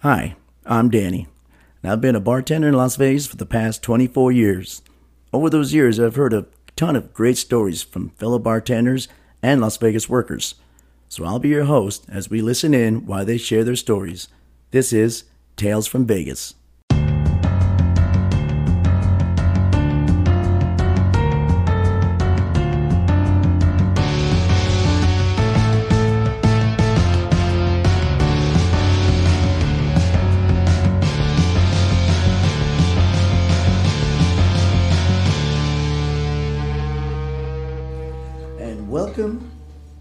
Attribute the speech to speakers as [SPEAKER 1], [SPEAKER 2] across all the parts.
[SPEAKER 1] Hi, I'm Danny, and I've been a bartender in Las Vegas for the past 24 years. Over those years, I've heard a ton of great stories from fellow bartenders and Las Vegas workers. So I'll be your host as we listen in while they share their stories. This is Tales from Vegas. And welcome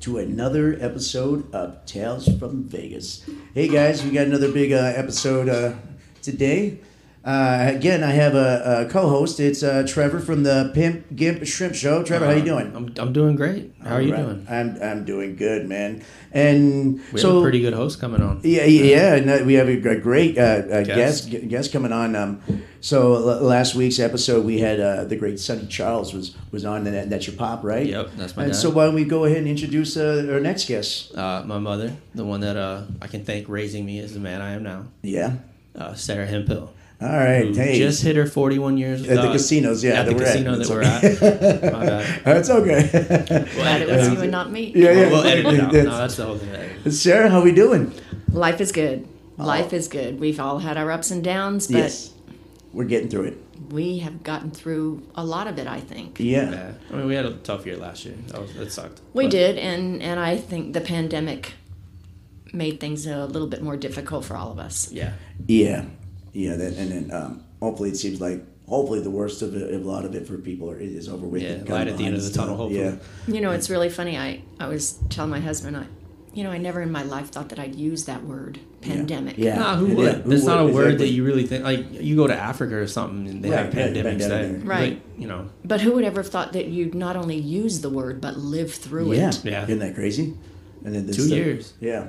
[SPEAKER 1] to another episode of Tales from Vegas. Hey guys, we got another big uh, episode uh, today. Uh, again, I have a, a co-host. It's uh, Trevor from the Pimp Gimp Shrimp Show. Trevor, how you doing?
[SPEAKER 2] I'm, I'm doing great. Uh, How are you
[SPEAKER 1] Right.
[SPEAKER 2] doing?
[SPEAKER 1] I'm I'm doing good, man. And
[SPEAKER 2] We
[SPEAKER 1] so
[SPEAKER 2] have a pretty good host coming on.
[SPEAKER 1] yeah, yeah, and uh, we have a gr- great uh, uh, guest
[SPEAKER 2] Guest.
[SPEAKER 1] gu- guest coming on. Um, so l- last week's episode, we had uh, the great Sonny Charles was was on, and, that- that's your pop, right?
[SPEAKER 2] Yep, that's my
[SPEAKER 1] And
[SPEAKER 2] dad.
[SPEAKER 1] so why don't we go ahead and introduce uh, our next guest?
[SPEAKER 2] Uh, my mother, the one that uh, I can thank raising me as the man I am now,
[SPEAKER 1] Yeah.
[SPEAKER 2] uh, Sarah Hempill.
[SPEAKER 1] All right.
[SPEAKER 2] who
[SPEAKER 1] Hey.
[SPEAKER 2] Just hit her 41 years
[SPEAKER 1] at the
[SPEAKER 2] uh,
[SPEAKER 1] casinos, yeah,
[SPEAKER 2] at the
[SPEAKER 1] that we're
[SPEAKER 2] casino
[SPEAKER 1] at.
[SPEAKER 2] that
[SPEAKER 1] It's
[SPEAKER 2] we're
[SPEAKER 1] okay.
[SPEAKER 2] at. My bad.
[SPEAKER 1] That's Oh, okay.
[SPEAKER 3] Glad it was you and not me.
[SPEAKER 1] Yeah, yeah.
[SPEAKER 2] We'll edit it out. No,
[SPEAKER 1] That's-
[SPEAKER 2] that's the whole thing. that I edit.
[SPEAKER 1] Sarah, how we doing?
[SPEAKER 3] Life is good.
[SPEAKER 1] Oh.
[SPEAKER 3] Life is good. We've all had our ups and downs, but
[SPEAKER 1] We're getting through it.
[SPEAKER 3] we have gotten through a lot of it, I think.
[SPEAKER 1] Yeah.
[SPEAKER 2] Yeah. I mean, we had a tough year last year. That, was, that sucked.
[SPEAKER 3] We
[SPEAKER 2] But
[SPEAKER 3] did, and, and I think the pandemic made things a little bit more difficult for all of us.
[SPEAKER 2] Yeah.
[SPEAKER 1] Yeah, yeah. That and then um, hopefully it seems like hopefully the worst of it, a lot of it for people are, is over with.
[SPEAKER 2] Yeah,
[SPEAKER 1] and
[SPEAKER 2] light
[SPEAKER 1] kinda
[SPEAKER 2] at the end of the
[SPEAKER 1] behind
[SPEAKER 2] tunnel,
[SPEAKER 1] us now.
[SPEAKER 2] hopefully.
[SPEAKER 3] You know, it's really funny. I, I was telling my husband, I, you know, I never in my life thought that I'd use that word, pandemic.
[SPEAKER 1] Yeah.
[SPEAKER 2] Nah, who
[SPEAKER 1] Yeah,
[SPEAKER 2] would?
[SPEAKER 1] who
[SPEAKER 2] That's not a
[SPEAKER 1] would?
[SPEAKER 2] word
[SPEAKER 1] Exactly.
[SPEAKER 2] that you really think. Like, you go to Africa or something and they have
[SPEAKER 1] Right, right,
[SPEAKER 2] pandemics
[SPEAKER 1] pandemic.
[SPEAKER 2] that,
[SPEAKER 3] Right.
[SPEAKER 2] that, you know,
[SPEAKER 3] But who would ever have thought that you'd not only use the word, but live through
[SPEAKER 1] Yeah.
[SPEAKER 3] it?
[SPEAKER 2] Yeah.
[SPEAKER 1] Isn't that crazy? And then this
[SPEAKER 2] Two
[SPEAKER 1] stuff-
[SPEAKER 2] years.
[SPEAKER 1] Yeah.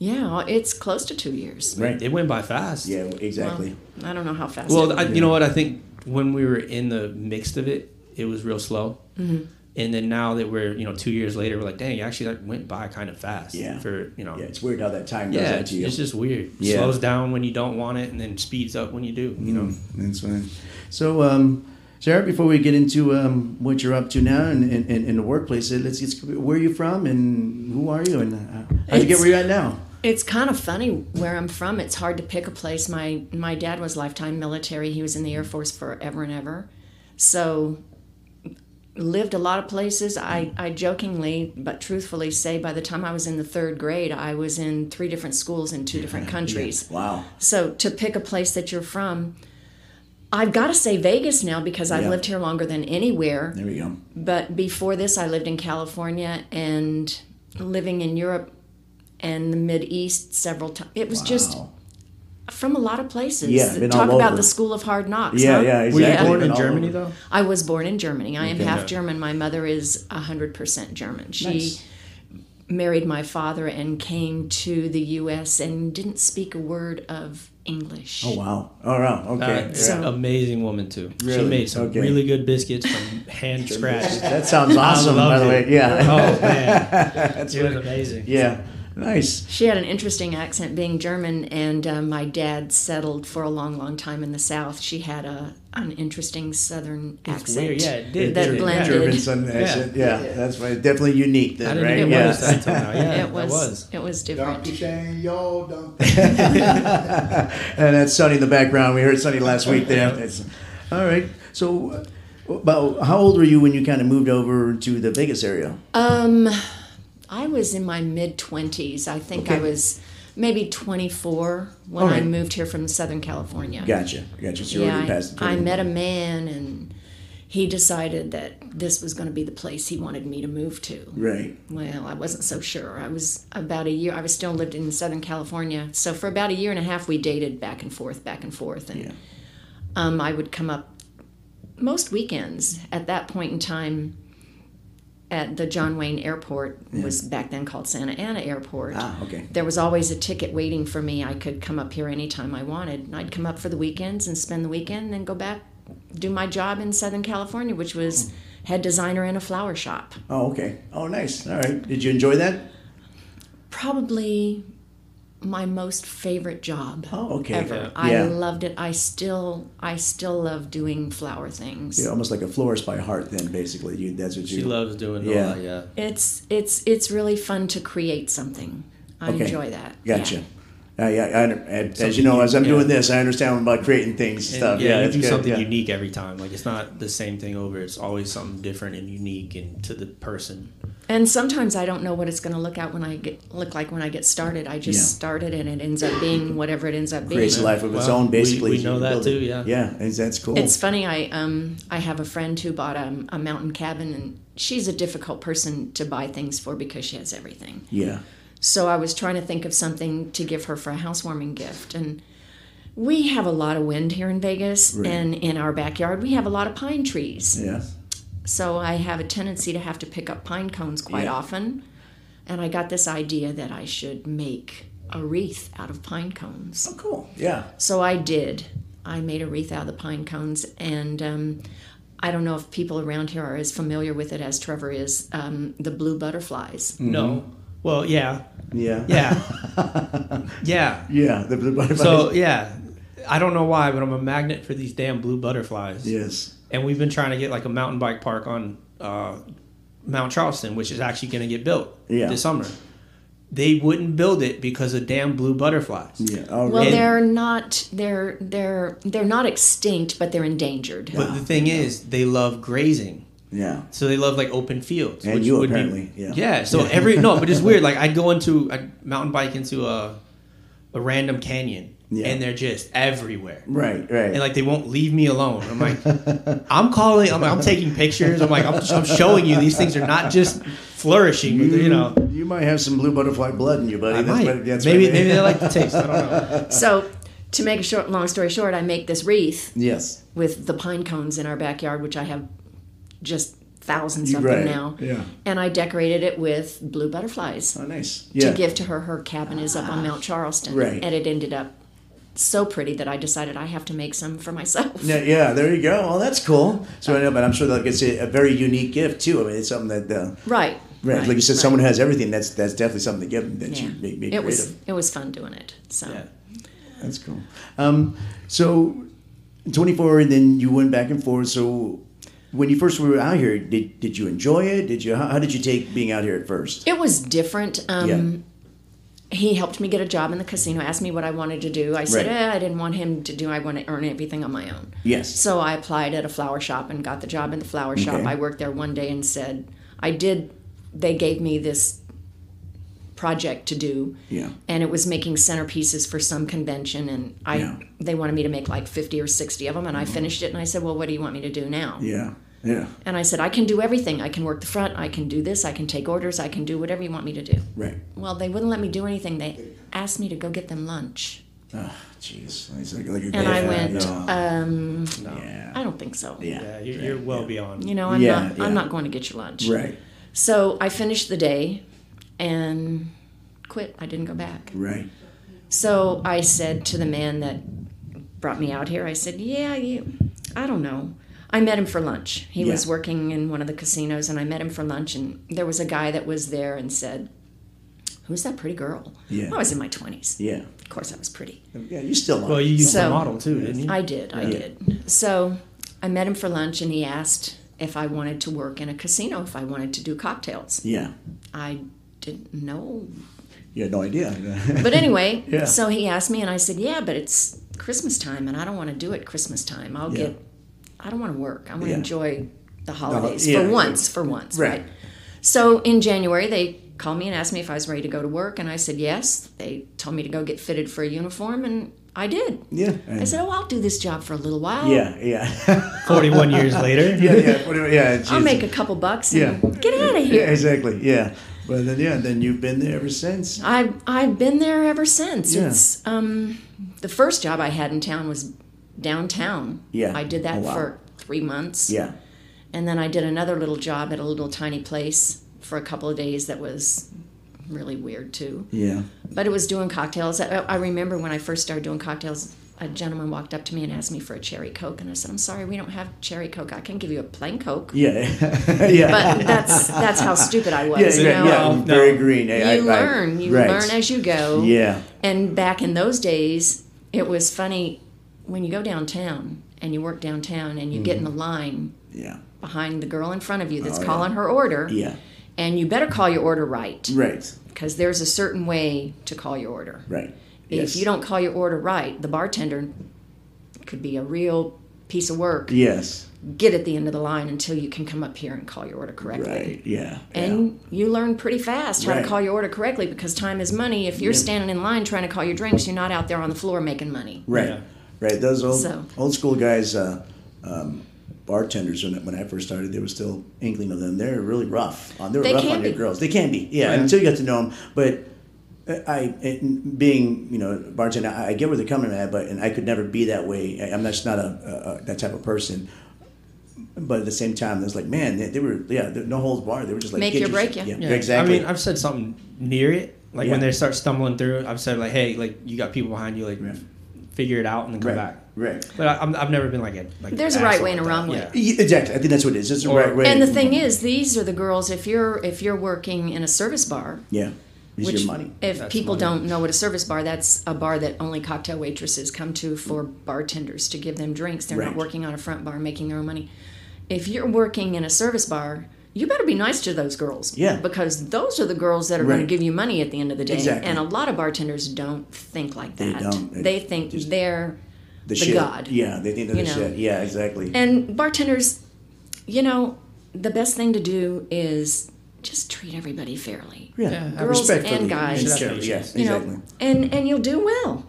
[SPEAKER 3] Yeah, it's close to two years.
[SPEAKER 1] Right.
[SPEAKER 2] it went by fast.
[SPEAKER 1] Yeah. Exactly.
[SPEAKER 3] Well, I don't know how fast. it
[SPEAKER 2] Well, I, you know what? I think when we were in the midst of it, it was real slow.
[SPEAKER 3] Mm-hmm.
[SPEAKER 2] And then now that we're, you know, two years later, we're like, dang, actually, that went by kind of fast.
[SPEAKER 1] Yeah.
[SPEAKER 2] For, you know,
[SPEAKER 1] yeah.
[SPEAKER 2] yeah,
[SPEAKER 1] It's weird how that time does that
[SPEAKER 2] it's,
[SPEAKER 1] to you.
[SPEAKER 2] it's just weird.
[SPEAKER 1] Yeah. Mm-hmm.
[SPEAKER 2] Slows down when you don't want it and then speeds up when you do, you know.
[SPEAKER 1] That's fine. So, um, Sarah, before we get into um, what you're up to now in, in, in in the workplace, uh, let's get where are you from and who are you and uh, how'd you get
[SPEAKER 3] It's-
[SPEAKER 1] where you're at now?
[SPEAKER 3] It's kind of funny where I'm from. It's hard to pick a place. My my dad was lifetime military. He was in the Air Force forever and ever. So lived a lot of places. I, I jokingly but truthfully say by the time I was in the third grade, I was in three different schools in two different countries.
[SPEAKER 1] Wow.
[SPEAKER 3] So to pick a place that you're from, I've got to say Vegas now because I've
[SPEAKER 1] Yeah.
[SPEAKER 3] lived here longer than anywhere.
[SPEAKER 1] There we go.
[SPEAKER 3] But before this, I lived in California and living in Europe and the Mid East several times. It was just
[SPEAKER 1] Wow.
[SPEAKER 3] from a lot of places.
[SPEAKER 1] Yeah, been
[SPEAKER 3] Talk
[SPEAKER 1] all
[SPEAKER 3] about
[SPEAKER 1] over.
[SPEAKER 3] the school of hard knocks.
[SPEAKER 1] Yeah,
[SPEAKER 3] huh?
[SPEAKER 1] yeah,
[SPEAKER 2] Were
[SPEAKER 1] exactly.
[SPEAKER 2] you
[SPEAKER 1] Been
[SPEAKER 2] born in
[SPEAKER 1] all
[SPEAKER 2] Germany,
[SPEAKER 1] over.
[SPEAKER 2] though?
[SPEAKER 3] I was born in Germany. I am half
[SPEAKER 2] Yeah.
[SPEAKER 3] German. My mother is 100% German. She
[SPEAKER 1] Nice.
[SPEAKER 3] married my father and came to the U.S. and didn't speak a word of English.
[SPEAKER 1] Oh wow! Oh wow! Okay.
[SPEAKER 2] Uh,
[SPEAKER 3] So-
[SPEAKER 2] Amazing woman, too.
[SPEAKER 1] Really?
[SPEAKER 2] She made some
[SPEAKER 1] Okay.
[SPEAKER 2] really good biscuits from hand scratch.
[SPEAKER 1] that sounds awesome. By
[SPEAKER 2] loved
[SPEAKER 1] the
[SPEAKER 2] it.
[SPEAKER 1] way, yeah,
[SPEAKER 2] Oh, man. That's it was amazing.
[SPEAKER 1] yeah, nice.
[SPEAKER 3] She had an interesting accent being German, and uh, my dad settled for a long, long time in the South. She had a an interesting Southern accent.
[SPEAKER 2] weird. Yeah, it did,
[SPEAKER 3] That
[SPEAKER 2] didn't it?
[SPEAKER 3] blended.
[SPEAKER 2] Yeah.
[SPEAKER 1] German sun accent. Yeah, that's right. Definitely unique
[SPEAKER 2] I
[SPEAKER 1] then,
[SPEAKER 2] didn't
[SPEAKER 1] right?
[SPEAKER 2] even
[SPEAKER 1] yeah.
[SPEAKER 2] notice that until now. Yeah,
[SPEAKER 3] It was, it was different.
[SPEAKER 4] Donkey Shane, y'all, Donkey
[SPEAKER 1] and that's Sonny in the background. We heard Sonny last week there. That's- all right. So, uh, about how old were you when you kind of moved over to the Vegas area?
[SPEAKER 3] Um, I was in my mid twenties. I think I
[SPEAKER 1] Okay.
[SPEAKER 3] was maybe twenty four when I
[SPEAKER 1] Alright.
[SPEAKER 3] moved here from Southern California.
[SPEAKER 1] Gotcha. Gotcha. So you
[SPEAKER 3] yeah,
[SPEAKER 1] already
[SPEAKER 3] I,
[SPEAKER 1] passed. the
[SPEAKER 3] I
[SPEAKER 1] 21.
[SPEAKER 3] met a man, and he decided that this was going to be the place he wanted me to move to.
[SPEAKER 1] Right.
[SPEAKER 3] Well, I wasn't so sure. I was about a year. I was still lived in Southern California, so for about a year and a half, we dated back and forth, back and forth, and
[SPEAKER 1] Yeah.
[SPEAKER 3] um, I would come up most weekends at that point in time. At the John Wayne Airport was back then called Santa Ana Airport.
[SPEAKER 1] Ah, okay.
[SPEAKER 3] There was always a ticket waiting for me. I could come up here anytime I wanted. And I'd come up for the weekends and spend the weekend, then go back, do my job in Southern California, which
[SPEAKER 1] Hmm.
[SPEAKER 3] was head designer in a flower shop.
[SPEAKER 1] Oh, okay. Oh, nice. All right. Did you enjoy that?
[SPEAKER 3] probably my most favorite job
[SPEAKER 1] Oh, okay.
[SPEAKER 3] ever.
[SPEAKER 1] Yeah.
[SPEAKER 3] I
[SPEAKER 1] Yeah.
[SPEAKER 3] loved it. I still I still love doing flower things.
[SPEAKER 1] You're almost like a florist by heart, then, basically. You, that's what you.
[SPEAKER 2] She loves doing
[SPEAKER 1] Yeah.
[SPEAKER 2] all that. Yeah.
[SPEAKER 3] It's it's it's really fun to create something. I
[SPEAKER 1] Okay.
[SPEAKER 3] enjoy that.
[SPEAKER 1] Gotcha.
[SPEAKER 3] Yeah.
[SPEAKER 1] Uh, yeah, I, under- and as you
[SPEAKER 2] Something
[SPEAKER 1] know,
[SPEAKER 2] you-
[SPEAKER 1] as I'm
[SPEAKER 2] yeah.
[SPEAKER 1] doing this, I understand about creating things and
[SPEAKER 2] And,
[SPEAKER 1] stuff.
[SPEAKER 2] yeah,
[SPEAKER 1] Yeah,
[SPEAKER 2] you
[SPEAKER 1] it's
[SPEAKER 2] do
[SPEAKER 1] good,
[SPEAKER 2] something
[SPEAKER 1] yeah.
[SPEAKER 2] unique every time. Like it's not the same thing over. It's always something different and unique and to the person.
[SPEAKER 3] And sometimes I don't know what it's going to look out when I get look like when I get started. I just
[SPEAKER 1] Yeah.
[SPEAKER 3] started and it ends up being whatever it ends up being.
[SPEAKER 1] Creates a life of its
[SPEAKER 2] Well,
[SPEAKER 1] own,
[SPEAKER 2] we-
[SPEAKER 1] basically.
[SPEAKER 2] we
[SPEAKER 1] as you
[SPEAKER 2] know that
[SPEAKER 1] build it.
[SPEAKER 2] too, yeah.
[SPEAKER 1] Yeah, and that's cool.
[SPEAKER 3] It's funny. I um I have a friend who bought a, a mountain cabin, and she's a difficult person to buy things for because she has everything.
[SPEAKER 1] yeah.
[SPEAKER 3] So I was trying to think of something to give her for a housewarming gift, and we have a lot of wind here in Vegas,
[SPEAKER 1] Right.
[SPEAKER 3] and in our backyard we have a lot of pine trees.
[SPEAKER 1] Yeah.
[SPEAKER 3] So I have a tendency to have to pick up pine cones quite
[SPEAKER 1] Yeah.
[SPEAKER 3] often, and I got this idea that I should make a wreath out of pine cones.
[SPEAKER 1] Oh, cool. Yeah.
[SPEAKER 3] So I did. I made a wreath out of the pine cones, and um, I don't know if people around here are as familiar with it as Trevor is. Um, the blue butterflies.
[SPEAKER 1] Mm-hmm.
[SPEAKER 2] No. Well, yeah,
[SPEAKER 1] Yeah.
[SPEAKER 2] yeah, yeah.
[SPEAKER 1] Yeah. The, the butterflies.
[SPEAKER 2] So yeah, I don't know why, but I'm a magnet for these damn blue butterflies.
[SPEAKER 1] yes.
[SPEAKER 2] And we've been trying to get like a mountain bike park on uh, Mount Charleston, which is actually going to get built
[SPEAKER 1] Yeah.
[SPEAKER 2] this summer. They wouldn't build it because of damn blue butterflies.
[SPEAKER 1] Yeah. All
[SPEAKER 3] Well,
[SPEAKER 1] right.
[SPEAKER 2] And-
[SPEAKER 3] they're not. They're they're they're not extinct, but they're endangered.
[SPEAKER 2] But the thing is, they love grazing.
[SPEAKER 1] yeah.
[SPEAKER 2] So they love like open fields.
[SPEAKER 1] And
[SPEAKER 2] which
[SPEAKER 1] you
[SPEAKER 2] would be-
[SPEAKER 1] apparently, yeah.
[SPEAKER 2] So every no, but it's weird. Like I'd go into a mountain bike into a a random canyon,
[SPEAKER 1] Yeah.
[SPEAKER 2] and they're just everywhere.
[SPEAKER 1] Right. Right.
[SPEAKER 2] And like they won't leave me alone. I'm like, I'm calling. I'm, I'm taking pictures. I'm like, I'm, I'm showing you these things are not just flourishing. But you know,
[SPEAKER 1] You might have some blue butterfly blood in you, buddy.
[SPEAKER 2] I might.
[SPEAKER 1] what- that's
[SPEAKER 2] maybe
[SPEAKER 1] what I mean.
[SPEAKER 2] maybe they like the taste. I don't know.
[SPEAKER 1] uh,
[SPEAKER 3] So, to make a short long story short, I make this wreath
[SPEAKER 1] Yes.
[SPEAKER 3] with the pine cones in our backyard, which I have just thousands of
[SPEAKER 1] Right.
[SPEAKER 3] them now.
[SPEAKER 1] Yeah.
[SPEAKER 3] And I decorated it with blue butterflies.
[SPEAKER 1] Oh, nice. Yeah. Ah,
[SPEAKER 3] to give to her. Her cabin is up on Mount Charleston,
[SPEAKER 1] Right.
[SPEAKER 3] and it ended up so pretty that I decided I have to make some for myself.
[SPEAKER 1] Yeah, yeah, there you go. Well, that's cool. So I know, but I'm sure that it's a, a very unique gift too. I mean, it's something that, uh,
[SPEAKER 3] Right.
[SPEAKER 1] right, like you said,
[SPEAKER 3] right.
[SPEAKER 1] someone who has everything. That's that's definitely something to give them that
[SPEAKER 3] Yeah.
[SPEAKER 1] you make, make
[SPEAKER 3] it
[SPEAKER 1] creative.
[SPEAKER 3] was it was fun doing it. So
[SPEAKER 2] Yeah.
[SPEAKER 1] That's cool. Um, so 24, and then you went back and forth. So when you first were out here, did did you enjoy it? Did you how, how did you take being out here at first?
[SPEAKER 3] it was different. Um, He helped me get a job in the casino. Asked me what I wanted to do. I said
[SPEAKER 1] Right.
[SPEAKER 3] eh, I didn't want him to do. I want to earn everything on my own.
[SPEAKER 1] Yes.
[SPEAKER 3] So I applied at a flower shop and got the job in the flower shop.
[SPEAKER 1] Okay.
[SPEAKER 3] I worked there one day and said, I did, they gave me this project to do.
[SPEAKER 1] Yeah.
[SPEAKER 3] And it was making centerpieces for some convention. And I,
[SPEAKER 1] Yeah. Mm-hmm.
[SPEAKER 3] they wanted me to make like 50 or 60 of them. And I finished it and I said, Well, what do you want me to do now?
[SPEAKER 1] Yeah. Yeah.
[SPEAKER 3] And I said, I can do everything. I can work the front. I can do this. I can take orders. I can do whatever you want me to do.
[SPEAKER 1] Right.
[SPEAKER 3] Well, they wouldn't let me do anything. They asked me to go get them lunch.
[SPEAKER 1] Ah, jeez. It's like, like a
[SPEAKER 3] And I went,
[SPEAKER 1] No.
[SPEAKER 3] um,
[SPEAKER 1] yeah.
[SPEAKER 3] I don't think so.
[SPEAKER 2] Yeah,
[SPEAKER 1] Yeah.
[SPEAKER 2] you're, you're well beyond.
[SPEAKER 3] You know, I'm
[SPEAKER 1] Yeah,
[SPEAKER 3] not
[SPEAKER 1] yeah.
[SPEAKER 3] I'm not going to get your lunch.
[SPEAKER 1] Right.
[SPEAKER 3] So I finished the day and quit. I didn't go back.
[SPEAKER 1] Right.
[SPEAKER 3] So I said to the man that brought me out here, I said, Yeah, you, I don't know. I met him for lunch. He was
[SPEAKER 1] Yeah.
[SPEAKER 3] working in one of the casinos, and I met him for lunch. And there was a guy that was there and said, Who's that pretty girl?
[SPEAKER 1] Yeah.
[SPEAKER 3] I was in my 20s.
[SPEAKER 1] Yeah.
[SPEAKER 3] Of course, I was pretty.
[SPEAKER 1] Yeah. You still
[SPEAKER 2] Well, you used the
[SPEAKER 3] So-
[SPEAKER 2] model too, didn't you?
[SPEAKER 3] I did, I did. So I met him for lunch, and he asked if I wanted to work in a casino, if I wanted to do cocktails.
[SPEAKER 1] Yeah.
[SPEAKER 3] I didn't know
[SPEAKER 1] You had no idea.
[SPEAKER 3] But anyway,
[SPEAKER 1] Yeah.
[SPEAKER 3] so he asked me, and I said, "Yeah, but it's Christmas time, and I don't want to do it Christmas time. I'll
[SPEAKER 1] Yeah.
[SPEAKER 3] get, I don't want to work. I want
[SPEAKER 1] Yeah.
[SPEAKER 3] to enjoy the holidays
[SPEAKER 1] yeah,
[SPEAKER 3] for
[SPEAKER 1] yeah.
[SPEAKER 3] once, for once,
[SPEAKER 1] Right.
[SPEAKER 3] right. So in January, they called me and asked me if I was ready to go to work, and I said yes. They told me to go get fitted for a uniform, and I did.
[SPEAKER 1] yeah.
[SPEAKER 3] I said, "Oh, I'll do this job for a little while.
[SPEAKER 1] yeah. Yeah.
[SPEAKER 2] Forty-one years later.
[SPEAKER 1] yeah. Yeah. Whatever. Yeah.
[SPEAKER 3] I'll
[SPEAKER 1] jeez.
[SPEAKER 3] make a couple bucks and
[SPEAKER 1] Yeah.
[SPEAKER 3] get out of
[SPEAKER 1] Yeah,
[SPEAKER 3] here."
[SPEAKER 1] exactly. Yeah. But then, yeah, then you've been there ever since.
[SPEAKER 3] I've I've been there ever since.
[SPEAKER 1] Yeah.
[SPEAKER 3] It's um the first job I had in town was downtown.
[SPEAKER 1] Yeah.
[SPEAKER 3] I did that
[SPEAKER 1] Oh, wow.
[SPEAKER 3] for three months.
[SPEAKER 1] Yeah.
[SPEAKER 3] And then I did another little job at a little tiny place for a couple of days that was really weird too.
[SPEAKER 1] Yeah.
[SPEAKER 3] But it was doing cocktails. I, I remember when I first started doing cocktails, a gentleman walked up to me and asked me for a cherry coke, and I said, "I'm sorry, we don't have cherry coke. I can give you a plain coke."
[SPEAKER 1] Yeah, yeah.
[SPEAKER 3] But that's that's how stupid I was.
[SPEAKER 1] yeah,
[SPEAKER 3] you
[SPEAKER 1] yeah,
[SPEAKER 3] know?
[SPEAKER 1] yeah,
[SPEAKER 2] No,
[SPEAKER 1] very
[SPEAKER 2] no.
[SPEAKER 1] green.
[SPEAKER 3] You learn, you
[SPEAKER 1] right.
[SPEAKER 3] learn as you go.
[SPEAKER 1] Yeah,
[SPEAKER 3] And back in those days, it was funny when you go downtown and you work downtown and you get in the line
[SPEAKER 1] yeah,
[SPEAKER 3] behind the girl in front of you that's
[SPEAKER 1] Mm-hmm. Oh, yeah.
[SPEAKER 3] calling her order.
[SPEAKER 1] yeah.
[SPEAKER 3] And you better call your order right
[SPEAKER 1] Right,
[SPEAKER 3] because there's a certain way to call your order.
[SPEAKER 1] right.
[SPEAKER 3] If you don't call your order right, the bartender could be a real piece of work.
[SPEAKER 1] Yes,
[SPEAKER 3] Get at the end of the line until you can come up here and call your order correctly.
[SPEAKER 1] right. Yeah. yeah.
[SPEAKER 3] And you learn pretty fast how
[SPEAKER 1] Right.
[SPEAKER 3] to call your order correctly because time is money. If you're standing in line trying to call your drinks, you're not out there on the floor making money.
[SPEAKER 1] Right,
[SPEAKER 2] Yeah.
[SPEAKER 1] right. Those old
[SPEAKER 3] So-
[SPEAKER 1] old school guys, uh, um, bartenders. When, when I first started, there was still inkling of them. They're really rough. On they were
[SPEAKER 3] They
[SPEAKER 1] rough
[SPEAKER 3] can
[SPEAKER 1] on your
[SPEAKER 3] be.
[SPEAKER 1] girls. They can be. Yeah,
[SPEAKER 2] Yeah.
[SPEAKER 1] until you get to know them. But uh, I, it, being you know bartender, I, I get where they're coming at, but and I could never be that way. I, I'm just not a, a, a that type of person. But at the same time, it's like man, they, they were yeah, they're no holds barred. They were just like
[SPEAKER 3] Make
[SPEAKER 1] get
[SPEAKER 3] your break, yeah.
[SPEAKER 1] yeah, exactly.
[SPEAKER 2] I mean, I've said something near it. Like
[SPEAKER 1] Yeah.
[SPEAKER 2] when they start stumbling through, I've said like, "Hey, like you got people behind you, like
[SPEAKER 1] Right.
[SPEAKER 2] figure it out and then come
[SPEAKER 1] right,
[SPEAKER 2] back."
[SPEAKER 1] right.
[SPEAKER 2] But I, I'm, I've never been like a like.
[SPEAKER 3] There's
[SPEAKER 2] an
[SPEAKER 3] a right
[SPEAKER 2] asshole
[SPEAKER 3] way and
[SPEAKER 2] like
[SPEAKER 3] a
[SPEAKER 2] that.
[SPEAKER 3] wrong way.
[SPEAKER 2] Yeah.
[SPEAKER 1] Yeah, exactly. I think that's what it is. It's the
[SPEAKER 2] Or-
[SPEAKER 1] right way.
[SPEAKER 3] And the thing is, these are the girls. If you're if you're working in a service bar,
[SPEAKER 1] yeah, is
[SPEAKER 3] which
[SPEAKER 1] your money.
[SPEAKER 3] if
[SPEAKER 2] That's
[SPEAKER 3] people
[SPEAKER 2] money.
[SPEAKER 3] don't know what a service bar, that's a bar that only cocktail waitresses come to for bartenders to give them drinks. They're
[SPEAKER 1] Right.
[SPEAKER 3] not working on a front bar making their own money. If you're working in a service bar, you better be nice to those girls.
[SPEAKER 1] Yeah.
[SPEAKER 3] Because those are the girls that are
[SPEAKER 1] Right.
[SPEAKER 3] going to give you money at the end of the day.
[SPEAKER 1] Exactly.
[SPEAKER 3] And a lot of bartenders don't think like that.
[SPEAKER 1] don't. They
[SPEAKER 3] They think
[SPEAKER 1] just-
[SPEAKER 3] they're
[SPEAKER 1] the,
[SPEAKER 3] the
[SPEAKER 1] shit.
[SPEAKER 3] god.
[SPEAKER 1] Yeah, they think they're
[SPEAKER 3] You
[SPEAKER 1] the
[SPEAKER 3] know?
[SPEAKER 1] shit. Yeah, exactly.
[SPEAKER 3] And bartenders, you know, the best thing to do is just treat everybody fairly.
[SPEAKER 1] yeah,
[SPEAKER 3] girls
[SPEAKER 1] respectfully.
[SPEAKER 3] and guys.
[SPEAKER 1] Yes,
[SPEAKER 2] Exactly.
[SPEAKER 1] yes,
[SPEAKER 3] You
[SPEAKER 1] exactly.
[SPEAKER 3] know, and and you'll do well.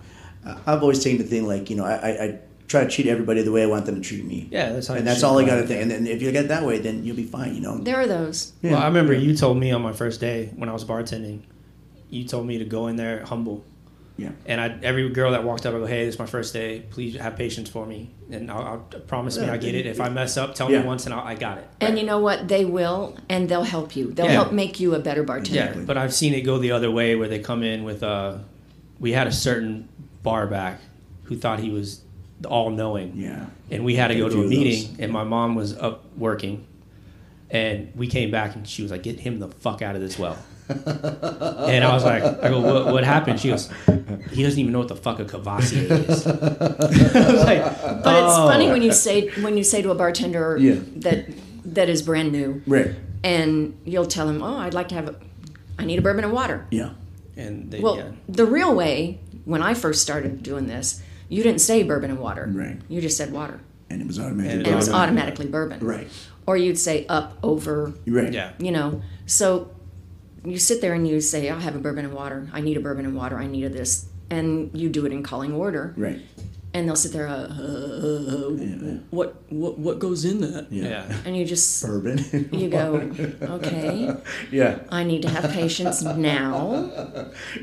[SPEAKER 1] I've always taken the thing like you know I, I, I try to treat everybody the way I want them to treat me.
[SPEAKER 2] Yeah, that's how
[SPEAKER 1] and
[SPEAKER 2] you
[SPEAKER 1] that's
[SPEAKER 2] should
[SPEAKER 1] all I
[SPEAKER 2] go.
[SPEAKER 1] got to think. And then if you get that way, then you'll be fine. You know.
[SPEAKER 3] There are those.
[SPEAKER 1] Yeah.
[SPEAKER 2] Well, I remember you told me on my first day when I was bartending, you told me to go in there humble.
[SPEAKER 1] Yeah.
[SPEAKER 2] And I, every girl that walked up, I go, "Hey, this is my first day. Please have patience for me, and I'll, I'll promise me
[SPEAKER 1] Yeah,
[SPEAKER 2] I get it. If I mess up, tell
[SPEAKER 1] Yeah.
[SPEAKER 2] me once, and I'll, I got it."
[SPEAKER 3] And you know what? They will, and they'll help you. They'll
[SPEAKER 2] Yeah.
[SPEAKER 3] help make you a better
[SPEAKER 2] Yeah,
[SPEAKER 3] bartender.
[SPEAKER 2] but I've seen it go the other way where they come in with uh we had a certain bar back who thought he was all knowing.
[SPEAKER 1] Yeah.
[SPEAKER 2] And we had to go
[SPEAKER 1] A
[SPEAKER 2] to a
[SPEAKER 1] few of those.
[SPEAKER 2] meeting and my mom was up working and we came back and she was like, Get him the fuck out of this well. and I was like, I go, what, what happened? She goes, He doesn't even know what the fuck a cavassier is. I was like,
[SPEAKER 3] But it's
[SPEAKER 2] "Oh."
[SPEAKER 3] funny when you say when you say to a bartender
[SPEAKER 1] Yeah.
[SPEAKER 3] that that is brand new,
[SPEAKER 1] Right.
[SPEAKER 3] and you'll tell him, "Oh, I'd like to have, a, I need a bourbon and water."
[SPEAKER 1] Yeah.
[SPEAKER 2] And they,
[SPEAKER 3] Well,
[SPEAKER 2] yeah.
[SPEAKER 3] the real way when I first started doing this, you didn't say bourbon and water.
[SPEAKER 1] Right.
[SPEAKER 3] You just said water,
[SPEAKER 1] And it was automatic.
[SPEAKER 2] And
[SPEAKER 3] and it was
[SPEAKER 2] Bourbon.
[SPEAKER 3] automatically bourbon.
[SPEAKER 1] Right.
[SPEAKER 3] Or you'd say up over
[SPEAKER 1] Right.
[SPEAKER 2] Yeah.
[SPEAKER 3] you know so you sit there and you say i'll have a bourbon and water i need a bourbon and water i need a this and you do it in calling order
[SPEAKER 1] Right.
[SPEAKER 3] and they'll sit there uh, uh,
[SPEAKER 1] yeah.
[SPEAKER 3] what what what goes in that
[SPEAKER 2] Yeah.
[SPEAKER 3] and you just
[SPEAKER 1] Urban.
[SPEAKER 3] you go okay
[SPEAKER 1] yeah.
[SPEAKER 3] i need to have patience now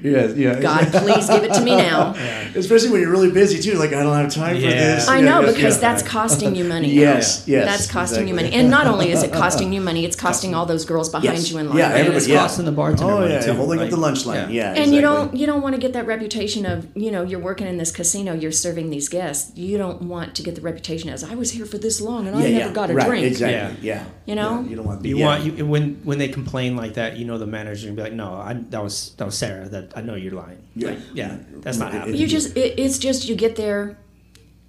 [SPEAKER 1] Yeah. Yeah.
[SPEAKER 3] god please give it to me now
[SPEAKER 1] Especially when you're really busy too. Like I don't have time for
[SPEAKER 2] Yeah.
[SPEAKER 1] this.
[SPEAKER 3] I
[SPEAKER 1] Yeah,
[SPEAKER 3] know
[SPEAKER 1] yes,
[SPEAKER 3] because
[SPEAKER 1] yeah.
[SPEAKER 3] that's costing you money.
[SPEAKER 1] Yes, yes,
[SPEAKER 3] That's costing you
[SPEAKER 1] exactly.
[SPEAKER 3] money. And not only is it costing you money, it's costing all those girls behind
[SPEAKER 1] Yes.
[SPEAKER 3] you in line.
[SPEAKER 1] Yeah,
[SPEAKER 2] And it's
[SPEAKER 1] Everybody- yeah.
[SPEAKER 2] costing the bartender
[SPEAKER 1] Oh
[SPEAKER 2] money,
[SPEAKER 1] yeah.
[SPEAKER 2] too.
[SPEAKER 1] Holding
[SPEAKER 2] Like,
[SPEAKER 1] up the lunch line. Yeah.
[SPEAKER 2] yeah.
[SPEAKER 3] and you
[SPEAKER 1] exactly.
[SPEAKER 3] don't you don't want to get that reputation of you know you're working in this casino you're serving these guests you don't want to get the reputation as i was here for this long and i never got a
[SPEAKER 1] right,
[SPEAKER 3] drink
[SPEAKER 1] Exactly. Yeah.
[SPEAKER 3] You know?
[SPEAKER 1] Yeah, you don't want.
[SPEAKER 2] You
[SPEAKER 1] yeah.
[SPEAKER 2] want you, when when they complain like that, you know the manager and be like, "No, I, that was that was Sarah. That I know you're lying.
[SPEAKER 1] Yeah.
[SPEAKER 2] Yeah, that's not
[SPEAKER 1] It- it-
[SPEAKER 2] happening.
[SPEAKER 3] you just it, it's just you get there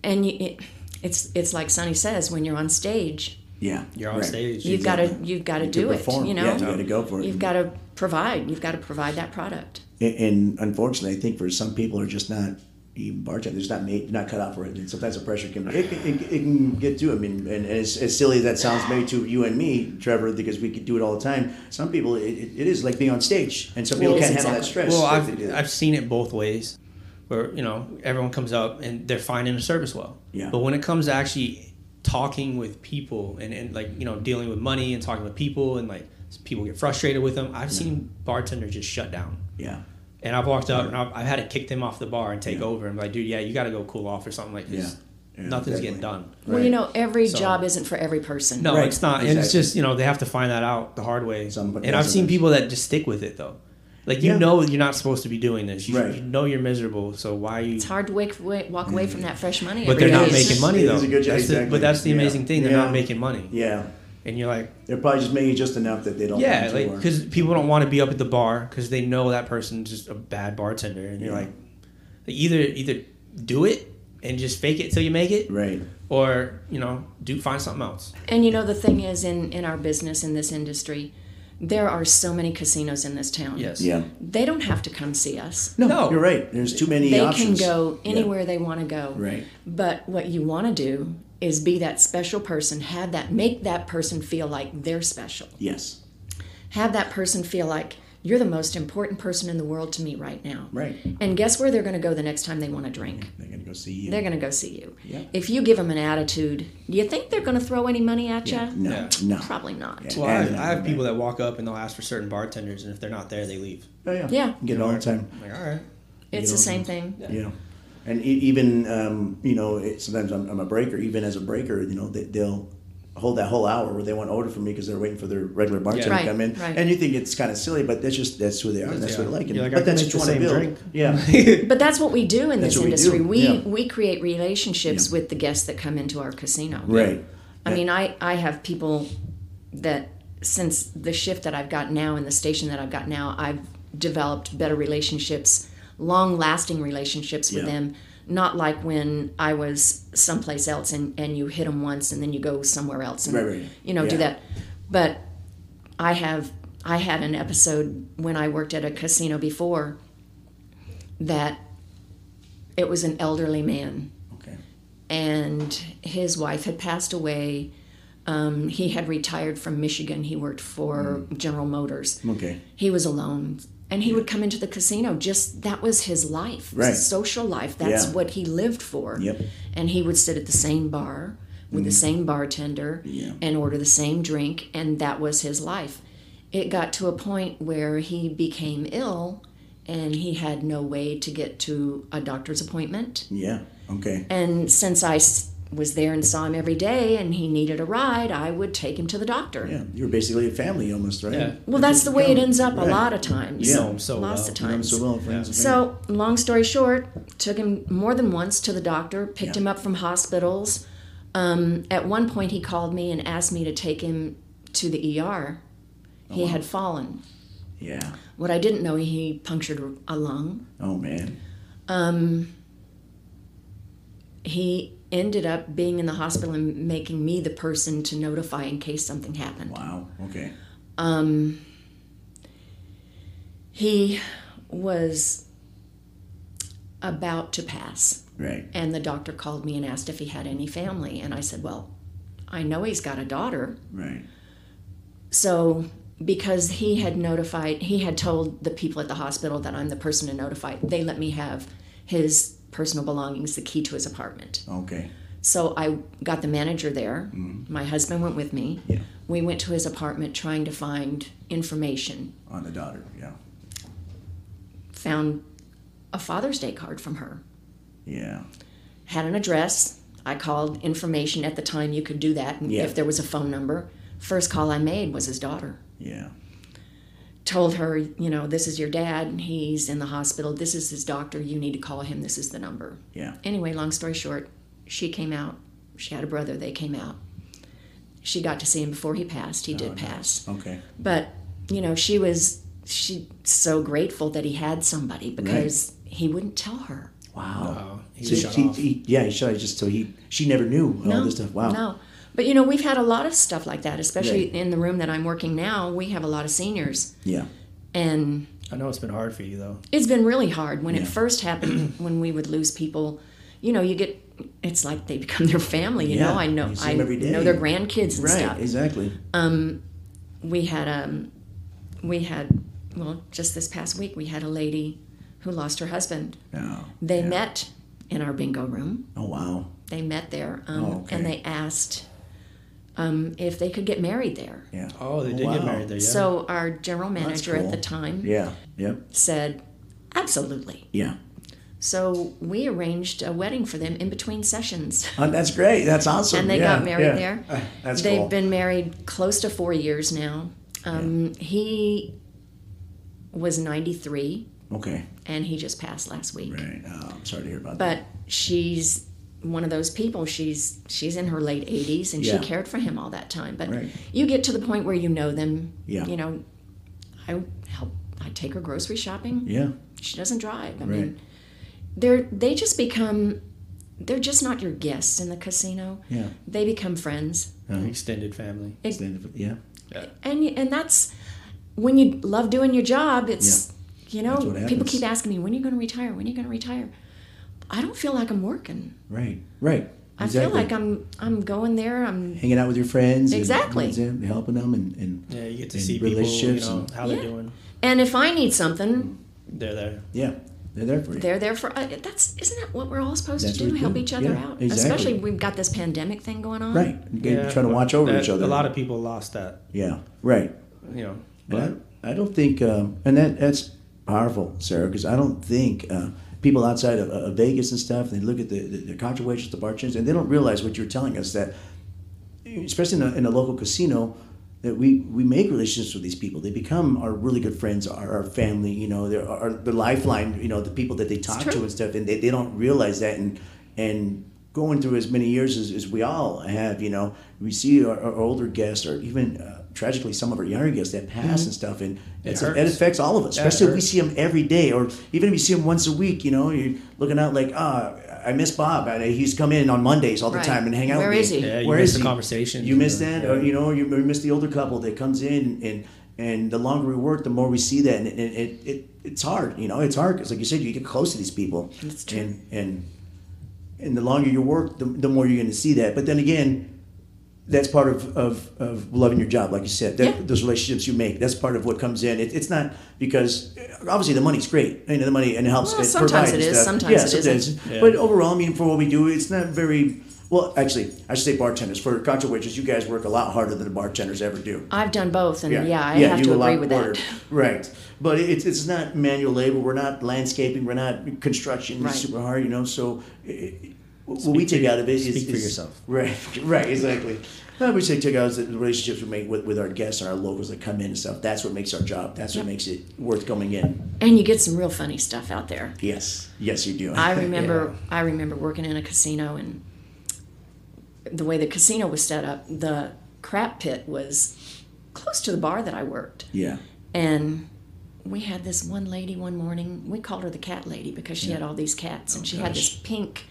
[SPEAKER 3] and you, it, it's it's like Sonny says when you're on stage
[SPEAKER 1] Yeah.
[SPEAKER 2] You're on
[SPEAKER 1] right.
[SPEAKER 2] stage.
[SPEAKER 3] you've got to you've got to do it
[SPEAKER 1] perform.
[SPEAKER 3] you know
[SPEAKER 1] Yeah, you gotta go for it.
[SPEAKER 3] you've got to provide you've got to provide that product
[SPEAKER 1] and, and unfortunately, I think for some people are just not even bartenders not made not cut out for it. And sometimes the pressure can it, can- it, it can get to. I mean, and, and as, as silly as that sounds, maybe to you and me, Trevor, because we could do it all the time. Some people it, it it is like being on stage, and some people
[SPEAKER 3] Well,
[SPEAKER 1] can't
[SPEAKER 3] yes,
[SPEAKER 1] handle that
[SPEAKER 3] exactly.
[SPEAKER 1] stress.
[SPEAKER 2] Well,
[SPEAKER 1] that they do.
[SPEAKER 2] I've I've seen it both ways, where you know everyone comes up and they're finding the service well.
[SPEAKER 1] Yeah.
[SPEAKER 2] But when it comes to actually talking with people and, and like you know dealing with money and talking with people and like people get frustrated with them, I've seen bartenders just shut down.
[SPEAKER 1] yeah,
[SPEAKER 2] And I've walked up and I've, I've had to kick them off the bar and take over and be like, dude, yeah, you got to go cool off or something like this.
[SPEAKER 1] Yeah. Yeah,
[SPEAKER 2] Nothing's
[SPEAKER 1] definitely.
[SPEAKER 2] getting done.
[SPEAKER 3] well you
[SPEAKER 1] Right.
[SPEAKER 3] know every
[SPEAKER 2] So-
[SPEAKER 3] job isn't for every person
[SPEAKER 2] No,
[SPEAKER 1] Right,
[SPEAKER 2] it's not. And it's
[SPEAKER 1] exactly.
[SPEAKER 2] just you know they have to find that out the hard way.
[SPEAKER 1] Some-
[SPEAKER 2] and I've
[SPEAKER 1] some
[SPEAKER 2] seen
[SPEAKER 1] things.
[SPEAKER 2] people that just stick with it though, Like you
[SPEAKER 1] Yeah.
[SPEAKER 2] know you're not supposed to be doing this. You,
[SPEAKER 1] Right.
[SPEAKER 2] you know you're miserable. So why are you?
[SPEAKER 3] It's hard to wake, wa- walk away from that fresh money.
[SPEAKER 2] But
[SPEAKER 3] every
[SPEAKER 2] they're not
[SPEAKER 3] day. It's
[SPEAKER 2] making
[SPEAKER 3] just-
[SPEAKER 2] money
[SPEAKER 1] It
[SPEAKER 2] though.
[SPEAKER 1] is a good-
[SPEAKER 2] That's the-
[SPEAKER 1] exactly.
[SPEAKER 2] but that's the
[SPEAKER 1] Yeah.
[SPEAKER 2] amazing thing. They're
[SPEAKER 1] Yeah.
[SPEAKER 2] not making money.
[SPEAKER 1] Yeah,
[SPEAKER 2] And you're like,
[SPEAKER 1] they're probably just making just enough that they don't.
[SPEAKER 2] yeah,
[SPEAKER 1] have to
[SPEAKER 2] like
[SPEAKER 1] work.
[SPEAKER 2] because people don't want to be up at the bar because they know that person's just a bad bartender, and you're
[SPEAKER 1] Yeah.
[SPEAKER 2] like, either either do it and just fake it till you make it,
[SPEAKER 1] right.
[SPEAKER 2] or you know, do find something else.
[SPEAKER 3] And you know the thing is, in in our business, in this industry, there are so many casinos in this town.
[SPEAKER 2] Yes.
[SPEAKER 1] Yeah.
[SPEAKER 3] They don't have to come see us.
[SPEAKER 1] No,
[SPEAKER 2] No.
[SPEAKER 1] you're right. There's too many
[SPEAKER 3] They
[SPEAKER 1] options.
[SPEAKER 3] can go
[SPEAKER 1] Yeah.
[SPEAKER 3] anywhere they want to go.
[SPEAKER 1] Right.
[SPEAKER 3] But what you want to do is be that special person, have that make that person feel like they're special.
[SPEAKER 1] Yes.
[SPEAKER 3] Have that person feel like you're the most important person in the world to me right now.
[SPEAKER 1] Right.
[SPEAKER 3] And guess where they're going to go the next time they want to drink?
[SPEAKER 1] They're gonna go see you.
[SPEAKER 3] They're going to go see you.
[SPEAKER 1] Yeah.
[SPEAKER 3] If you give them an attitude, do you think they're going to throw any money at you?
[SPEAKER 1] no,
[SPEAKER 2] Yeah.
[SPEAKER 1] no.
[SPEAKER 3] Probably not.
[SPEAKER 1] Yeah.
[SPEAKER 2] Well, I have,
[SPEAKER 1] And-
[SPEAKER 2] I have people that walk up and they'll ask for certain bartenders, and if they're not there, they leave.
[SPEAKER 1] Oh, yeah.
[SPEAKER 3] Yeah.
[SPEAKER 1] You get it all the time.
[SPEAKER 2] I'm like, all right.
[SPEAKER 3] It's
[SPEAKER 1] You
[SPEAKER 3] the
[SPEAKER 1] know,
[SPEAKER 3] same thing.
[SPEAKER 1] you know and e- even um, you know it, sometimes I'm, I'm a breaker even as a breaker you know they, they'll hold that whole hour where they won't order from me because they're waiting for their regular bartender
[SPEAKER 3] Yeah.
[SPEAKER 1] to
[SPEAKER 3] Right,
[SPEAKER 1] come in
[SPEAKER 3] right.
[SPEAKER 1] and you think it's kind of silly but that's just that's who they are and that's
[SPEAKER 2] Yeah.
[SPEAKER 1] what they like and,
[SPEAKER 2] You're like, I
[SPEAKER 1] but
[SPEAKER 2] can
[SPEAKER 1] that's
[SPEAKER 2] make
[SPEAKER 1] what you want
[SPEAKER 2] the
[SPEAKER 1] to
[SPEAKER 2] same
[SPEAKER 1] build
[SPEAKER 2] drink.
[SPEAKER 1] yeah
[SPEAKER 3] But that's what we do in
[SPEAKER 1] That's
[SPEAKER 3] this
[SPEAKER 1] what we
[SPEAKER 3] industry.
[SPEAKER 1] do,
[SPEAKER 3] We
[SPEAKER 1] yeah.
[SPEAKER 3] we create relationships
[SPEAKER 1] Yeah.
[SPEAKER 3] with the guests that come into our casino.
[SPEAKER 1] right
[SPEAKER 3] I mean, I I have people that since the shift that I've got now and the station that I've got now, I've developed better relationships, long-lasting relationships with
[SPEAKER 1] Yeah.
[SPEAKER 3] them. Not like when I was someplace else and and you hit them once and then you go somewhere else and
[SPEAKER 1] Right, right.
[SPEAKER 3] you know do
[SPEAKER 1] Yeah.
[SPEAKER 3] that. But I have I had an episode when I worked at a casino before that it was an elderly man
[SPEAKER 1] okay
[SPEAKER 3] and his wife had passed away. Um, he had retired from Michigan. He worked for
[SPEAKER 1] Mm.
[SPEAKER 3] General Motors.
[SPEAKER 1] okay
[SPEAKER 3] He was alone. And he would come into the casino. Just that was his life, It was
[SPEAKER 1] Right.
[SPEAKER 3] his social life. That's
[SPEAKER 1] Yeah.
[SPEAKER 3] what he lived for.
[SPEAKER 1] Yep. Mm.
[SPEAKER 3] And he would sit at the same bar with the same bartender
[SPEAKER 1] Yeah.
[SPEAKER 3] and order the same drink, and that was his life. It got to a point where he became ill, and he had no way to get to a doctor's appointment.
[SPEAKER 1] yeah okay
[SPEAKER 3] And since I s- was there and saw him every day and he needed a ride, I would take him to the doctor.
[SPEAKER 1] yeah you're basically a family almost right
[SPEAKER 2] Yeah.
[SPEAKER 3] Well, that's the way it ends up
[SPEAKER 1] Right.
[SPEAKER 3] a lot of times.
[SPEAKER 1] Yeah.
[SPEAKER 2] Know 'em Oh, so
[SPEAKER 3] Lots
[SPEAKER 2] well.
[SPEAKER 3] of
[SPEAKER 1] You know,
[SPEAKER 3] times.
[SPEAKER 1] so well friends and family.
[SPEAKER 3] So, long story short, took him more than once to the doctor, picked
[SPEAKER 1] Yeah.
[SPEAKER 3] him up from hospitals. Um, at one point, he called me and asked me to take him to the ER.
[SPEAKER 1] Oh,
[SPEAKER 3] he had fallen.
[SPEAKER 1] yeah
[SPEAKER 3] What I didn't know, he punctured a lung.
[SPEAKER 1] oh man
[SPEAKER 3] He ended up being in the hospital and making me the person to notify in case something happened.
[SPEAKER 1] wow okay
[SPEAKER 3] he was about to pass
[SPEAKER 1] right
[SPEAKER 3] and the doctor called me and asked if he had any family and i said well i know he's got a daughter
[SPEAKER 1] right
[SPEAKER 3] so because he had notified he had told the people at the hospital that i'm the person to notify they let me have his personal belongings the key to his apartment
[SPEAKER 1] okay
[SPEAKER 3] so i got the manager there my husband went with me
[SPEAKER 1] Yeah.
[SPEAKER 3] we went to his apartment trying to find information
[SPEAKER 1] on the daughter yeah
[SPEAKER 3] found a father's day card from her
[SPEAKER 1] yeah
[SPEAKER 3] had an address. I called information at the time you could do that and
[SPEAKER 1] Yeah.
[SPEAKER 3] if there was a phone number. First call I made was his daughter.
[SPEAKER 1] yeah
[SPEAKER 3] Told her, you know, this is your dad and he's in the hospital. This is his doctor. You need to call him. This is the number.
[SPEAKER 1] yeah
[SPEAKER 3] Anyway, long story short, she came out. She had a brother. They came out. She got to see him before he passed. He did pass.
[SPEAKER 1] okay
[SPEAKER 3] But, you know, she was she so grateful that he had somebody because he wouldn't tell her.
[SPEAKER 1] wow
[SPEAKER 2] Oh, he
[SPEAKER 1] So
[SPEAKER 2] was shut
[SPEAKER 1] she,
[SPEAKER 2] off.
[SPEAKER 1] he- yeah, he shot it just so he she never knew all this stuff. Wow.
[SPEAKER 3] No. But you know, we've had a lot of stuff like that, especially
[SPEAKER 1] Right.
[SPEAKER 3] in the room that I'm working now. We have a lot of seniors.
[SPEAKER 1] Yeah.
[SPEAKER 3] And
[SPEAKER 2] I know it's been hard for you though.
[SPEAKER 3] it's been really hard when
[SPEAKER 1] Yeah.
[SPEAKER 3] it first happened when we would lose people. You know, you get it's like they become their family, you
[SPEAKER 1] Yeah.
[SPEAKER 3] know. I know
[SPEAKER 1] You see
[SPEAKER 3] I
[SPEAKER 1] 'em every day.
[SPEAKER 3] know their grandkids and
[SPEAKER 1] Right.
[SPEAKER 3] stuff.
[SPEAKER 1] Exactly.
[SPEAKER 3] We had um we had well, just this past week we had a lady who lost her husband.
[SPEAKER 1] No.
[SPEAKER 3] They
[SPEAKER 1] Yeah.
[SPEAKER 3] met in our bingo room.
[SPEAKER 1] Oh wow.
[SPEAKER 3] they met there um,
[SPEAKER 1] Oh, okay.
[SPEAKER 3] and they asked um, if they could get married there.
[SPEAKER 1] Yeah.
[SPEAKER 2] Oh, they did
[SPEAKER 1] wow.
[SPEAKER 2] get married there. Yeah.
[SPEAKER 3] So our general manager
[SPEAKER 1] cool.
[SPEAKER 3] at the time
[SPEAKER 1] Yeah. Yep.
[SPEAKER 3] said, absolutely.
[SPEAKER 1] Yeah.
[SPEAKER 3] So we arranged a wedding for them in between sessions.
[SPEAKER 1] Oh, that's great. That's awesome.
[SPEAKER 3] And they
[SPEAKER 1] Yeah.
[SPEAKER 3] got married
[SPEAKER 1] Yeah.
[SPEAKER 3] there.
[SPEAKER 1] Uh, that's
[SPEAKER 3] They've
[SPEAKER 1] cool.
[SPEAKER 3] been married close to four years now. Um, He was 93
[SPEAKER 1] Okay.
[SPEAKER 3] and he just passed last week.
[SPEAKER 1] Right. Oh, I'm sorry to hear about that.
[SPEAKER 3] But she's one of those people. She's she's in her late 80s and
[SPEAKER 1] Yeah.
[SPEAKER 3] she cared for him all that time. But
[SPEAKER 1] Right.
[SPEAKER 3] you get to the point where you know them.
[SPEAKER 1] Yeah.
[SPEAKER 3] You know, I help. I take her grocery shopping.
[SPEAKER 1] Yeah.
[SPEAKER 3] She doesn't drive. I
[SPEAKER 1] Right.
[SPEAKER 3] mean, they're they just become. They're just not your guests in the casino.
[SPEAKER 1] Yeah.
[SPEAKER 3] They become friends.
[SPEAKER 2] Extended family.
[SPEAKER 1] Yeah.
[SPEAKER 3] and and that's when you love doing your job it's you
[SPEAKER 1] That's what
[SPEAKER 3] know people
[SPEAKER 1] happens.
[SPEAKER 3] keep asking me when are you going to retire when are you going to retire i don't feel like i'm working
[SPEAKER 1] Right. Right.
[SPEAKER 3] i feel like i'm i'm going there i'm
[SPEAKER 1] hanging out with your friends. and-
[SPEAKER 3] Exactly.
[SPEAKER 1] And, helping them and, and
[SPEAKER 2] Yeah, you get to
[SPEAKER 1] and
[SPEAKER 2] see people, you
[SPEAKER 1] relationships
[SPEAKER 2] know,
[SPEAKER 1] and-
[SPEAKER 2] how
[SPEAKER 3] Yeah.
[SPEAKER 2] they're doing.
[SPEAKER 3] and if i need something
[SPEAKER 2] They're there.
[SPEAKER 1] yeah, they're there for you.
[SPEAKER 3] they're there for uh, that's isn't that what we're all supposed
[SPEAKER 1] That's
[SPEAKER 3] to
[SPEAKER 1] what
[SPEAKER 3] do
[SPEAKER 1] we
[SPEAKER 3] help
[SPEAKER 1] do.
[SPEAKER 3] each other
[SPEAKER 1] Yeah,
[SPEAKER 3] out
[SPEAKER 1] exactly.
[SPEAKER 3] especially we've got this pandemic thing going on
[SPEAKER 1] right. Again, trying to
[SPEAKER 2] but
[SPEAKER 1] watch over
[SPEAKER 2] that-
[SPEAKER 1] each other.
[SPEAKER 2] A lot of people lost that,
[SPEAKER 1] Yeah. Right.
[SPEAKER 2] you know. But
[SPEAKER 1] And I, I don't think, um, and that that's powerful, Sarah, because I don't think uh, people outside of, of Vegas and stuff they look at the the, the contributions, the bartenders, and they don't realize what you're telling us that, especially in a, in a local casino. That we, we make relationships with these people. They become our really good friends, our, our family. You know, they're our, the lifeline. You know, the people that they talk to
[SPEAKER 3] true.
[SPEAKER 1] and stuff, and they, they don't realize that. And and going through as many years as, as we all have, you know, we see our, our older guests or even uh, tragically some of our younger guests that pass and stuff, and it's, it,
[SPEAKER 2] hurts.
[SPEAKER 1] affects all of us,
[SPEAKER 2] Yeah, it
[SPEAKER 1] especially if we
[SPEAKER 2] hurts.
[SPEAKER 1] see them every day or even if you see them once a week. You know, you're looking out like, ah, I miss Bob. I, he's come in on Mondays all the
[SPEAKER 3] Right.
[SPEAKER 1] time and hang out.
[SPEAKER 3] Where
[SPEAKER 1] with
[SPEAKER 3] is
[SPEAKER 1] me.
[SPEAKER 3] he? Yeah,
[SPEAKER 2] you
[SPEAKER 1] Where
[SPEAKER 2] miss
[SPEAKER 1] is
[SPEAKER 2] the
[SPEAKER 1] he?
[SPEAKER 2] conversations
[SPEAKER 1] You miss
[SPEAKER 2] or-
[SPEAKER 1] that,
[SPEAKER 2] yeah.
[SPEAKER 1] or you know, you miss the older couple that comes in and. And the longer we work, the more we see that, and it, it, it it's hard, you know, it's hard because, like you said, you get close to these people,
[SPEAKER 3] That's true.
[SPEAKER 1] and and and the longer you work, the, the more you're going to see that. But then again, that's part of, of, of loving your job, like you said. That,
[SPEAKER 3] Yeah.
[SPEAKER 1] Those relationships you make, that's part of what comes in. It, it's not because obviously the money's great, you know, the money and it helps.
[SPEAKER 3] Well,
[SPEAKER 1] it
[SPEAKER 3] sometimes
[SPEAKER 1] provides
[SPEAKER 3] it
[SPEAKER 1] and
[SPEAKER 3] is,
[SPEAKER 1] stuff.
[SPEAKER 3] sometimes
[SPEAKER 1] yeah,
[SPEAKER 3] it
[SPEAKER 1] sometimes.
[SPEAKER 3] isn't.
[SPEAKER 2] Yeah.
[SPEAKER 1] But overall, I mean, for what we do, it's not very well. Actually, I should say bartenders. For contra waiters, you guys work a lot harder than the bartenders ever do.
[SPEAKER 3] i've done both and yeah, i have
[SPEAKER 1] you
[SPEAKER 3] to
[SPEAKER 1] a lot
[SPEAKER 3] agree with
[SPEAKER 1] harder.
[SPEAKER 3] that
[SPEAKER 1] Right, but it's it's not manual labor. We're not landscaping. We're not construction.
[SPEAKER 3] Right.
[SPEAKER 1] It's super hard, you know. So, it, it- what we take
[SPEAKER 2] for-
[SPEAKER 1] out of it is
[SPEAKER 2] speak for
[SPEAKER 1] is-
[SPEAKER 2] yourself.
[SPEAKER 1] Right, right, exactly. What we take take out is the relationships we make with, with our guests and our locals that come in and stuff. That's what makes our job. That's what
[SPEAKER 3] Yep.
[SPEAKER 1] makes it worth going in.
[SPEAKER 3] and you get some real funny stuff out there
[SPEAKER 1] Yes, yes, you do.
[SPEAKER 3] I remember I remember working in a casino and the way the casino was set up, the crap pit was close to the bar that I worked.
[SPEAKER 1] yeah,
[SPEAKER 3] And we had this one lady one morning, we called her the cat lady because she had all these cats and she had this pink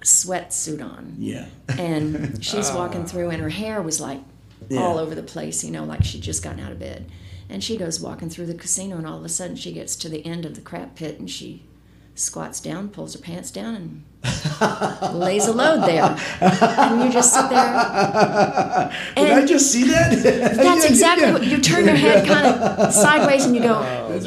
[SPEAKER 3] sweatsuit on.
[SPEAKER 1] yeah,
[SPEAKER 3] And she's walking through and her hair was like
[SPEAKER 1] Yeah.
[SPEAKER 3] all over the place, you know, like she'd just gotten out of bed. And she goes walking through the casino, and all of a sudden she gets to the end of the crap pit and she squats down, pulls her pants down, and lays a load there. And you just sit there.
[SPEAKER 1] Did I
[SPEAKER 3] And
[SPEAKER 1] just see that?
[SPEAKER 3] that's
[SPEAKER 1] Yeah,
[SPEAKER 3] exactly
[SPEAKER 1] yeah.
[SPEAKER 3] what you turn your head kind of sideways and you go,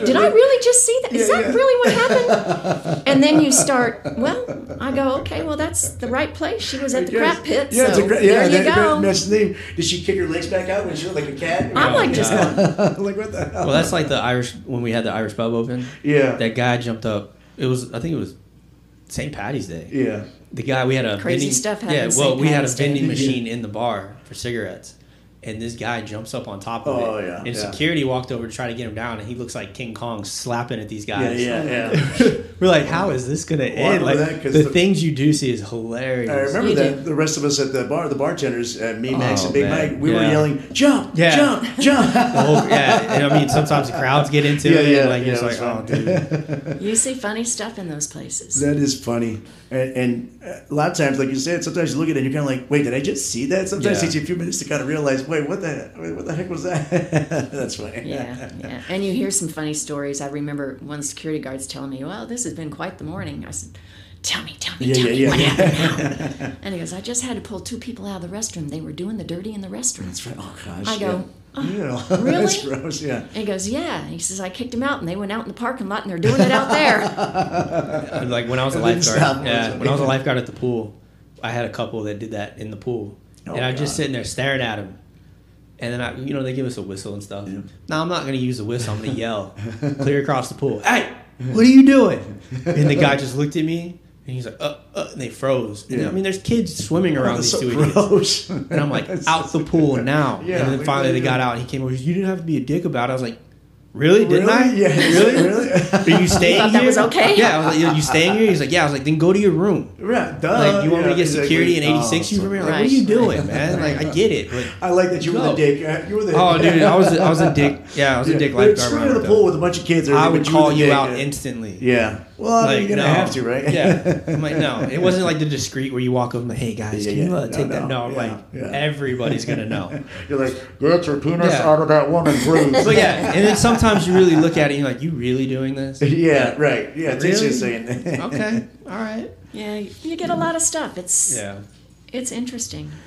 [SPEAKER 3] Did I really just see that? Is
[SPEAKER 1] Yeah,
[SPEAKER 3] that
[SPEAKER 1] yeah.
[SPEAKER 3] really what happened? And then you start, Well, I go, Okay, well, that's the right place. She was at the crap pit.
[SPEAKER 1] Yeah, it's
[SPEAKER 3] so
[SPEAKER 1] a great, yeah,
[SPEAKER 3] there you
[SPEAKER 1] that-
[SPEAKER 3] go.
[SPEAKER 1] that's the name. Did she kick her legs back out when she looked like a cat?
[SPEAKER 3] I'm like, just
[SPEAKER 2] Yeah.
[SPEAKER 3] going,
[SPEAKER 1] like what the hell?
[SPEAKER 2] Well, that's like the Irish when we had the Irish pub open.
[SPEAKER 1] Yeah.
[SPEAKER 2] That guy jumped up. It was I think it was St. Patty's Day.
[SPEAKER 1] yeah.
[SPEAKER 2] The guy we had a
[SPEAKER 3] Crazy
[SPEAKER 2] vending,
[SPEAKER 3] stuff happened
[SPEAKER 2] Yeah,
[SPEAKER 3] St.
[SPEAKER 2] well, we had a
[SPEAKER 3] Patty's Day.
[SPEAKER 2] vending
[SPEAKER 1] Yeah.
[SPEAKER 2] machine in the bar for cigarettes, and this guy jumps up on top of
[SPEAKER 1] Oh,
[SPEAKER 2] it.
[SPEAKER 1] yeah,
[SPEAKER 2] And
[SPEAKER 1] yeah.
[SPEAKER 2] security walked over to try to get him down, and he looks like King Kong slapping at these
[SPEAKER 1] Yeah,
[SPEAKER 2] guys.
[SPEAKER 1] yeah, yeah.
[SPEAKER 2] We're like, how is this gonna end?
[SPEAKER 1] remember
[SPEAKER 2] Like
[SPEAKER 1] that 'cause
[SPEAKER 2] the,
[SPEAKER 1] the-
[SPEAKER 2] things you do see is hilarious.
[SPEAKER 1] I remember
[SPEAKER 3] You
[SPEAKER 1] that
[SPEAKER 3] do.
[SPEAKER 1] the rest of us at the bar, the bartenders, uh, me, Max,
[SPEAKER 2] Oh,
[SPEAKER 1] and Big
[SPEAKER 2] man.
[SPEAKER 1] Mike, we were
[SPEAKER 2] Yeah.
[SPEAKER 1] yelling, "Jump!
[SPEAKER 2] Yeah.
[SPEAKER 1] Jump! Jump!"
[SPEAKER 2] The whole- Oh, yeah, and I mean sometimes the crowds get into
[SPEAKER 1] Yeah,
[SPEAKER 2] it.
[SPEAKER 1] yeah,
[SPEAKER 2] and like
[SPEAKER 1] yeah,
[SPEAKER 2] you're just like,
[SPEAKER 1] that's
[SPEAKER 2] oh,
[SPEAKER 1] right.
[SPEAKER 2] dude.
[SPEAKER 3] You see funny stuff in those places.
[SPEAKER 1] that is funny. And, and uh, a lot of times, like you said, sometimes you look at it and you're kind of like, "Wait, did I just see that?" Sometimes it
[SPEAKER 2] Yeah.
[SPEAKER 1] takes you a few minutes to kind of realize, "Wait, what the wait, what the heck was that?" That's funny.
[SPEAKER 3] Yeah, yeah. And you hear some funny stories. I remember one of the security guard's telling me, Well, this has been quite the morning. I said, Tell me, tell me,
[SPEAKER 1] Yeah,
[SPEAKER 3] tell me
[SPEAKER 1] yeah,
[SPEAKER 3] what
[SPEAKER 1] yeah.
[SPEAKER 3] happened now. and he goes, I just had to pull two people out of the restroom. They were doing the dirty in the restroom. That's right.
[SPEAKER 1] Oh gosh.
[SPEAKER 3] I go,
[SPEAKER 1] Yeah. Ew.
[SPEAKER 3] really?
[SPEAKER 1] That's gross. Yeah.
[SPEAKER 3] And he goes, Yeah. And he says, I kicked them out and they went out in the parking lot and they're doing it out there.
[SPEAKER 2] And, like when I was a
[SPEAKER 1] It didn't stop
[SPEAKER 2] lifeguard, yeah,
[SPEAKER 1] once.
[SPEAKER 2] when I was a lifeguard at the pool, I had a couple that did that in the pool,
[SPEAKER 1] Oh,
[SPEAKER 2] and I'm just
[SPEAKER 1] God.
[SPEAKER 2] sitting there staring at them. And then I, you know, they give us a whistle and stuff.
[SPEAKER 1] Yeah.
[SPEAKER 2] No, I'm not gonna use the whistle. I'm gonna yell clear across the pool. Hey, what are you doing? And the guy just looked at me, and he's like, uh, uh, and they froze. And
[SPEAKER 1] Yeah. Oh,
[SPEAKER 2] I mean, there's kids swimming around
[SPEAKER 1] That's
[SPEAKER 2] these
[SPEAKER 1] so
[SPEAKER 2] two idiots.
[SPEAKER 1] gross.
[SPEAKER 2] And I'm like, out the pool now.
[SPEAKER 1] Yeah,
[SPEAKER 2] and
[SPEAKER 1] we-
[SPEAKER 2] then finally
[SPEAKER 1] we-
[SPEAKER 2] they got out and he came over. You didn't have to be a dick about it. I was like, really? Didn't I?
[SPEAKER 1] Yeah,
[SPEAKER 2] Really?
[SPEAKER 1] really?
[SPEAKER 2] Are you staying
[SPEAKER 3] thought that
[SPEAKER 2] here?
[SPEAKER 3] was okay?
[SPEAKER 2] Yeah. I was like, "Are you staying here? He's like, yeah. I was like, then go to your room.
[SPEAKER 1] Yeah, duh.
[SPEAKER 2] Like, you want
[SPEAKER 1] Uh,
[SPEAKER 2] me to
[SPEAKER 1] yeah,
[SPEAKER 2] get security
[SPEAKER 1] exactly.
[SPEAKER 2] in '86?
[SPEAKER 1] Oh,
[SPEAKER 2] you
[SPEAKER 1] so-
[SPEAKER 2] remember? Like,
[SPEAKER 3] Right,
[SPEAKER 2] what are you
[SPEAKER 3] right,
[SPEAKER 2] doing, man? Like, I get it, but
[SPEAKER 1] I like that you were
[SPEAKER 2] Go.
[SPEAKER 1] the dick. Uh, You were the
[SPEAKER 2] oh, dude, I was I was a dick. Yeah, I was
[SPEAKER 1] yeah.
[SPEAKER 2] a dick
[SPEAKER 1] They're
[SPEAKER 2] lifeguard.
[SPEAKER 1] screwing
[SPEAKER 2] when I
[SPEAKER 1] in the
[SPEAKER 2] was
[SPEAKER 1] pool
[SPEAKER 2] done.
[SPEAKER 1] with a bunch of kids. or
[SPEAKER 2] I
[SPEAKER 1] everything, but were
[SPEAKER 2] would call
[SPEAKER 1] the
[SPEAKER 2] you
[SPEAKER 1] dick,
[SPEAKER 2] out
[SPEAKER 1] yeah.
[SPEAKER 2] instantly.
[SPEAKER 1] Yeah. Well, I mean,
[SPEAKER 2] Like,
[SPEAKER 1] you're gonna
[SPEAKER 2] no.
[SPEAKER 1] have to, right?
[SPEAKER 2] yeah. I'm like, no, it wasn't like the discreet where you walk up and like, hey guys,
[SPEAKER 1] Yeah,
[SPEAKER 2] can you
[SPEAKER 1] yeah.
[SPEAKER 2] uh,
[SPEAKER 1] No,
[SPEAKER 2] take that?
[SPEAKER 1] no.
[SPEAKER 2] No, I'm
[SPEAKER 1] Yeah,
[SPEAKER 2] like
[SPEAKER 1] yeah.
[SPEAKER 2] everybody's gonna know.
[SPEAKER 1] You're like, get your penis
[SPEAKER 2] Yeah.
[SPEAKER 1] out of that woman's bruise.
[SPEAKER 2] But yeah, and then sometimes you really look at it and you're like, you really doing this?
[SPEAKER 1] yeah, right. Yeah, it's
[SPEAKER 2] Really?
[SPEAKER 1] interesting.
[SPEAKER 2] Okay, all right.
[SPEAKER 3] Yeah, you get a lot of stuff. It's
[SPEAKER 2] Yeah.
[SPEAKER 3] it's interesting.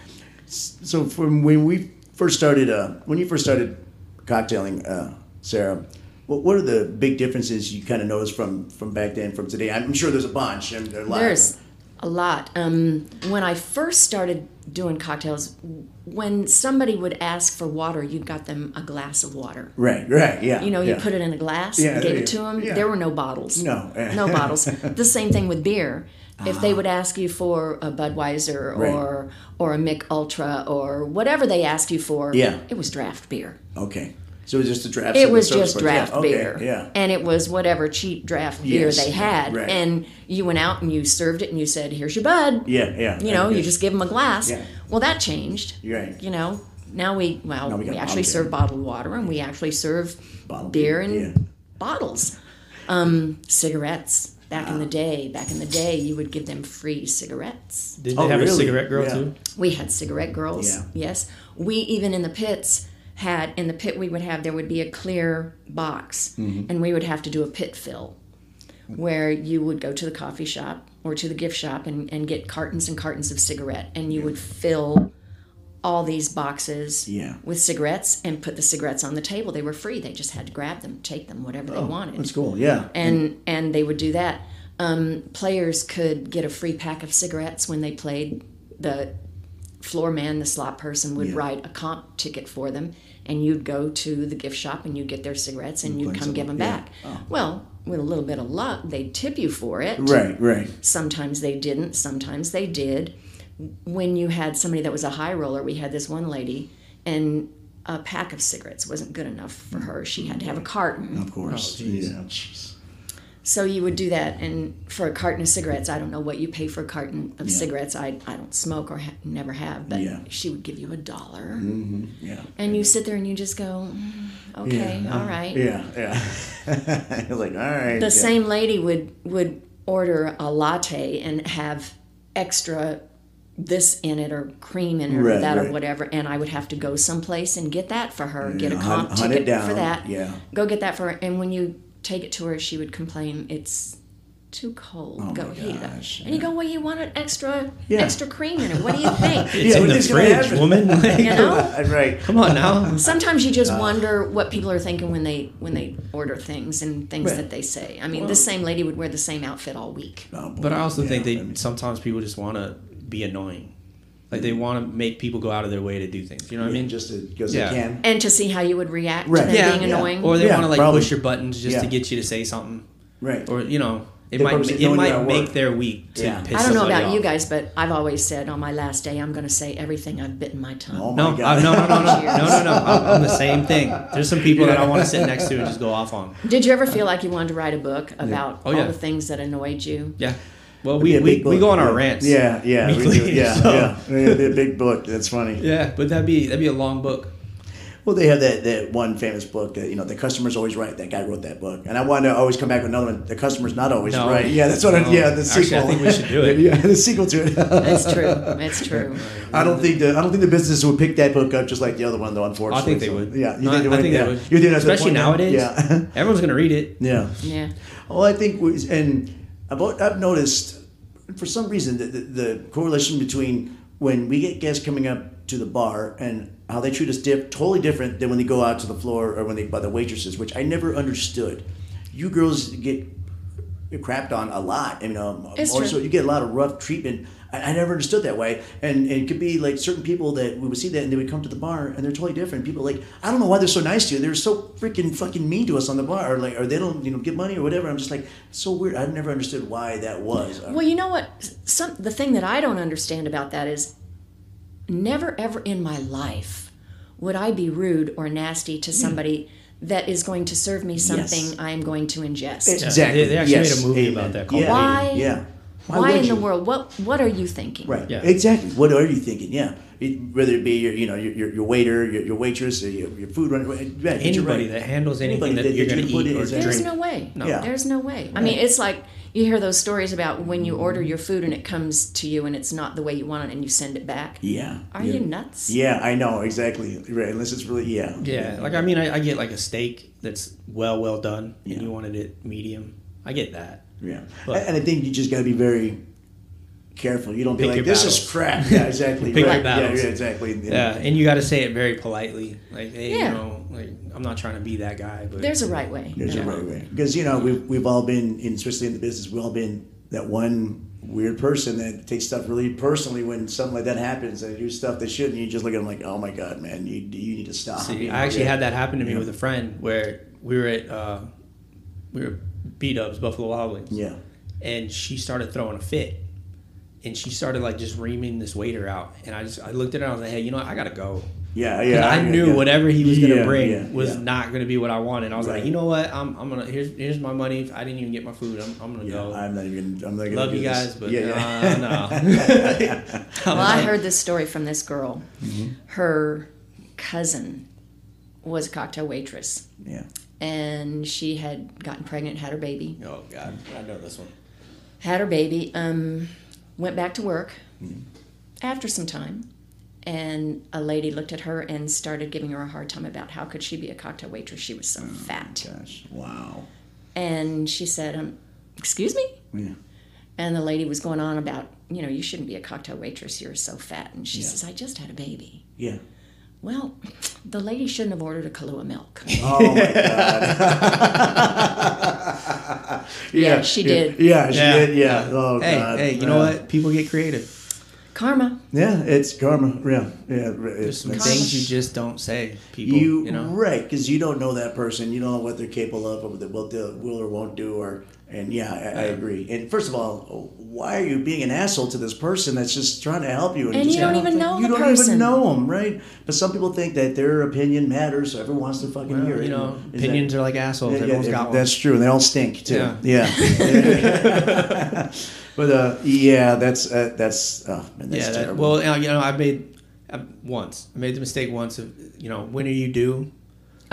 [SPEAKER 1] so from when we first started, uh, when you first started cocktailing, uh, Sarah, what, what are the big differences you kind of noticed from from back then from today? I'm sure there's a bunch. And there are a lot.
[SPEAKER 3] There's a lot. Um, when I first started doing cocktails, when somebody would ask for water, you got them a glass of water.
[SPEAKER 1] Right, right, yeah.
[SPEAKER 3] You know, you
[SPEAKER 1] yeah.
[SPEAKER 3] put it in a glass,
[SPEAKER 1] Yeah,
[SPEAKER 3] gave
[SPEAKER 1] yeah,
[SPEAKER 3] it to them.
[SPEAKER 1] yeah.
[SPEAKER 3] There were no bottles.
[SPEAKER 1] No. Ah.
[SPEAKER 3] no bottles. The same thing with beer. If they would ask you for a Budweiser
[SPEAKER 1] Right.
[SPEAKER 3] or or a Mick Ultra or whatever they asked you for,
[SPEAKER 1] Yeah.
[SPEAKER 3] it was draft beer.
[SPEAKER 1] Okay. So it was just a draft.
[SPEAKER 3] It was
[SPEAKER 1] so it's
[SPEAKER 3] just
[SPEAKER 1] yeah,
[SPEAKER 3] draft
[SPEAKER 1] okay,
[SPEAKER 3] beer.
[SPEAKER 1] Yeah.
[SPEAKER 3] And it was whatever cheap draft beer
[SPEAKER 1] Yes,
[SPEAKER 3] they had.
[SPEAKER 1] right.
[SPEAKER 3] And you went out and you served it and you said, here's your bud.
[SPEAKER 1] yeah, yeah.
[SPEAKER 3] You know, you just give them a glass.
[SPEAKER 1] Yeah.
[SPEAKER 3] Well, that changed.
[SPEAKER 1] Right.
[SPEAKER 3] You know, now we, well,
[SPEAKER 1] we
[SPEAKER 3] we,
[SPEAKER 1] got
[SPEAKER 3] actually
[SPEAKER 1] bottled
[SPEAKER 3] serve
[SPEAKER 1] beer.
[SPEAKER 3] bottled water and we actually serve
[SPEAKER 1] Bottled
[SPEAKER 3] beer
[SPEAKER 1] beer,
[SPEAKER 3] in
[SPEAKER 1] yeah.
[SPEAKER 3] bottles. Um, cigarettes. Back in the
[SPEAKER 1] Ah.
[SPEAKER 3] day, back in the day, you would give them free cigarettes.
[SPEAKER 2] Did
[SPEAKER 1] Oh,
[SPEAKER 2] they have a
[SPEAKER 1] really?
[SPEAKER 2] cigarette girl
[SPEAKER 1] Yeah.
[SPEAKER 2] too?
[SPEAKER 3] We had cigarette girls.
[SPEAKER 1] Yeah.
[SPEAKER 3] Yes. We even in the pits had in the pit we would have there would be a clear box
[SPEAKER 1] Mm-hmm.
[SPEAKER 3] and we would have to do a pit fill where you would go to the coffee shop or to the gift shop and, and get cartons and cartons of cigarette and you would fill all these boxes
[SPEAKER 1] Yeah.
[SPEAKER 3] with cigarettes and put the cigarettes on the table. They were free. They just had to grab them, take them, whatever they wanted
[SPEAKER 1] Oh, That's cool. Yeah.
[SPEAKER 3] and and they would do that. Um, players could get a free pack of cigarettes when they played. The floor man, the slot person, would
[SPEAKER 1] Yeah.
[SPEAKER 3] write a comp ticket for them, and you'd go to the gift shop and you'd get their cigarettes and you'd
[SPEAKER 1] bring
[SPEAKER 3] come
[SPEAKER 1] some-
[SPEAKER 3] give them
[SPEAKER 1] yeah. Oh.
[SPEAKER 3] back. Well, with a little bit of luck, they'd tip you for it.
[SPEAKER 1] Right, right.
[SPEAKER 3] Sometimes they didn't, sometimes they did. When you had somebody that was a high roller, we had this one lady, and a pack of cigarettes wasn't good enough for her. She had to have a carton.
[SPEAKER 1] Of
[SPEAKER 3] Oh,
[SPEAKER 1] course. yeah.
[SPEAKER 3] So you would do that, and for a carton of cigarettes, I don't know what you pay for a carton of cigarettes. I, I don't smoke or ha- never have, but
[SPEAKER 1] Yeah. Mm-hmm.
[SPEAKER 3] she would give you a dollar,
[SPEAKER 1] Yeah.
[SPEAKER 3] and you sit there and you just go, "Mm, okay,
[SPEAKER 1] Yeah, um,
[SPEAKER 3] all right.
[SPEAKER 1] Yeah, yeah. You're like, all right.
[SPEAKER 3] The same lady would would order a latte and have extra this in it or cream in it or
[SPEAKER 1] Right,
[SPEAKER 3] that
[SPEAKER 1] right.
[SPEAKER 3] or whatever, and I would have to go someplace and get that for her, get a
[SPEAKER 1] know,
[SPEAKER 3] comp
[SPEAKER 1] hunt- hunt it
[SPEAKER 3] ticket for
[SPEAKER 1] down,
[SPEAKER 3] that,
[SPEAKER 1] yeah.
[SPEAKER 3] go get that for her, and when you take it to her, she would complain it's too cold. go
[SPEAKER 1] Oh my
[SPEAKER 3] heat it up.
[SPEAKER 1] gosh,
[SPEAKER 3] And you go, well, you wanted extra
[SPEAKER 1] Yeah.
[SPEAKER 3] extra cream in it. What do you think?
[SPEAKER 2] It's
[SPEAKER 1] Yeah,
[SPEAKER 2] in
[SPEAKER 1] what
[SPEAKER 2] the
[SPEAKER 1] is gonna
[SPEAKER 2] fridge,
[SPEAKER 1] happen?
[SPEAKER 2] woman. Like,
[SPEAKER 3] you know.
[SPEAKER 1] Yeah, right.
[SPEAKER 2] Come on now.
[SPEAKER 3] Sometimes you
[SPEAKER 1] Uh.
[SPEAKER 3] just wonder what people are thinking when they when they order things and things
[SPEAKER 1] Right.
[SPEAKER 3] that they say. I mean, this same lady would wear the same outfit all week.
[SPEAKER 1] Oh,
[SPEAKER 2] But I also
[SPEAKER 1] yeah,
[SPEAKER 2] think they
[SPEAKER 1] I mean,
[SPEAKER 2] sometimes people just want to be annoying. Like they want to make people go out of their way to do things. You know what I mean?
[SPEAKER 1] just because
[SPEAKER 2] Yeah.
[SPEAKER 1] they can.
[SPEAKER 3] and to see how you would react
[SPEAKER 1] Right.
[SPEAKER 3] to them
[SPEAKER 1] Yeah,
[SPEAKER 3] being
[SPEAKER 1] yeah.
[SPEAKER 3] annoying.
[SPEAKER 2] or they
[SPEAKER 1] Yeah,
[SPEAKER 2] want to like
[SPEAKER 1] probably.
[SPEAKER 2] push your buttons just to
[SPEAKER 1] Yeah.
[SPEAKER 2] get you to say something,
[SPEAKER 1] Right.
[SPEAKER 2] or you know, it
[SPEAKER 1] They
[SPEAKER 2] might
[SPEAKER 1] probably
[SPEAKER 2] ma-
[SPEAKER 1] know
[SPEAKER 2] it
[SPEAKER 1] you're
[SPEAKER 2] might
[SPEAKER 1] at
[SPEAKER 2] make
[SPEAKER 1] work.
[SPEAKER 2] their week to
[SPEAKER 1] Yeah.
[SPEAKER 2] piss.
[SPEAKER 3] I don't know
[SPEAKER 2] somebody
[SPEAKER 3] about you
[SPEAKER 2] off.
[SPEAKER 3] guys, but I've always said on my last day, I'm going to say everything I've bitten my tongue.
[SPEAKER 1] Oh my
[SPEAKER 2] No,
[SPEAKER 1] God.
[SPEAKER 2] I, no, no, no, no, no, no, no. I'm, I'm the same thing. There's some people that I want to sit next to and just go off on.
[SPEAKER 3] Did you ever feel like you wanted to write a book about
[SPEAKER 2] Oh,
[SPEAKER 3] all
[SPEAKER 2] yeah.
[SPEAKER 3] the things that annoyed you?
[SPEAKER 2] Yeah. Well,
[SPEAKER 1] Be
[SPEAKER 2] we,
[SPEAKER 1] a
[SPEAKER 2] we,
[SPEAKER 1] big
[SPEAKER 2] we
[SPEAKER 1] book.
[SPEAKER 2] go on our
[SPEAKER 1] Yeah.
[SPEAKER 2] rants.
[SPEAKER 1] Yeah, yeah, we
[SPEAKER 2] Weekly,
[SPEAKER 1] do. Yeah,
[SPEAKER 2] so-
[SPEAKER 1] yeah. yeah. The big book. That's funny.
[SPEAKER 2] Yeah, but that'd be that'd be a long book.
[SPEAKER 1] Well, they have that, that one famous book that you know the customer's always right. That guy wrote that book, and I wanted to always come back with another one. The customer's not always
[SPEAKER 2] No.
[SPEAKER 1] right. Yeah, that's what. I,
[SPEAKER 2] No.
[SPEAKER 1] yeah, the
[SPEAKER 2] Actually,
[SPEAKER 1] sequel.
[SPEAKER 2] I think we should do it.
[SPEAKER 1] yeah, the sequel to it.
[SPEAKER 3] That's true. That's true.
[SPEAKER 1] I don't think the I don't think the business would pick that book up just like the other one though. Unfortunately,
[SPEAKER 2] I think they
[SPEAKER 1] So,
[SPEAKER 2] would.
[SPEAKER 1] Yeah,
[SPEAKER 2] No, I- I think
[SPEAKER 1] yeah.
[SPEAKER 2] they would.
[SPEAKER 1] You think that's the
[SPEAKER 2] Especially
[SPEAKER 1] point now?
[SPEAKER 2] nowadays.
[SPEAKER 1] Yeah,
[SPEAKER 2] Everyone's gonna read it.
[SPEAKER 1] yeah.
[SPEAKER 3] Yeah.
[SPEAKER 1] Well, I think, we, and I've, I've noticed for some reason that the, the correlation between when we get guests coming up to the bar and how they treat us diff, totally different than when they go out to the floor or when they by the waitresses, which I never understood. You girls get crapped on a lot, and um,
[SPEAKER 3] It's
[SPEAKER 1] also
[SPEAKER 3] true.
[SPEAKER 1] you get a lot of rough treatment. I, I never understood that way, and, and it could be like certain people that we would see that, and they would come to the bar, and they're totally different. People like I don't know why they're so nice to you. They're so freaking fucking mean to us on the bar, or like or they don't you know give money or whatever. I'm just like it's so weird. I never understood why that was.
[SPEAKER 3] Well, you know what? Some the thing that I don't understand about that is,
[SPEAKER 1] Hmm.
[SPEAKER 3] never ever in my life would I be rude or nasty to somebody that is going to serve me something I'm going to ingest.
[SPEAKER 2] They- they actually made a movie about that called
[SPEAKER 1] yeah.
[SPEAKER 3] Why-
[SPEAKER 1] Yeah.
[SPEAKER 3] why
[SPEAKER 1] would
[SPEAKER 3] in the
[SPEAKER 1] you?
[SPEAKER 3] world? What What are you thinking?
[SPEAKER 1] Right.
[SPEAKER 2] Yeah.
[SPEAKER 1] Exactly. What are you thinking? Yeah. It, whether it be your, you know, your, your, your waiter, your, your waitress, or your, your food runner. Yeah, you're
[SPEAKER 2] Anybody
[SPEAKER 1] right.
[SPEAKER 2] that handles anything
[SPEAKER 1] Anybody
[SPEAKER 2] that,
[SPEAKER 1] that
[SPEAKER 2] you're
[SPEAKER 1] you're
[SPEAKER 2] going to
[SPEAKER 1] gonna put
[SPEAKER 2] eat
[SPEAKER 1] in
[SPEAKER 2] or
[SPEAKER 1] is a
[SPEAKER 2] drink.
[SPEAKER 3] There's no way.
[SPEAKER 2] No.
[SPEAKER 1] Yeah.
[SPEAKER 3] There's no way. I mean, it's like you hear those stories about when you order your food and it comes to you and it's not the way you want it and you send it back.
[SPEAKER 1] Yeah.
[SPEAKER 3] Are
[SPEAKER 1] yeah.
[SPEAKER 3] you nuts?
[SPEAKER 1] Yeah, I know exactly. Right, unless it's really yeah.
[SPEAKER 2] Yeah, like I mean, I, I get like a steak that's well, well done,
[SPEAKER 1] Yeah.
[SPEAKER 2] and you wanted it medium. I get that.
[SPEAKER 1] Yeah.
[SPEAKER 2] But-
[SPEAKER 1] and I think you just got to be very careful. You don't be
[SPEAKER 2] Pick
[SPEAKER 1] like
[SPEAKER 2] your
[SPEAKER 1] this
[SPEAKER 2] battles.
[SPEAKER 1] is crap. Yeah, exactly.
[SPEAKER 2] Pick your
[SPEAKER 1] right. yeah,
[SPEAKER 2] battles.
[SPEAKER 1] yeah, exactly. And-
[SPEAKER 2] Yeah, and you got to say it very politely, like, hey,
[SPEAKER 3] Yeah.
[SPEAKER 2] you know, like I'm not trying to be that guy, but
[SPEAKER 3] There's a right way.
[SPEAKER 1] There's
[SPEAKER 2] Yeah.
[SPEAKER 1] a right way. Because, you know, we've, we've all been, in, especially in the business, we've all been that one weird person that takes stuff really personally when something like that happens and they do stuff they shouldn't. You just look at them like, oh my God, man, you, you need to stop.
[SPEAKER 2] See,
[SPEAKER 1] You know,
[SPEAKER 2] I actually
[SPEAKER 1] yeah.
[SPEAKER 2] had that happen to me
[SPEAKER 1] Yeah.
[SPEAKER 2] with a friend where we were at uh, we were B Dubs Buffalo Wild Wings,
[SPEAKER 1] Yeah.
[SPEAKER 2] and she started throwing a fit, and she started like just reaming this waiter out, and I just I looked at her and I was like, hey, you know what, I gotta go.
[SPEAKER 1] Yeah.
[SPEAKER 2] 'Cause
[SPEAKER 1] Yeah.
[SPEAKER 2] I
[SPEAKER 1] yeah,
[SPEAKER 2] knew
[SPEAKER 1] yeah.
[SPEAKER 2] whatever he was gonna
[SPEAKER 1] Yeah,
[SPEAKER 2] bring
[SPEAKER 1] yeah,
[SPEAKER 2] was
[SPEAKER 1] yeah.
[SPEAKER 2] not gonna be what I wanted. I was
[SPEAKER 1] Right.
[SPEAKER 2] like, you know what, I'm, I'm gonna here's here's my money. I didn't even get my food. I'm, I'm gonna
[SPEAKER 1] Yeah,
[SPEAKER 2] go.
[SPEAKER 1] I'm not even. I'm not gonna
[SPEAKER 2] Love
[SPEAKER 1] do
[SPEAKER 2] you
[SPEAKER 1] this.
[SPEAKER 2] guys, but
[SPEAKER 1] yeah, yeah.
[SPEAKER 2] nah, nah.
[SPEAKER 3] Well, I heard this story from this girl.
[SPEAKER 1] Mm-hmm.
[SPEAKER 3] Her cousin was a cocktail waitress
[SPEAKER 1] yeah.
[SPEAKER 3] and she had gotten pregnant, had her baby.
[SPEAKER 2] Oh God, I know this one.
[SPEAKER 3] had her baby, um, went back to work after some time, and a lady looked at her and started giving her a hard time about how could she be a cocktail waitress? She was
[SPEAKER 1] Mm,
[SPEAKER 3] so fat.
[SPEAKER 1] Gosh. Wow.
[SPEAKER 3] And she said, um, "Excuse me."
[SPEAKER 1] Yeah.
[SPEAKER 3] And the lady was going on about, you know, you shouldn't be a cocktail waitress. You're so fat. And she says, "I just had a baby."
[SPEAKER 1] Yeah.
[SPEAKER 3] Well, the lady shouldn't have ordered a Kahlua milk.
[SPEAKER 1] Oh my god.
[SPEAKER 3] Yeah, she did.
[SPEAKER 1] Yeah, she
[SPEAKER 2] Yeah.
[SPEAKER 1] did. Yeah. Oh
[SPEAKER 2] hey,
[SPEAKER 1] god.
[SPEAKER 2] hey, you know
[SPEAKER 1] Yeah.
[SPEAKER 2] what? People get creative.
[SPEAKER 3] Karma.
[SPEAKER 1] Yeah, it's karma. Yeah, yeah.
[SPEAKER 2] There's
[SPEAKER 1] It's,
[SPEAKER 2] some
[SPEAKER 1] it's,
[SPEAKER 3] Karma.
[SPEAKER 2] things you just don't say. People,
[SPEAKER 1] you,
[SPEAKER 2] you, know.
[SPEAKER 1] right? Because you don't know that person. You don't know what they're capable of, or what they will, do, will or won't do, or and yeah, I, I agree. And first of all, why are you being an asshole to this person that's just trying to help you?
[SPEAKER 3] And
[SPEAKER 1] just-
[SPEAKER 3] you don't even know
[SPEAKER 1] you
[SPEAKER 3] the
[SPEAKER 1] don't even
[SPEAKER 3] person.
[SPEAKER 1] know them, right? But some people think that their opinion matters, so everyone wants to fucking hear it.
[SPEAKER 2] You know,
[SPEAKER 1] Is that-
[SPEAKER 2] opinions are like assholes.
[SPEAKER 1] yeah, yeah,
[SPEAKER 2] Everyone's
[SPEAKER 1] yeah,
[SPEAKER 2] got one.
[SPEAKER 1] That's true, and they all stink too.
[SPEAKER 2] Yeah.
[SPEAKER 1] Yeah. but uh, yeah, that's uh, that's oh man, that's
[SPEAKER 2] Yeah. That,
[SPEAKER 1] terrible.
[SPEAKER 2] well, uh, you know, I made I, once. I made the mistake once of you know, when are you due?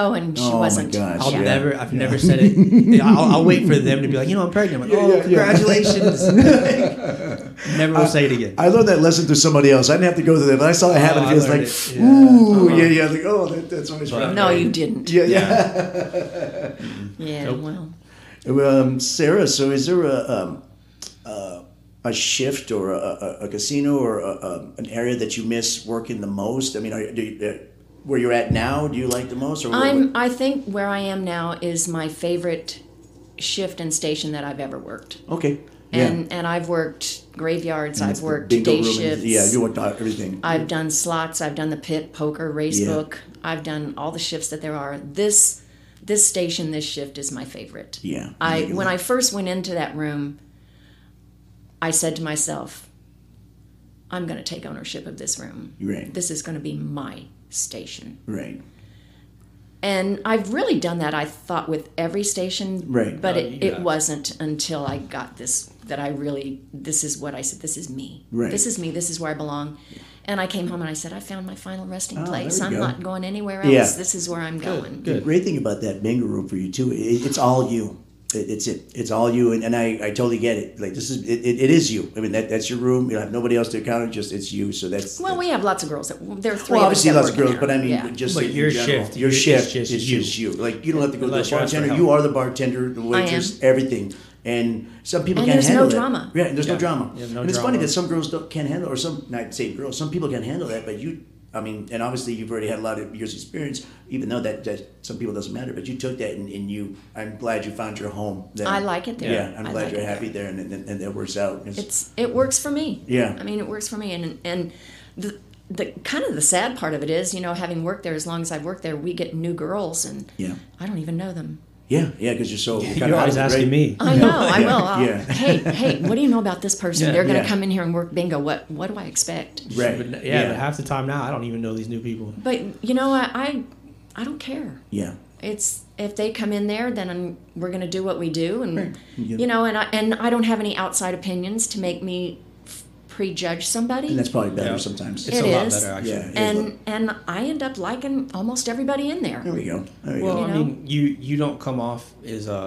[SPEAKER 3] Oh, and she
[SPEAKER 1] Oh, my
[SPEAKER 3] wasn't.
[SPEAKER 1] gosh.
[SPEAKER 2] I'll
[SPEAKER 1] Yeah.
[SPEAKER 2] never. I've never said it. I'll, I'll wait for them to be like, you know, I'm pregnant. I'm like,
[SPEAKER 1] Yeah,
[SPEAKER 2] oh,
[SPEAKER 1] yeah, yeah.
[SPEAKER 2] congratulations. never will say it again.
[SPEAKER 1] I learned that lesson through somebody else. I didn't have to go through that, but I saw it happen.
[SPEAKER 2] Oh,
[SPEAKER 1] and it was
[SPEAKER 2] I
[SPEAKER 1] like,
[SPEAKER 2] learned it. Yeah.
[SPEAKER 1] ooh,
[SPEAKER 2] Uh-huh.
[SPEAKER 1] yeah, yeah. Like, oh, that, that's always
[SPEAKER 2] But-
[SPEAKER 1] fun.
[SPEAKER 3] No, you didn't.
[SPEAKER 1] Yeah, yeah.
[SPEAKER 2] yeah.
[SPEAKER 3] Yeah.
[SPEAKER 2] Nope.
[SPEAKER 3] Well,
[SPEAKER 1] Um, Sarah, so is there a um, uh, a shift or a, a, a casino or a, a, an area that you miss working the most? I mean, are, you- do you, uh, where you're at now, do you like the most? Or what-
[SPEAKER 3] I'm. I think where I am now is my favorite shift and station that I've ever worked.
[SPEAKER 1] okay, yeah.
[SPEAKER 3] and and I've worked graveyards. I've worked
[SPEAKER 1] Bingo
[SPEAKER 3] day
[SPEAKER 1] room and-
[SPEAKER 3] shifts.
[SPEAKER 1] Yeah, you worked on everything.
[SPEAKER 3] I've done slots. I've done the pit poker race
[SPEAKER 1] Yeah.
[SPEAKER 3] book. I've done all the shifts that there are. This this station, this shift is my favorite.
[SPEAKER 1] yeah,
[SPEAKER 3] I
[SPEAKER 1] you-
[SPEAKER 3] when I first went into that room, I said to myself, "I'm going to take ownership of this room.
[SPEAKER 1] right,
[SPEAKER 3] This is going to be my station."
[SPEAKER 1] right,
[SPEAKER 3] And I've really done that. I thought with every station,
[SPEAKER 1] Right.
[SPEAKER 3] But
[SPEAKER 2] Oh,
[SPEAKER 3] it,
[SPEAKER 2] yeah.
[SPEAKER 3] it wasn't until I got this that I really this is what I said. This is me.
[SPEAKER 1] Right.
[SPEAKER 3] This is me. This is where I belong. And I came home and I said, I found my final resting
[SPEAKER 1] Oh,
[SPEAKER 3] place.
[SPEAKER 1] there
[SPEAKER 3] I'm
[SPEAKER 1] you go.
[SPEAKER 3] not going anywhere else.
[SPEAKER 1] Yeah.
[SPEAKER 3] This is where I'm going.
[SPEAKER 1] The
[SPEAKER 2] Good.
[SPEAKER 1] great thing about that bingo room for you too, it, it's all you. It, it's it. It's all you, and, and I, I totally get it. Like this is it, it, it is you. I mean that that's your room. You don't have nobody else to account. It just it's you. So that's
[SPEAKER 3] Well, we have lots of girls. That, there are three.
[SPEAKER 1] well,
[SPEAKER 3] of us
[SPEAKER 1] obviously
[SPEAKER 3] that
[SPEAKER 1] lots of
[SPEAKER 3] work in
[SPEAKER 1] girls,
[SPEAKER 3] there.
[SPEAKER 1] but I mean
[SPEAKER 3] Yeah.
[SPEAKER 1] just
[SPEAKER 2] But
[SPEAKER 1] in
[SPEAKER 2] your
[SPEAKER 1] general,
[SPEAKER 2] shift,
[SPEAKER 1] your
[SPEAKER 2] it's
[SPEAKER 1] shift
[SPEAKER 2] just
[SPEAKER 1] is
[SPEAKER 2] you.
[SPEAKER 1] just you. Like you don't have to go
[SPEAKER 2] Unless
[SPEAKER 1] to a
[SPEAKER 2] you ask for
[SPEAKER 1] bartender.
[SPEAKER 2] help.
[SPEAKER 1] You are the bartender, the
[SPEAKER 3] am.
[SPEAKER 1] waitress, everything. And some people
[SPEAKER 3] And
[SPEAKER 1] can't
[SPEAKER 3] there's no
[SPEAKER 1] handle it.
[SPEAKER 3] drama.
[SPEAKER 1] Yeah, and there's no
[SPEAKER 2] Yeah,
[SPEAKER 1] drama.
[SPEAKER 2] there's no
[SPEAKER 1] and it's
[SPEAKER 2] drama.
[SPEAKER 1] funny that some girls don't can't handle, or some not say girls, some people can handle that. But you, I mean, and obviously you've already had a lot of years experience. Even though that, that some people doesn't matter, but you took that and, and you. I'm glad you found your home. There.
[SPEAKER 3] I like it there.
[SPEAKER 1] Yeah, I'm
[SPEAKER 3] I
[SPEAKER 1] glad
[SPEAKER 3] like
[SPEAKER 1] you're
[SPEAKER 3] it
[SPEAKER 1] happy there, and, and and that works out. It's-
[SPEAKER 3] it's it works for me.
[SPEAKER 1] Yeah.
[SPEAKER 3] I mean, it works for me, and and the the kind of the sad part of it is, you know, having worked there as long as I've worked there, we get new girls, and
[SPEAKER 1] Yeah.
[SPEAKER 3] I don't even know them.
[SPEAKER 1] yeah, yeah, because you're so. kinda
[SPEAKER 2] You're always
[SPEAKER 1] out of it,
[SPEAKER 2] asking
[SPEAKER 1] right?
[SPEAKER 2] me.
[SPEAKER 3] I know. I
[SPEAKER 1] Yeah,
[SPEAKER 3] will. I'll,
[SPEAKER 1] yeah.
[SPEAKER 3] Hey, hey, what do you know about this person?
[SPEAKER 2] Yeah,
[SPEAKER 3] They're going to
[SPEAKER 1] yeah.
[SPEAKER 3] come in here and work bingo. What What do I expect?
[SPEAKER 1] Right.
[SPEAKER 2] But, yeah, but half the time now, I don't even know these new people.
[SPEAKER 3] But you know, I I, I don't care.
[SPEAKER 1] Yeah.
[SPEAKER 3] it's if they come in there, then I'm, we're going to do what we do, and
[SPEAKER 1] You-
[SPEAKER 3] you know, and I and I don't have any outside opinions to make me f- prejudge somebody.
[SPEAKER 1] And that's probably better
[SPEAKER 2] Yeah.
[SPEAKER 1] sometimes.
[SPEAKER 2] It's
[SPEAKER 3] It
[SPEAKER 2] a lot
[SPEAKER 3] is.
[SPEAKER 2] better, actually.
[SPEAKER 1] Yeah, it is.
[SPEAKER 3] and and I end up liking almost everybody in there.
[SPEAKER 1] there we go. There we
[SPEAKER 2] Well,
[SPEAKER 1] go.
[SPEAKER 3] You
[SPEAKER 2] I
[SPEAKER 3] know?
[SPEAKER 2] mean, you you don't come off as a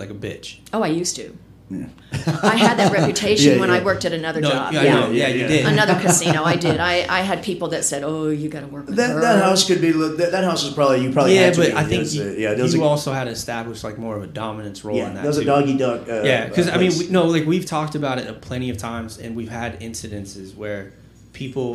[SPEAKER 2] like a bitch.
[SPEAKER 3] Oh, I used to.
[SPEAKER 1] Yeah.
[SPEAKER 3] I had that reputation
[SPEAKER 1] Yeah,
[SPEAKER 3] when
[SPEAKER 1] yeah.
[SPEAKER 3] I worked at another job.
[SPEAKER 2] yeah,
[SPEAKER 3] Yeah,
[SPEAKER 2] I know. yeah,
[SPEAKER 1] Yeah,
[SPEAKER 2] you
[SPEAKER 1] yeah.
[SPEAKER 2] did.
[SPEAKER 3] another casino. I did. I, I had people that said, "Oh, you got to work with
[SPEAKER 1] That,
[SPEAKER 3] her."
[SPEAKER 1] that house could be li- that, that house is probably you probably
[SPEAKER 2] yeah,
[SPEAKER 1] Oh, had to
[SPEAKER 2] but
[SPEAKER 1] be-
[SPEAKER 2] I
[SPEAKER 1] there
[SPEAKER 2] think
[SPEAKER 1] was
[SPEAKER 2] you,
[SPEAKER 1] a- yeah there was
[SPEAKER 2] you
[SPEAKER 1] a,
[SPEAKER 2] also had to establish like more of a dominance role
[SPEAKER 1] yeah
[SPEAKER 2] in that.
[SPEAKER 1] there was a
[SPEAKER 2] too.
[SPEAKER 1] doggy dog uh,
[SPEAKER 2] yeah, because
[SPEAKER 1] uh,
[SPEAKER 2] I mean,
[SPEAKER 1] place.
[SPEAKER 2] we, no, like we've talked about it uh, plenty of times, and we've had incidences where people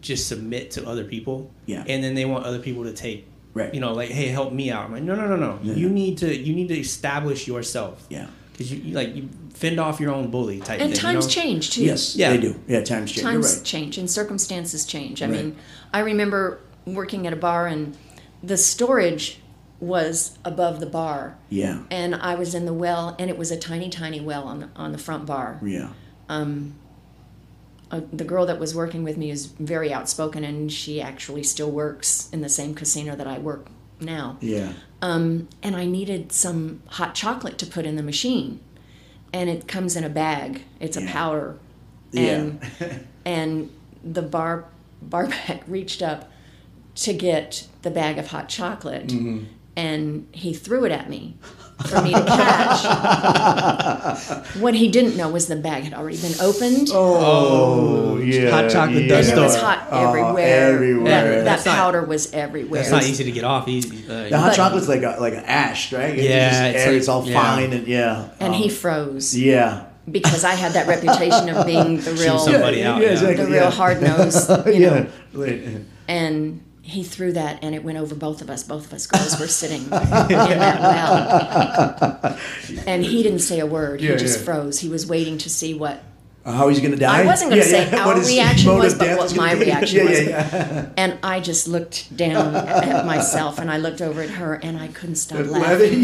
[SPEAKER 2] just submit to other people,
[SPEAKER 1] Yeah.
[SPEAKER 2] and then they want other people to take,
[SPEAKER 1] Right.
[SPEAKER 2] You know, like hey, help me out. I'm like, no, no, no, no.
[SPEAKER 1] Yeah.
[SPEAKER 2] You need to you need to establish yourself.
[SPEAKER 1] yeah
[SPEAKER 2] because you, you like you fend off your own bully type.
[SPEAKER 3] and
[SPEAKER 2] thing,
[SPEAKER 3] times
[SPEAKER 2] you know?
[SPEAKER 3] change too.
[SPEAKER 1] yes
[SPEAKER 2] Yeah.
[SPEAKER 1] they do yeah times change you're
[SPEAKER 3] times
[SPEAKER 1] right
[SPEAKER 3] change and circumstances change. I
[SPEAKER 1] Right.
[SPEAKER 3] mean, I remember working at a bar and the storage was above the bar,
[SPEAKER 1] yeah
[SPEAKER 3] and I was in the well, and it was a tiny, tiny well on the, on the front bar.
[SPEAKER 1] yeah
[SPEAKER 3] Uh, the girl that was working with me is very outspoken, and she actually still works in the same casino that I work now.
[SPEAKER 1] yeah
[SPEAKER 3] and I needed some hot chocolate to put in the machine. And it comes in a bag. It's a
[SPEAKER 1] Yeah.
[SPEAKER 3] powder. And and the bar bar back reached up to get the bag of hot chocolate
[SPEAKER 1] Mm-hmm.
[SPEAKER 3] and he threw it at me for me to catch. what he didn't know was the bag had already been opened.
[SPEAKER 1] oh yeah
[SPEAKER 2] hot chocolate
[SPEAKER 1] yeah.
[SPEAKER 2] does
[SPEAKER 3] and it was
[SPEAKER 2] store.
[SPEAKER 3] hot
[SPEAKER 1] Oh,
[SPEAKER 3] everywhere.
[SPEAKER 1] everywhere.
[SPEAKER 3] That, that
[SPEAKER 2] That's not-
[SPEAKER 3] powder was everywhere.
[SPEAKER 2] It's not easy to get off easy. Uh,
[SPEAKER 1] the hot
[SPEAKER 3] But-
[SPEAKER 1] chocolate's like a like an ash right It's
[SPEAKER 2] Yeah,
[SPEAKER 1] just
[SPEAKER 2] it's
[SPEAKER 1] air,
[SPEAKER 2] like-
[SPEAKER 1] it's all
[SPEAKER 2] yeah.
[SPEAKER 1] fine and yeah
[SPEAKER 3] and
[SPEAKER 1] Oh,
[SPEAKER 3] he froze
[SPEAKER 1] yeah
[SPEAKER 3] because I had that reputation of being the real
[SPEAKER 2] somebody
[SPEAKER 1] yeah,
[SPEAKER 2] out,
[SPEAKER 1] yeah,
[SPEAKER 2] yeah.
[SPEAKER 1] exactly
[SPEAKER 3] the real
[SPEAKER 1] yeah.
[SPEAKER 3] hard nose, you know.
[SPEAKER 1] yeah Like,
[SPEAKER 3] And he threw that, and it went over both of us. Both of us girls were sitting in that well, and he didn't say a word.
[SPEAKER 1] Yeah,
[SPEAKER 3] he just
[SPEAKER 1] yeah.
[SPEAKER 3] froze. He was waiting to see what.
[SPEAKER 1] Uh, how he's gonna die
[SPEAKER 3] I wasn't gonna say
[SPEAKER 1] What
[SPEAKER 3] our
[SPEAKER 1] his
[SPEAKER 3] reaction
[SPEAKER 1] mode
[SPEAKER 3] was,
[SPEAKER 1] of
[SPEAKER 3] but
[SPEAKER 1] death
[SPEAKER 3] what
[SPEAKER 1] is gonna
[SPEAKER 3] my
[SPEAKER 1] be.
[SPEAKER 3] reaction
[SPEAKER 1] yeah,
[SPEAKER 3] was.
[SPEAKER 1] yeah, yeah.
[SPEAKER 3] And I just looked down at at myself, and I looked over at her, and I couldn't stop laughing.
[SPEAKER 1] Laughing.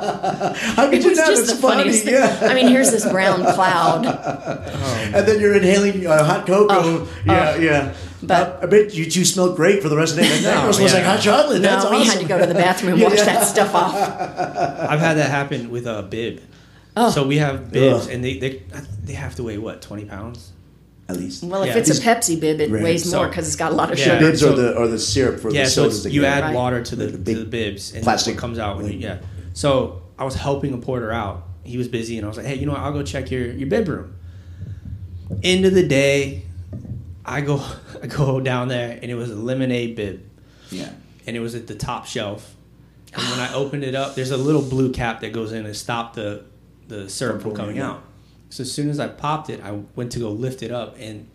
[SPEAKER 1] How could
[SPEAKER 3] It
[SPEAKER 1] you
[SPEAKER 3] was
[SPEAKER 1] not?
[SPEAKER 3] just
[SPEAKER 1] It's
[SPEAKER 3] the
[SPEAKER 1] funny.
[SPEAKER 3] funniest thing.
[SPEAKER 1] Yeah.
[SPEAKER 3] I mean, here's this brown cloud.
[SPEAKER 1] And then you're inhaling uh, hot cocoa.
[SPEAKER 3] Oh,
[SPEAKER 1] yeah, yeah.
[SPEAKER 3] but-
[SPEAKER 1] I, I bet you two smell great for the rest of the day. That
[SPEAKER 2] No,
[SPEAKER 1] girl smells
[SPEAKER 2] yeah.
[SPEAKER 1] like hot chocolate.
[SPEAKER 3] No,
[SPEAKER 1] That's
[SPEAKER 3] we
[SPEAKER 1] awesome.
[SPEAKER 3] had to go to the bathroom, wash that stuff off.
[SPEAKER 2] I've had that happen with a bib. So we have bibs,
[SPEAKER 1] Ugh.
[SPEAKER 2] and they, they they have to weigh what twenty pounds.
[SPEAKER 1] At least.
[SPEAKER 3] Oh, Well, if
[SPEAKER 2] Yeah.
[SPEAKER 3] it's a Pepsi bib, it
[SPEAKER 1] Right.
[SPEAKER 3] weighs more
[SPEAKER 2] So-
[SPEAKER 3] because it's got a lot of
[SPEAKER 2] Yeah.
[SPEAKER 3] sugar.
[SPEAKER 1] Bibs
[SPEAKER 2] so-
[SPEAKER 1] are the are the syrup for
[SPEAKER 2] Yeah,
[SPEAKER 1] the
[SPEAKER 2] so
[SPEAKER 1] sodas.
[SPEAKER 2] it's,
[SPEAKER 1] that
[SPEAKER 2] you
[SPEAKER 1] get-
[SPEAKER 2] add
[SPEAKER 3] Right.
[SPEAKER 2] water to the,
[SPEAKER 1] The
[SPEAKER 2] to the
[SPEAKER 1] big
[SPEAKER 2] bibs, and
[SPEAKER 1] plastic
[SPEAKER 2] it comes out. When you,
[SPEAKER 1] thing.
[SPEAKER 2] yeah. So I was helping a porter out. He was busy, and I was like, "Hey, you know what? I'll go check your your bedroom." End of the day, I go I go down there, and it was a lemonade bib.
[SPEAKER 1] Yeah.
[SPEAKER 2] and it was at the top shelf. And when I opened it up, there's a little blue cap that goes in to stop the the syrup from coming
[SPEAKER 1] Yeah.
[SPEAKER 2] out. So as soon as I popped it, I went to go lift it up, and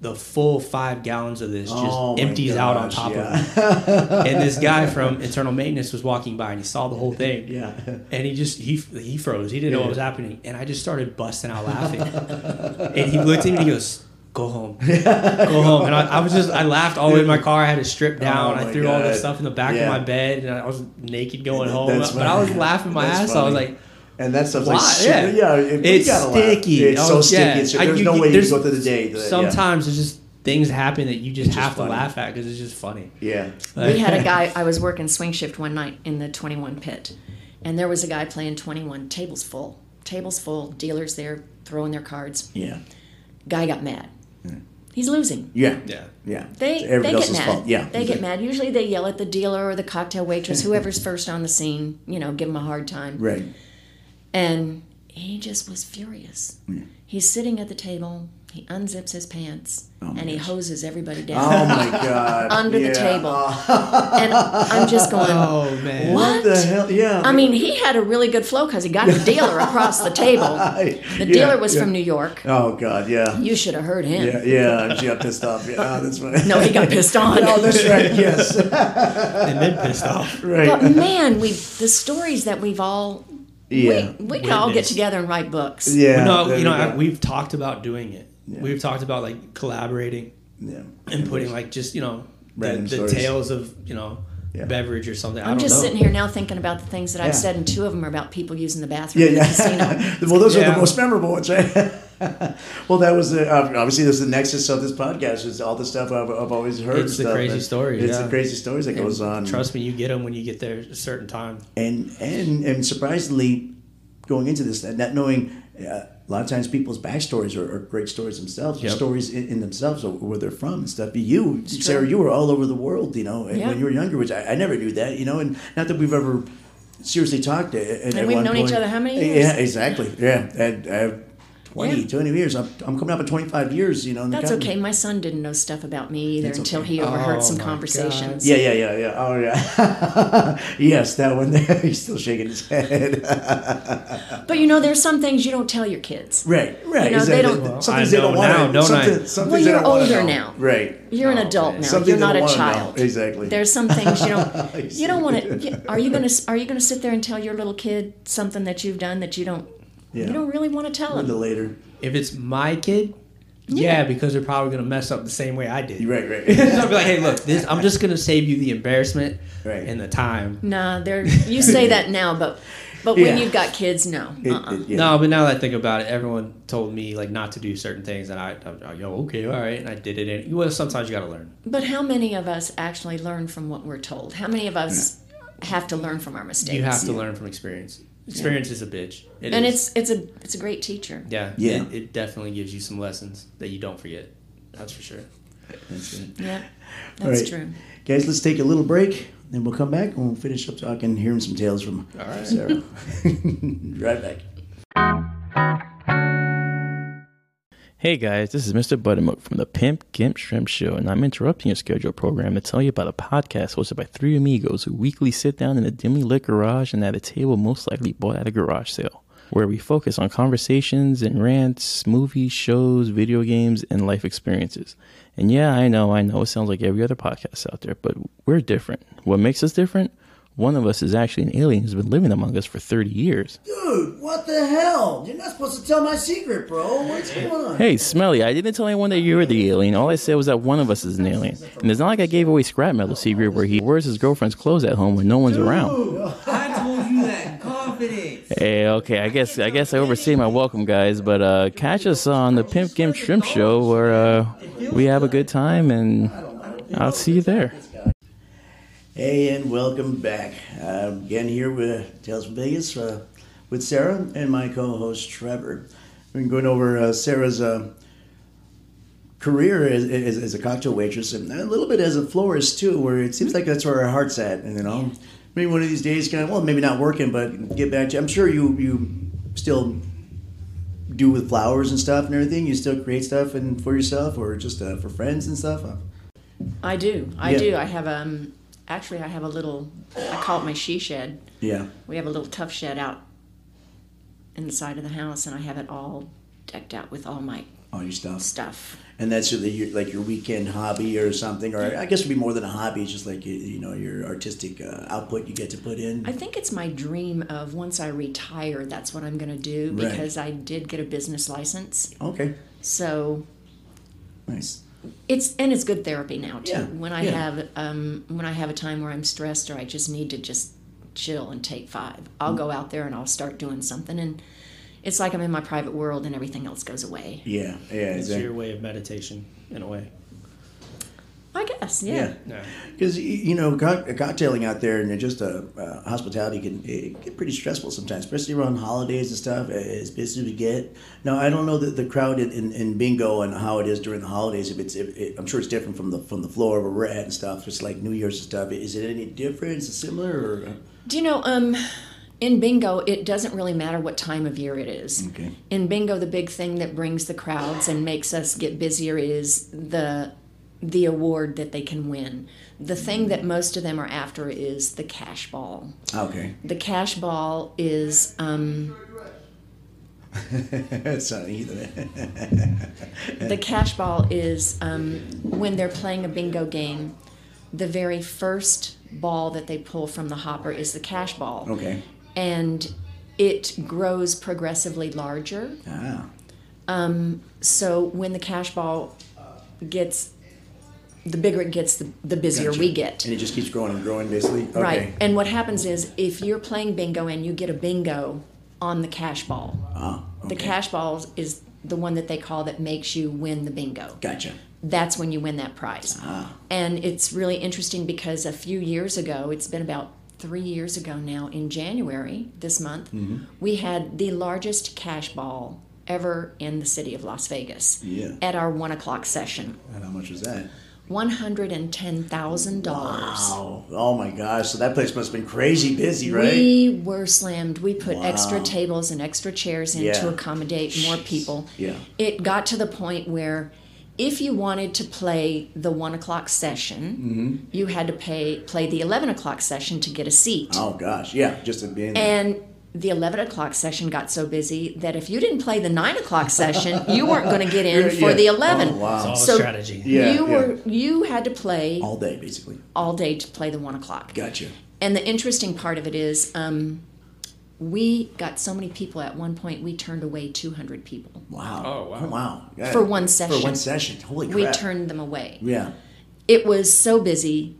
[SPEAKER 2] the full five gallons of this just
[SPEAKER 1] Oh my
[SPEAKER 2] empties out on
[SPEAKER 1] gosh,
[SPEAKER 2] top
[SPEAKER 1] yeah.
[SPEAKER 2] of it. And this guy from internal maintenance was walking by, and he saw the whole thing.
[SPEAKER 1] Yeah.
[SPEAKER 2] And he just he he froze. He didn't know what was happening, and I just started busting out laughing. and he looked at me and he goes, "Go home, go home." And I, I was just I laughed all the way in my car. I had to strip down.
[SPEAKER 1] Oh my
[SPEAKER 2] I threw all
[SPEAKER 1] God.
[SPEAKER 2] this stuff in the back
[SPEAKER 1] Yeah.
[SPEAKER 2] of my bed, and I was naked going
[SPEAKER 1] That-
[SPEAKER 2] home.
[SPEAKER 1] that's
[SPEAKER 2] But I was
[SPEAKER 1] funny.
[SPEAKER 2] laughing my
[SPEAKER 1] That's
[SPEAKER 2] ass. off. I was
[SPEAKER 1] funny.
[SPEAKER 2] like.
[SPEAKER 1] And that stuff's
[SPEAKER 2] Why?
[SPEAKER 1] like sugar. Yeah, it- we
[SPEAKER 2] it's
[SPEAKER 1] gotta laugh.
[SPEAKER 2] sticky.
[SPEAKER 1] It's
[SPEAKER 2] I
[SPEAKER 1] so
[SPEAKER 2] was-
[SPEAKER 1] sticky.
[SPEAKER 2] yeah.
[SPEAKER 1] It's,
[SPEAKER 2] I-
[SPEAKER 1] there's
[SPEAKER 2] you-
[SPEAKER 1] no
[SPEAKER 2] you-
[SPEAKER 1] way you
[SPEAKER 2] there's-
[SPEAKER 1] can go through the day. that- yeah.
[SPEAKER 2] Sometimes there's just things happen that you just
[SPEAKER 1] just
[SPEAKER 2] have to
[SPEAKER 1] funny.
[SPEAKER 2] laugh at because it's just funny.
[SPEAKER 1] Yeah.
[SPEAKER 3] we had a guy i was working swing shift one night in the 21 pit and there was a guy playing 21 tables full tables full dealers there throwing their cards
[SPEAKER 1] Yeah.
[SPEAKER 3] guy got mad he's losing
[SPEAKER 1] Yeah.
[SPEAKER 2] Yeah.
[SPEAKER 1] Yeah.
[SPEAKER 3] they,
[SPEAKER 1] Hmm. It's
[SPEAKER 3] they
[SPEAKER 1] everybody
[SPEAKER 3] get
[SPEAKER 1] else's
[SPEAKER 3] mad
[SPEAKER 1] fault. Yeah.
[SPEAKER 3] they get mad usually they yell at the dealer or the cocktail waitress whoever's first on the scene you know give them a hard time
[SPEAKER 1] Right.
[SPEAKER 3] and he just was furious
[SPEAKER 1] Hmm.
[SPEAKER 3] he's sitting at the table he unzips his pants
[SPEAKER 1] Oh my
[SPEAKER 3] and he hoses everybody down
[SPEAKER 1] Oh my god.
[SPEAKER 3] under
[SPEAKER 1] Yeah.
[SPEAKER 3] the table and i'm just going
[SPEAKER 2] Oh man.
[SPEAKER 1] What the
[SPEAKER 3] What?
[SPEAKER 1] hell? Yeah.
[SPEAKER 3] I mean, he had a really good flow because he got the dealer across the table.
[SPEAKER 1] The
[SPEAKER 3] The dealer was from New York.
[SPEAKER 1] Oh god. Yeah.
[SPEAKER 3] You should have heard him.
[SPEAKER 1] Yeah, yeah, she got pissed off. Yeah, oh, that's right.
[SPEAKER 3] No, he got pissed on.
[SPEAKER 1] Oh, that's right. Yes,
[SPEAKER 2] And then pissed off.
[SPEAKER 1] right.
[SPEAKER 3] but man, we the stories that we've all
[SPEAKER 1] yeah,
[SPEAKER 3] we, we could all get
[SPEAKER 2] Witnessed.
[SPEAKER 3] together and write books.
[SPEAKER 1] yeah.
[SPEAKER 2] no,
[SPEAKER 1] there
[SPEAKER 2] you know,
[SPEAKER 1] we
[SPEAKER 2] I,
[SPEAKER 1] go.
[SPEAKER 2] we've talked about doing it. We've talked about like collaborating
[SPEAKER 1] yeah.
[SPEAKER 2] and putting like just you know the,
[SPEAKER 1] Random
[SPEAKER 2] the
[SPEAKER 1] stories.
[SPEAKER 2] tales of you know
[SPEAKER 1] Yeah.
[SPEAKER 2] beverage or something. I
[SPEAKER 3] I'm
[SPEAKER 2] don't
[SPEAKER 3] just
[SPEAKER 2] know.
[SPEAKER 3] sitting here now thinking about the things that
[SPEAKER 1] Yeah.
[SPEAKER 3] I've said, and two of them are about people using the bathroom
[SPEAKER 1] Yeah,
[SPEAKER 3] in the casino.
[SPEAKER 1] yeah. well, those are
[SPEAKER 2] Yeah.
[SPEAKER 1] the most memorable ones, right? Well, that was the, ob- obviously this is the nexus of this podcast is all the stuff I've, I've always heard.
[SPEAKER 2] It's the
[SPEAKER 1] stuff
[SPEAKER 2] crazy
[SPEAKER 1] that-
[SPEAKER 2] stories,
[SPEAKER 1] It's the
[SPEAKER 2] yeah.
[SPEAKER 1] crazy stories that goes on.
[SPEAKER 2] Trust me, you get them when you get there at a certain time.
[SPEAKER 1] and and and surprisingly, going into this and not knowing, uh, a lot of times people's backstories are, are great stories themselves, or
[SPEAKER 2] Yep.
[SPEAKER 1] stories in, in themselves of where they're from and stuff. But you, Sarah,
[SPEAKER 3] true.
[SPEAKER 1] you were all over the world, you know, and
[SPEAKER 3] Yeah.
[SPEAKER 1] when you were younger, which I, I never knew that, you know, and not that we've ever seriously talked. a- a- And, at
[SPEAKER 3] we've
[SPEAKER 1] one
[SPEAKER 3] known each
[SPEAKER 1] point-
[SPEAKER 3] other how many years?
[SPEAKER 1] Yeah, exactly. Yeah, and. Uh, 20,
[SPEAKER 3] Yeah.
[SPEAKER 1] 20 years. I'm, I'm coming up on 25 years, you know. in the
[SPEAKER 3] That's
[SPEAKER 1] company.
[SPEAKER 3] okay. My son didn't know stuff about me either
[SPEAKER 1] That's
[SPEAKER 3] until
[SPEAKER 1] okay.
[SPEAKER 3] he overheard
[SPEAKER 2] Oh,
[SPEAKER 3] some
[SPEAKER 2] my God.
[SPEAKER 3] conversations.
[SPEAKER 1] Yeah, yeah, yeah, yeah. Oh, yeah. yes, that one there. He's still shaking his head.
[SPEAKER 3] But you know, there's some things you don't tell your kids.
[SPEAKER 1] Right, right.
[SPEAKER 3] You know, they don't-
[SPEAKER 2] Well,
[SPEAKER 1] Some
[SPEAKER 2] I
[SPEAKER 1] things they
[SPEAKER 2] know
[SPEAKER 1] don't want
[SPEAKER 2] now,
[SPEAKER 1] to.
[SPEAKER 2] don't
[SPEAKER 1] something,
[SPEAKER 2] I?
[SPEAKER 1] some
[SPEAKER 3] Well,
[SPEAKER 1] things they
[SPEAKER 3] you're
[SPEAKER 1] don't wanna
[SPEAKER 3] older
[SPEAKER 1] know.
[SPEAKER 3] now.
[SPEAKER 1] Right.
[SPEAKER 3] You're an
[SPEAKER 2] Oh,
[SPEAKER 3] adult
[SPEAKER 2] man.
[SPEAKER 3] now.
[SPEAKER 1] Something
[SPEAKER 3] you're
[SPEAKER 1] they
[SPEAKER 3] not a
[SPEAKER 1] wanna know.
[SPEAKER 3] child.
[SPEAKER 1] Exactly.
[SPEAKER 3] There's some things you don't.
[SPEAKER 1] see.
[SPEAKER 3] you don't want to. Are you gonna Are you gonna sit there and tell your little kid something that you've done that you don't
[SPEAKER 1] yeah.
[SPEAKER 3] You don't really want to tell
[SPEAKER 1] the
[SPEAKER 3] them.
[SPEAKER 1] later.
[SPEAKER 2] If it's my kid, yeah, because they're probably gonna mess up the same way I did.
[SPEAKER 1] You're right, right.
[SPEAKER 2] So I'll be like, hey, look, this, I'm just gonna save you the embarrassment
[SPEAKER 1] Right.
[SPEAKER 2] and the time.
[SPEAKER 3] Nah, they're you say that now, but but when
[SPEAKER 1] Yeah.
[SPEAKER 3] you've got kids, no.
[SPEAKER 1] It-
[SPEAKER 3] uh-uh.
[SPEAKER 1] it- yeah.
[SPEAKER 2] No, but now that I think about it, everyone told me like not to do certain things, and I, I'm like, yo, okay, all right, and I did it. And well, sometimes you gotta learn.
[SPEAKER 3] But how many of us actually learn from what we're told? How many of us have to learn from our mistakes?
[SPEAKER 2] You have to learn from experience. Experience is a bitch, It
[SPEAKER 3] and
[SPEAKER 2] is.
[SPEAKER 3] it's it's a it's a great teacher.
[SPEAKER 2] yeah,
[SPEAKER 1] Yeah.
[SPEAKER 2] It, it definitely gives you some lessons that you don't forget. That's for sure.
[SPEAKER 1] That's it.
[SPEAKER 3] Yeah,
[SPEAKER 1] All
[SPEAKER 3] that's
[SPEAKER 1] right.
[SPEAKER 3] true.
[SPEAKER 1] Guys, let's take a little break, then we'll come back and we'll finish up talking, hearing some tales from
[SPEAKER 2] All right.
[SPEAKER 1] Sarah. right back.
[SPEAKER 4] Hey guys, this is Mr. Buttermilk from the Pimp Gimp Shrimp Show, and I'm interrupting your scheduled program to tell you about a podcast hosted by three amigos who weekly sit down in a dimly lit garage and at a table most likely bought at a garage sale, where we focus on conversations and rants, movies, shows, video games, and life experiences. And yeah, I know, I know, it sounds like every other podcast out there, but we're different. What makes us different? One of us is actually an alien who's been living among us for 30 years.
[SPEAKER 1] Dude, what the hell? You're not supposed to tell my secret, bro. What's going on?
[SPEAKER 4] Hey, Smelly, I didn't tell anyone that you were the alien. All I said was that one of us is an alien. And it's not like I gave away scrap metal secret where he wears his girlfriend's clothes at home when no one's around.
[SPEAKER 5] I told you that confidence.
[SPEAKER 4] Hey, okay, I guess I guess I overstayed my welcome, guys. But uh, catch us on the Pimp Gimp Shrimp Show where uh, we have a good time, and I'll see you there.
[SPEAKER 1] Hey, and welcome back. Uh, again, here with Tales from Vegas uh, with Sarah and my co host Trevor. We've been going over uh, Sarah's uh, career as, as, as a cocktail waitress and a little bit as a florist, too, where it seems like that's where her heart's at. And, you know, maybe one of these days, kind of, well, maybe not working, but get back to I'm sure you, you still do with flowers and stuff and everything. You still create stuff and for yourself or just uh, for friends and stuff. Uh,
[SPEAKER 3] I do. I
[SPEAKER 1] Yeah.
[SPEAKER 3] do. I have um actually I have a little I call it my she shed.
[SPEAKER 1] yeah.
[SPEAKER 3] We have a little tough shed out in the side of the house and I have it all decked out with all my
[SPEAKER 1] All your stuff.
[SPEAKER 3] stuff.
[SPEAKER 1] and that's your, your like your weekend hobby or something or i guess it'd be more than a hobby it's just like you, you know your artistic uh, output you get to put in
[SPEAKER 3] I think it's my dream of once I retire, that's what I'm going to do
[SPEAKER 1] Right.
[SPEAKER 3] because I did get a business license.
[SPEAKER 1] okay
[SPEAKER 3] So
[SPEAKER 1] nice
[SPEAKER 3] it's and it's good therapy now too.
[SPEAKER 1] Yeah,
[SPEAKER 3] When I
[SPEAKER 1] yeah.
[SPEAKER 3] have um, when I have a time where I'm stressed or I just need to just chill and take five, I'll go out there and I'll start doing something, and it's like I'm in my private world and everything else goes away.
[SPEAKER 1] yeah yeah
[SPEAKER 2] It's
[SPEAKER 1] exactly
[SPEAKER 2] your way of meditation in a way.
[SPEAKER 3] I guess, yeah.
[SPEAKER 1] yeah
[SPEAKER 2] Yeah.
[SPEAKER 1] because you know cock- cocktailing out there and just uh, uh, hospitality can it get pretty stressful sometimes especially around holidays and stuff as busy as we get now i don't know the, the crowd in, in, in bingo and how it is during the holidays if it's if it, i'm sure it's different from the from the floor where we're at and stuff just like new year's and stuff is it any different is it similar or uh?
[SPEAKER 3] Do you know? Um, in bingo, it doesn't really matter what time of year it is.
[SPEAKER 1] Okay.
[SPEAKER 3] In bingo, the big thing that brings the crowds and makes us get busier is the the award that they can win. The thing that most of them are after is the cash ball.
[SPEAKER 1] okay
[SPEAKER 3] The cash ball is um,
[SPEAKER 1] That's
[SPEAKER 2] uh,
[SPEAKER 1] not either.
[SPEAKER 3] the cash ball is um, when they're playing a bingo game. The very first ball that they pull from the hopper is the cash ball,
[SPEAKER 1] Okay.
[SPEAKER 3] and it grows progressively larger.
[SPEAKER 1] Ah.
[SPEAKER 3] So when the cash ball uh, gets, the bigger it gets, the, the busier we get.
[SPEAKER 1] And it just keeps growing and growing, basically. Okay.
[SPEAKER 3] Right. And what happens is if you're playing bingo and you get a bingo on the cash ball,
[SPEAKER 1] Ah,
[SPEAKER 3] the
[SPEAKER 1] okay.
[SPEAKER 3] cash ball is the one that they call that makes you win the bingo.
[SPEAKER 1] Gotcha.
[SPEAKER 3] That's when you win that prize. And it's really interesting because a few years ago, it's been about three years ago now, in January this month, we had the largest cash ball ever in the city of Las Vegas
[SPEAKER 1] Yeah.
[SPEAKER 3] at our one o'clock session.
[SPEAKER 1] And how much was that?
[SPEAKER 3] $110,000.
[SPEAKER 1] Oh, oh my gosh! So that place must have been crazy busy, right?
[SPEAKER 3] We were slammed. We put extra
[SPEAKER 1] Wow.
[SPEAKER 3] tables and extra chairs in
[SPEAKER 1] Yeah.
[SPEAKER 3] to accommodate more people.
[SPEAKER 1] Yeah.
[SPEAKER 3] It got to the point where if you wanted to play the one o'clock
[SPEAKER 1] Mm-hmm.
[SPEAKER 3] session, you had to pay play the eleven o'clock session to get a seat.
[SPEAKER 1] oh gosh, yeah, just it being.
[SPEAKER 3] And the eleven o'clock session got so busy that if you didn't play the nine o'clock session, you weren't going to get in
[SPEAKER 1] Yeah,
[SPEAKER 3] for
[SPEAKER 1] yeah.
[SPEAKER 3] the eleven.
[SPEAKER 1] Oh, wow.
[SPEAKER 2] It's all
[SPEAKER 3] So-
[SPEAKER 2] strategy.
[SPEAKER 1] Yeah,
[SPEAKER 3] you
[SPEAKER 1] yeah.
[SPEAKER 3] were you had to play
[SPEAKER 1] all day basically.
[SPEAKER 3] all day to play the one o'clock.
[SPEAKER 1] Gotcha.
[SPEAKER 3] And the interesting part of it is, um, we got so many people at one point. We turned away 200 people.
[SPEAKER 1] Wow.
[SPEAKER 2] Oh, wow.
[SPEAKER 1] wow. Yeah.
[SPEAKER 3] For one
[SPEAKER 1] For one
[SPEAKER 3] session.
[SPEAKER 1] session. Holy crap.
[SPEAKER 3] We turned them away.
[SPEAKER 1] Yeah.
[SPEAKER 3] It was so busy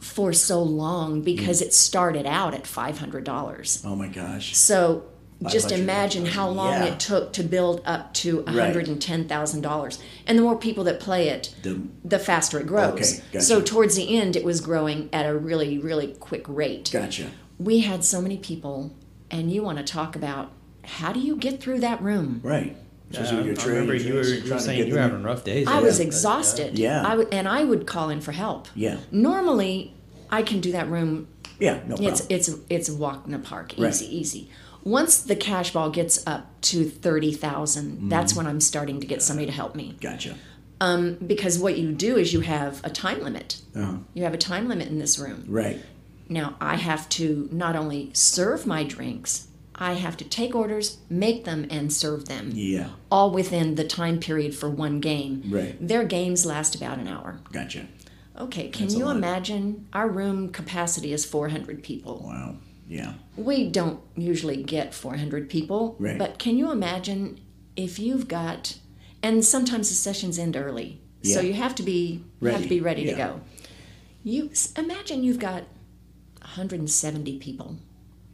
[SPEAKER 3] for so long because
[SPEAKER 1] Mm.
[SPEAKER 3] it started out at $500.
[SPEAKER 1] Oh my gosh.
[SPEAKER 3] So just
[SPEAKER 1] 500.
[SPEAKER 3] imagine how long
[SPEAKER 1] Yeah.
[SPEAKER 3] it took to build up to
[SPEAKER 1] Right.
[SPEAKER 3] $110,000. And the more people that play it,
[SPEAKER 1] The,
[SPEAKER 3] the faster it grows.
[SPEAKER 1] Okay, gotcha.
[SPEAKER 3] So towards the end, it was growing at a really, really quick rate.
[SPEAKER 1] gotcha.
[SPEAKER 3] we had so many people and you want to talk about how do you get through that room
[SPEAKER 1] Right.
[SPEAKER 2] Yeah,
[SPEAKER 1] Especially
[SPEAKER 2] I
[SPEAKER 1] with your trade.
[SPEAKER 2] remember you were, you were saying you were having rough days.
[SPEAKER 3] i
[SPEAKER 2] yeah.
[SPEAKER 3] was
[SPEAKER 2] But, uh,
[SPEAKER 3] exhausted
[SPEAKER 1] Yeah.
[SPEAKER 3] I w- and i would call in for help
[SPEAKER 1] Yeah.
[SPEAKER 3] normally i can do that room
[SPEAKER 1] Yeah. No problem.
[SPEAKER 3] it's it's it's a walk in the park easy
[SPEAKER 1] Right.
[SPEAKER 3] easy once the cash ball gets up to 30000
[SPEAKER 1] Mm-hmm.
[SPEAKER 3] that's when i'm starting to get somebody to help me
[SPEAKER 1] gotcha.
[SPEAKER 3] because what you do is you have a time limit you have a time limit in this room
[SPEAKER 1] Uh-huh. Right.
[SPEAKER 3] Now I have to not only serve my drinks, I have to take orders, make them, and serve them.
[SPEAKER 1] Yeah.
[SPEAKER 3] All within the time period for one game.
[SPEAKER 1] Right.
[SPEAKER 3] Their games last about an hour.
[SPEAKER 1] Gotcha.
[SPEAKER 3] Okay, can
[SPEAKER 1] a
[SPEAKER 3] you
[SPEAKER 1] lot.
[SPEAKER 3] imagine? Our room capacity is 400 people.
[SPEAKER 1] Wow. Yeah.
[SPEAKER 3] We don't usually get 400 people,
[SPEAKER 1] Right.
[SPEAKER 3] but can you imagine if you've got, and sometimes the sessions end early, so
[SPEAKER 1] Yeah.
[SPEAKER 3] you have to be you have to
[SPEAKER 1] Ready,
[SPEAKER 3] be ready to
[SPEAKER 1] yeah.
[SPEAKER 3] go. You s- imagine you've got 170 people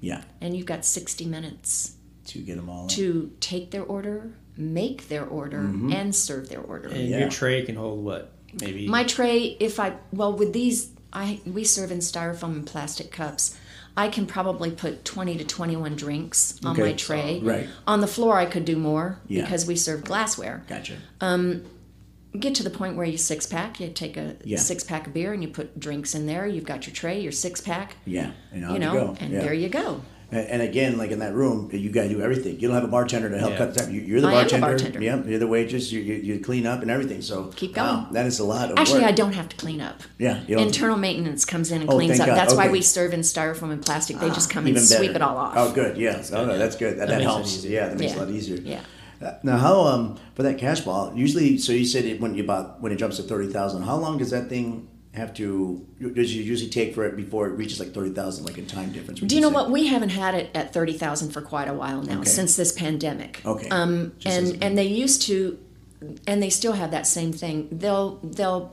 [SPEAKER 1] Yeah.
[SPEAKER 3] and you've got 60 minutes
[SPEAKER 1] To get them all. in.
[SPEAKER 3] to take their order, make their order,
[SPEAKER 1] Mm-hmm.
[SPEAKER 3] and serve their order.
[SPEAKER 2] And
[SPEAKER 1] Yeah.
[SPEAKER 2] your tray can hold what? Maybe
[SPEAKER 3] My tray, if I well with these, I we serve in styrofoam and plastic cups. I can probably put 20 to 21 drinks on
[SPEAKER 1] Okay.
[SPEAKER 3] my tray.
[SPEAKER 1] Right.
[SPEAKER 3] On the floor, I could do more
[SPEAKER 1] Yeah.
[SPEAKER 3] because we serve glassware.
[SPEAKER 1] Gotcha.
[SPEAKER 3] Get to the point where you six pack, you take a
[SPEAKER 1] Yeah.
[SPEAKER 3] six pack of beer and you put drinks in there. You've got your tray, your six pack,
[SPEAKER 1] Yeah. And on
[SPEAKER 3] you
[SPEAKER 1] you
[SPEAKER 3] know,
[SPEAKER 1] go.
[SPEAKER 3] and
[SPEAKER 1] yeah.
[SPEAKER 3] there you go.
[SPEAKER 1] And, and again, like in that room, you got to do everything. You don't have a bartender to help
[SPEAKER 2] Yeah.
[SPEAKER 1] cut the time. You, you're the
[SPEAKER 3] I am the
[SPEAKER 1] bartender.
[SPEAKER 3] bartender.
[SPEAKER 1] Yeah, you're the waitress. You, you, you clean up and everything. So
[SPEAKER 3] Keep
[SPEAKER 1] wow,
[SPEAKER 3] going.
[SPEAKER 1] that is a lot of
[SPEAKER 3] Actually,
[SPEAKER 1] work.
[SPEAKER 3] I don't have to clean up.
[SPEAKER 1] Yeah, you don't-
[SPEAKER 3] Internal maintenance comes in and
[SPEAKER 1] Oh,
[SPEAKER 3] cleans
[SPEAKER 1] thank
[SPEAKER 3] up.
[SPEAKER 1] God,
[SPEAKER 3] That's why
[SPEAKER 1] okay. Ah,
[SPEAKER 3] we serve in styrofoam and plastic. They just come and
[SPEAKER 1] Even better.
[SPEAKER 3] sweep it all off.
[SPEAKER 1] Oh, good. Yeah. oh, no, that's good. That, that,
[SPEAKER 2] makes it
[SPEAKER 1] helps.
[SPEAKER 2] easier.
[SPEAKER 1] Yeah, that makes it a lot
[SPEAKER 3] Yeah.
[SPEAKER 1] easier.
[SPEAKER 3] Yeah.
[SPEAKER 1] Uh, Now, how um for that cash ball? Usually, so you said it when you bought when it jumps to thirty thousand. How long does that thing have to? Does it usually take for it before it reaches like thirty thousand, like a time difference? would
[SPEAKER 3] Do you know
[SPEAKER 1] say?
[SPEAKER 3] what? We haven't had it at 30,000 for quite a while now
[SPEAKER 1] Okay.
[SPEAKER 3] since this pandemic.
[SPEAKER 1] Okay.
[SPEAKER 3] Um,
[SPEAKER 1] Just as-
[SPEAKER 3] and and they used to and they still have that same thing. They'll they'll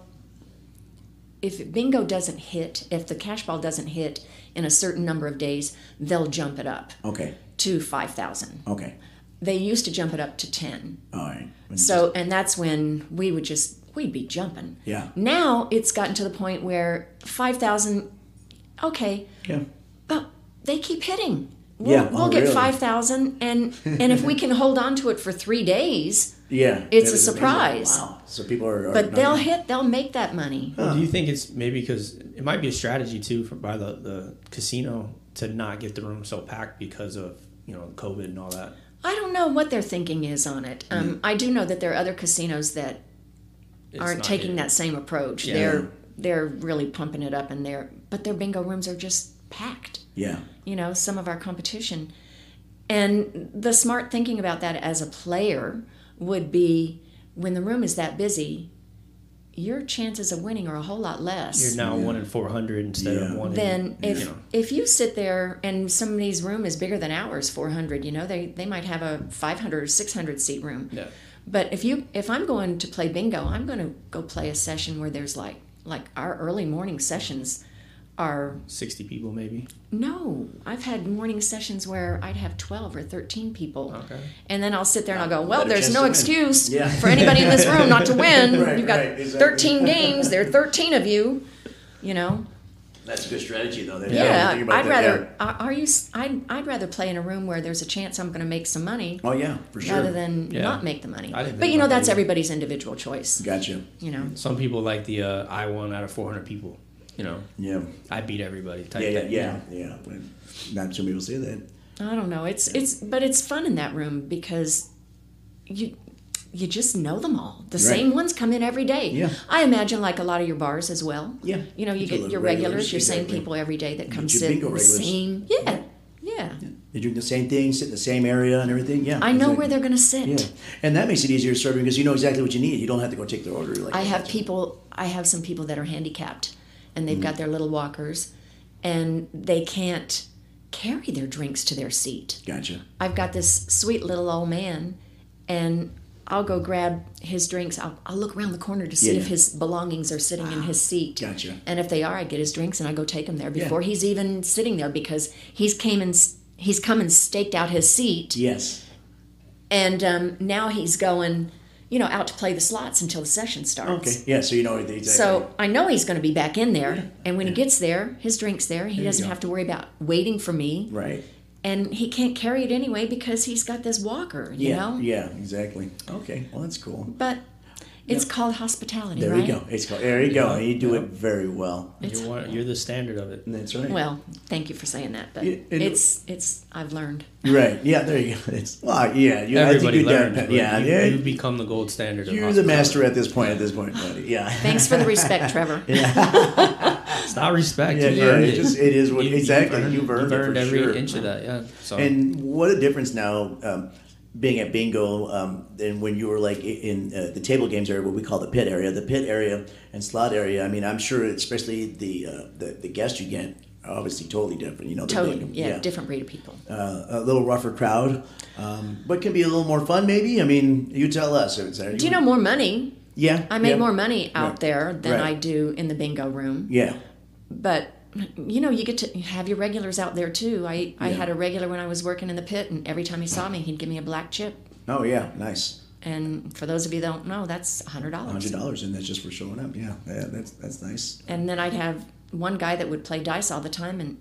[SPEAKER 3] if bingo doesn't hit, if the cash ball doesn't hit in a certain number of days, they'll jump it up
[SPEAKER 1] Okay.
[SPEAKER 3] to 5,000.
[SPEAKER 1] Okay.
[SPEAKER 3] They used to jump it up to 10.
[SPEAKER 1] All right. When-
[SPEAKER 3] So, and that's when we would just we'd be jumping.
[SPEAKER 1] Yeah.
[SPEAKER 3] Now it's gotten to the point where five thousand. Okay,
[SPEAKER 1] yeah.
[SPEAKER 3] but they keep hitting. We'll,
[SPEAKER 1] Yeah,
[SPEAKER 3] we'll
[SPEAKER 1] oh,
[SPEAKER 3] get
[SPEAKER 1] really?
[SPEAKER 3] five thousand, and and if we can hold on to it for three days,
[SPEAKER 1] Yeah.
[SPEAKER 3] It's
[SPEAKER 1] that
[SPEAKER 3] a
[SPEAKER 1] is amazing.
[SPEAKER 3] surprise.
[SPEAKER 1] Wow. So people are. are
[SPEAKER 3] but
[SPEAKER 1] not-
[SPEAKER 3] they'll hit. They'll make that money.
[SPEAKER 2] Well, do you think it's maybe because it might be a strategy too from by the, the casino to not get the room so packed because of you know COVID and all that?
[SPEAKER 3] I don't know what their thinking is on it. Um, I do know that there are other casinos that
[SPEAKER 2] It's
[SPEAKER 3] aren't
[SPEAKER 2] not
[SPEAKER 3] taking
[SPEAKER 2] here.
[SPEAKER 3] that same approach.
[SPEAKER 2] Yeah.
[SPEAKER 3] They're they're really pumping it up, and they're but their bingo rooms are just packed.
[SPEAKER 1] Yeah.
[SPEAKER 3] you know, some of our competition. And the smart thinking about that as a player would be when the room is that busy, your chances of winning are a whole lot
[SPEAKER 2] You're
[SPEAKER 3] less
[SPEAKER 2] now one in four hundred instead
[SPEAKER 1] Yeah.
[SPEAKER 2] of one.
[SPEAKER 3] than
[SPEAKER 2] in,
[SPEAKER 3] if
[SPEAKER 2] you know,
[SPEAKER 3] if you sit there and somebody's room is bigger than ours, 400, you know, they they might have a 500 or 600 seat room.
[SPEAKER 2] yeah.
[SPEAKER 3] But if you if I'm going to play bingo, I'm going to go play a session where there's like like our early morning sessions are
[SPEAKER 2] 60 people maybe.
[SPEAKER 3] no. I've had morning sessions where I'd have 12 or 13 people.
[SPEAKER 2] Okay.
[SPEAKER 3] And then I'll sit there and I'll go, well,
[SPEAKER 1] Better
[SPEAKER 3] there's
[SPEAKER 1] chance
[SPEAKER 3] no
[SPEAKER 1] to win."
[SPEAKER 3] excuse
[SPEAKER 1] Yeah.
[SPEAKER 3] for anybody in this room not to win.
[SPEAKER 1] Right,
[SPEAKER 3] You've got
[SPEAKER 1] right, exactly.
[SPEAKER 3] 13 games, there are 13 of you, you know.
[SPEAKER 1] That's a good strategy, though. They
[SPEAKER 3] Yeah,
[SPEAKER 1] didn't think about
[SPEAKER 3] I'd
[SPEAKER 1] that.
[SPEAKER 3] rather. Are, are you? s- I'd, I'd rather play in a room where there's a chance I'm going to make some money
[SPEAKER 1] Oh yeah, for sure.
[SPEAKER 3] rather than
[SPEAKER 2] Yeah.
[SPEAKER 3] not make the money.
[SPEAKER 2] I didn't
[SPEAKER 3] But
[SPEAKER 2] think
[SPEAKER 3] you know,
[SPEAKER 2] about
[SPEAKER 3] that's
[SPEAKER 2] that either. Mm.
[SPEAKER 3] everybody's individual choice.
[SPEAKER 1] Gotcha.
[SPEAKER 3] You know.
[SPEAKER 2] Some people like the uh, I won out of 400 people, you know.
[SPEAKER 1] Yeah.
[SPEAKER 2] I beat everybody type
[SPEAKER 1] Yeah, yeah,
[SPEAKER 2] thing.
[SPEAKER 1] yeah, yeah. But Not too many people say that.
[SPEAKER 3] I don't know. It's it's but it's fun in that room because you you just know them all. The same ones come in every day.
[SPEAKER 1] Yeah.
[SPEAKER 3] I imagine like a lot of your bars as well.
[SPEAKER 1] Yeah.
[SPEAKER 3] You know, you
[SPEAKER 1] Get your
[SPEAKER 3] get your
[SPEAKER 1] little
[SPEAKER 3] regulars,
[SPEAKER 1] regulars,
[SPEAKER 3] your same
[SPEAKER 1] exactly.
[SPEAKER 3] people every day that come
[SPEAKER 1] your
[SPEAKER 3] sit
[SPEAKER 1] bingo
[SPEAKER 3] in the
[SPEAKER 1] regulars.
[SPEAKER 3] same. Yeah. Yeah.
[SPEAKER 1] They drink the same thing, sit in the same area, and everything. Yeah,
[SPEAKER 3] I know where
[SPEAKER 1] exactly.
[SPEAKER 3] they're going to sit.
[SPEAKER 1] Yeah, and that makes it easier serving because you know exactly what you need. You don't have to go take their order. Like
[SPEAKER 3] I
[SPEAKER 1] that.
[SPEAKER 3] have people. I have some people that are handicapped, and they've
[SPEAKER 1] Mm.
[SPEAKER 3] got their little walkers, and they can't carry their drinks to their seat.
[SPEAKER 1] Gotcha.
[SPEAKER 3] I've got this sweet little old man, and I'll go grab his drinks. I'll, I'll look around the corner to see
[SPEAKER 1] Yeah,
[SPEAKER 3] if
[SPEAKER 1] yeah.
[SPEAKER 3] his belongings are sitting in his seat.
[SPEAKER 1] Gotcha.
[SPEAKER 3] And if they are, I get his drinks and I go take him there before he's even sitting there because he's came and s- he's come and staked out his seat,
[SPEAKER 1] Yes.
[SPEAKER 3] and um, now he's going, you know, out to play the slots until the session starts.
[SPEAKER 1] Okay. Yeah. So you know exactly.
[SPEAKER 3] So I know he's going to be back in there, and when he gets there, his drink's there. He doesn't
[SPEAKER 1] go.
[SPEAKER 3] have to worry about waiting for me,
[SPEAKER 1] Right.
[SPEAKER 3] and he can't carry it anyway because he's got this walker. You
[SPEAKER 1] Yeah.
[SPEAKER 3] know.
[SPEAKER 1] Yeah. Exactly. Okay. Well, that's cool.
[SPEAKER 3] But it's called hospitality,
[SPEAKER 1] There
[SPEAKER 3] right?
[SPEAKER 1] you go. It's called. There you go.
[SPEAKER 2] Yeah,
[SPEAKER 1] You do
[SPEAKER 2] yeah.
[SPEAKER 1] it very well.
[SPEAKER 2] You're, one, you're the standard of it.
[SPEAKER 1] That's right.
[SPEAKER 3] Well, thank you for saying that, but
[SPEAKER 1] Yeah, and-
[SPEAKER 3] it's it's I've learned.
[SPEAKER 1] Right. Yeah. There you go. It's. Well, yeah. You, I think
[SPEAKER 2] Everybody
[SPEAKER 1] you done-
[SPEAKER 2] learns. but
[SPEAKER 1] Yeah.
[SPEAKER 2] you,
[SPEAKER 1] yeah,
[SPEAKER 2] you become the gold standard.
[SPEAKER 1] You're
[SPEAKER 2] of
[SPEAKER 1] the
[SPEAKER 2] hospitality.
[SPEAKER 1] master at this point. At this point, buddy. Yeah.
[SPEAKER 3] Thanks for the respect, Trevor.
[SPEAKER 2] It's not respect.
[SPEAKER 1] Yeah,
[SPEAKER 2] you've
[SPEAKER 1] yeah,
[SPEAKER 2] earned
[SPEAKER 1] it
[SPEAKER 2] it.
[SPEAKER 1] just- it is what-
[SPEAKER 2] You-
[SPEAKER 1] exactly,
[SPEAKER 2] You've
[SPEAKER 1] you've earned
[SPEAKER 2] earned, you've
[SPEAKER 1] it
[SPEAKER 2] earned
[SPEAKER 1] for
[SPEAKER 2] every
[SPEAKER 1] sure.
[SPEAKER 2] inch of that. Yeah. So
[SPEAKER 1] And what a difference now, um, being at bingo, um, than when you were like i- in uh, the table games area, what we call the pit area, the pit area and slot area. I mean, I'm sure, especially the uh, the, the guests you get, are obviously totally different. You know, they're
[SPEAKER 3] Totally,
[SPEAKER 1] like,
[SPEAKER 3] yeah, different breed of people.
[SPEAKER 1] uh, a little rougher crowd, um, but can be a little more fun. Maybe I mean, you tell us. It's, uh,
[SPEAKER 3] Do you know more money?
[SPEAKER 1] Yeah,
[SPEAKER 3] I made
[SPEAKER 1] yeah.
[SPEAKER 3] more money out
[SPEAKER 1] Right.
[SPEAKER 3] there than
[SPEAKER 1] Right.
[SPEAKER 3] I do in the bingo room.
[SPEAKER 1] Yeah,
[SPEAKER 3] But you know, you get to have your regulars out there too. I I had a regular when I was working in the pit, and every time he saw me, he'd give me a black chip.
[SPEAKER 1] oh yeah, nice.
[SPEAKER 3] And for those of you that don't know, that's hundred dollars.
[SPEAKER 1] Hundred dollars, and that's just for showing up. Yeah, yeah, that's that's nice.
[SPEAKER 3] And then I'd have one guy that would play dice all the time, and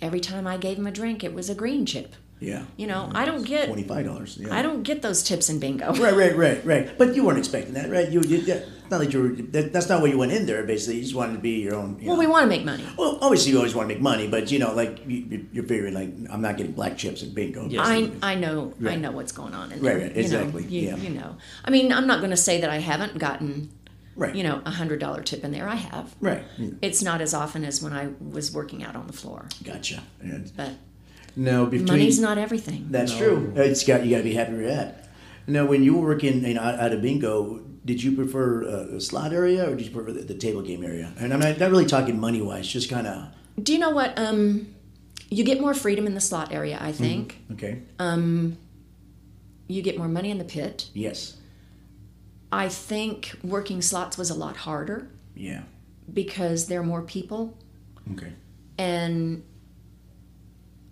[SPEAKER 3] every time I gave him a drink, it was a green chip.
[SPEAKER 1] Yeah,
[SPEAKER 3] You know, I don't get
[SPEAKER 1] twenty five dollars. Yeah.
[SPEAKER 3] I don't get those tips in bingo.
[SPEAKER 1] Right, right, right, right. But you weren't expecting that, right? You, you that- not that you were, that, that's not why you went in there. Basically, you just wanted to be your own. You
[SPEAKER 3] Well,
[SPEAKER 1] know.
[SPEAKER 3] we want to make money.
[SPEAKER 1] well, obviously, you always want to make money, but you know, like you- you, you're figuring, like I'm not getting black chips and bingo.
[SPEAKER 2] Yeah.
[SPEAKER 3] I I know I
[SPEAKER 1] Right.
[SPEAKER 3] know what's going on in
[SPEAKER 1] Right,
[SPEAKER 3] there.
[SPEAKER 1] right,
[SPEAKER 3] you know.
[SPEAKER 1] exactly,
[SPEAKER 3] You,
[SPEAKER 1] yeah.
[SPEAKER 3] you know. I mean, I'm not going to say that I haven't gotten
[SPEAKER 1] right,
[SPEAKER 3] you know a hundred dollar tip in there. I have.
[SPEAKER 1] right. Mm,
[SPEAKER 3] It's not as often as when I was working out on the floor,
[SPEAKER 1] Gotcha. And
[SPEAKER 3] but
[SPEAKER 1] no, between
[SPEAKER 3] money's not everything.
[SPEAKER 1] that's true. It's got you got to be happy with that. Now, when you were working you know, out out of bingo, did you prefer uh, a slot area or did you prefer the, the table game area? And I'm not, not really talking money wise, just kind of
[SPEAKER 3] Do you know what? Um, you get more freedom in the slot area. I think
[SPEAKER 1] okay.
[SPEAKER 3] you get more money in the pit.
[SPEAKER 1] yes.
[SPEAKER 3] I think working slots was a lot harder
[SPEAKER 1] Yeah.
[SPEAKER 3] because there are more people
[SPEAKER 1] Okay.
[SPEAKER 3] and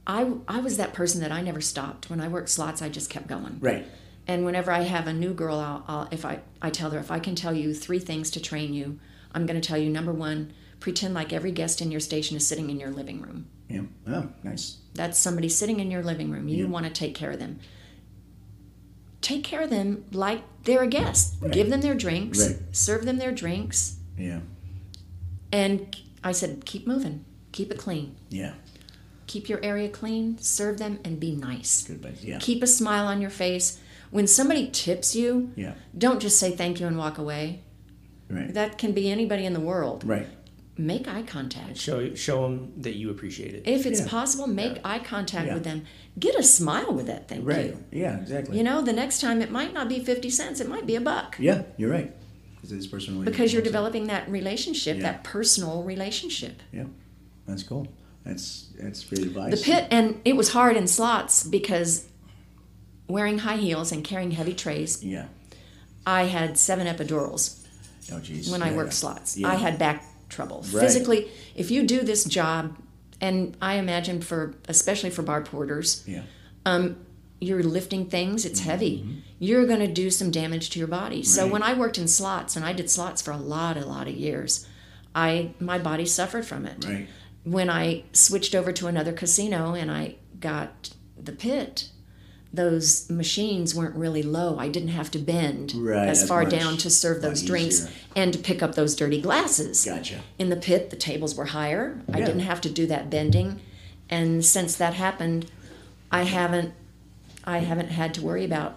[SPEAKER 3] I I was that person that I never stopped when I worked slots. I just kept going.
[SPEAKER 1] Right.
[SPEAKER 3] And whenever I have a new girl, I'll, I'll if I I tell her if I can tell you three things to train you, I'm going to tell you number one, pretend like every guest in your station is sitting in your living room.
[SPEAKER 1] Yeah. Oh, nice.
[SPEAKER 3] That's somebody sitting in your living room. You want to take care of them. Take care of them like they're a guest. Give them their drinks.
[SPEAKER 1] Right.
[SPEAKER 3] Serve them their drinks.
[SPEAKER 1] Yeah.
[SPEAKER 3] And I said, keep moving. Keep it clean.
[SPEAKER 1] Yeah.
[SPEAKER 3] keep your area clean, serve them, and be nice.
[SPEAKER 1] Good advice. Yeah.
[SPEAKER 3] Keep a smile on your face. When somebody tips you,
[SPEAKER 1] Yeah.
[SPEAKER 3] don't just say thank you and walk away.
[SPEAKER 1] Right.
[SPEAKER 3] That can be anybody in the world.
[SPEAKER 1] right.
[SPEAKER 3] Make eye contact.
[SPEAKER 2] show show them that you appreciate it.
[SPEAKER 3] If it's
[SPEAKER 1] Yeah.
[SPEAKER 3] possible, make eye contact
[SPEAKER 1] Yeah.
[SPEAKER 3] with them. Get a smile with that thank
[SPEAKER 1] Right.
[SPEAKER 3] you.
[SPEAKER 1] Yeah. Exactly.
[SPEAKER 3] You know, the next time it might not be 50 cents, it might be a buck.
[SPEAKER 1] Yeah. You're right. Because this person really-
[SPEAKER 3] Because you're developing that relationship,
[SPEAKER 1] Yeah.
[SPEAKER 3] that personal relationship.
[SPEAKER 1] Yeah. That's cool. That's that's great advice.
[SPEAKER 3] The pit, and it was hard in slots because wearing high heels and carrying heavy trays,
[SPEAKER 1] Yeah.
[SPEAKER 3] I had seven epidurals.
[SPEAKER 1] Oh, jeez.
[SPEAKER 3] when
[SPEAKER 1] yeah,
[SPEAKER 3] I worked
[SPEAKER 1] yeah.
[SPEAKER 3] slots.
[SPEAKER 1] Yeah.
[SPEAKER 3] I had back trouble.
[SPEAKER 1] Right.
[SPEAKER 3] Physically, if you do this job, and I imagine for especially for bar porters,
[SPEAKER 1] Yeah.
[SPEAKER 3] you're lifting things, it's heavy. You're going to do some damage to your body. So
[SPEAKER 1] Mm-hmm. Right.
[SPEAKER 3] when I worked in slots, and I did slots for a lot, a lot of years, I my body suffered from it.
[SPEAKER 1] Right.
[SPEAKER 3] When I switched over to another casino and I got the pit, those machines weren't really low. I didn't have to bend
[SPEAKER 1] Right,
[SPEAKER 3] as
[SPEAKER 1] as
[SPEAKER 3] far
[SPEAKER 1] much.
[SPEAKER 3] down to serve those
[SPEAKER 1] Lot
[SPEAKER 3] drinks
[SPEAKER 1] easier.
[SPEAKER 3] and to pick up those dirty glasses.
[SPEAKER 1] Gotcha.
[SPEAKER 3] In the pit, the tables were higher. I
[SPEAKER 1] Yeah.
[SPEAKER 3] didn't have to do that bending, and since that happened, I haven't I haven't had to worry about.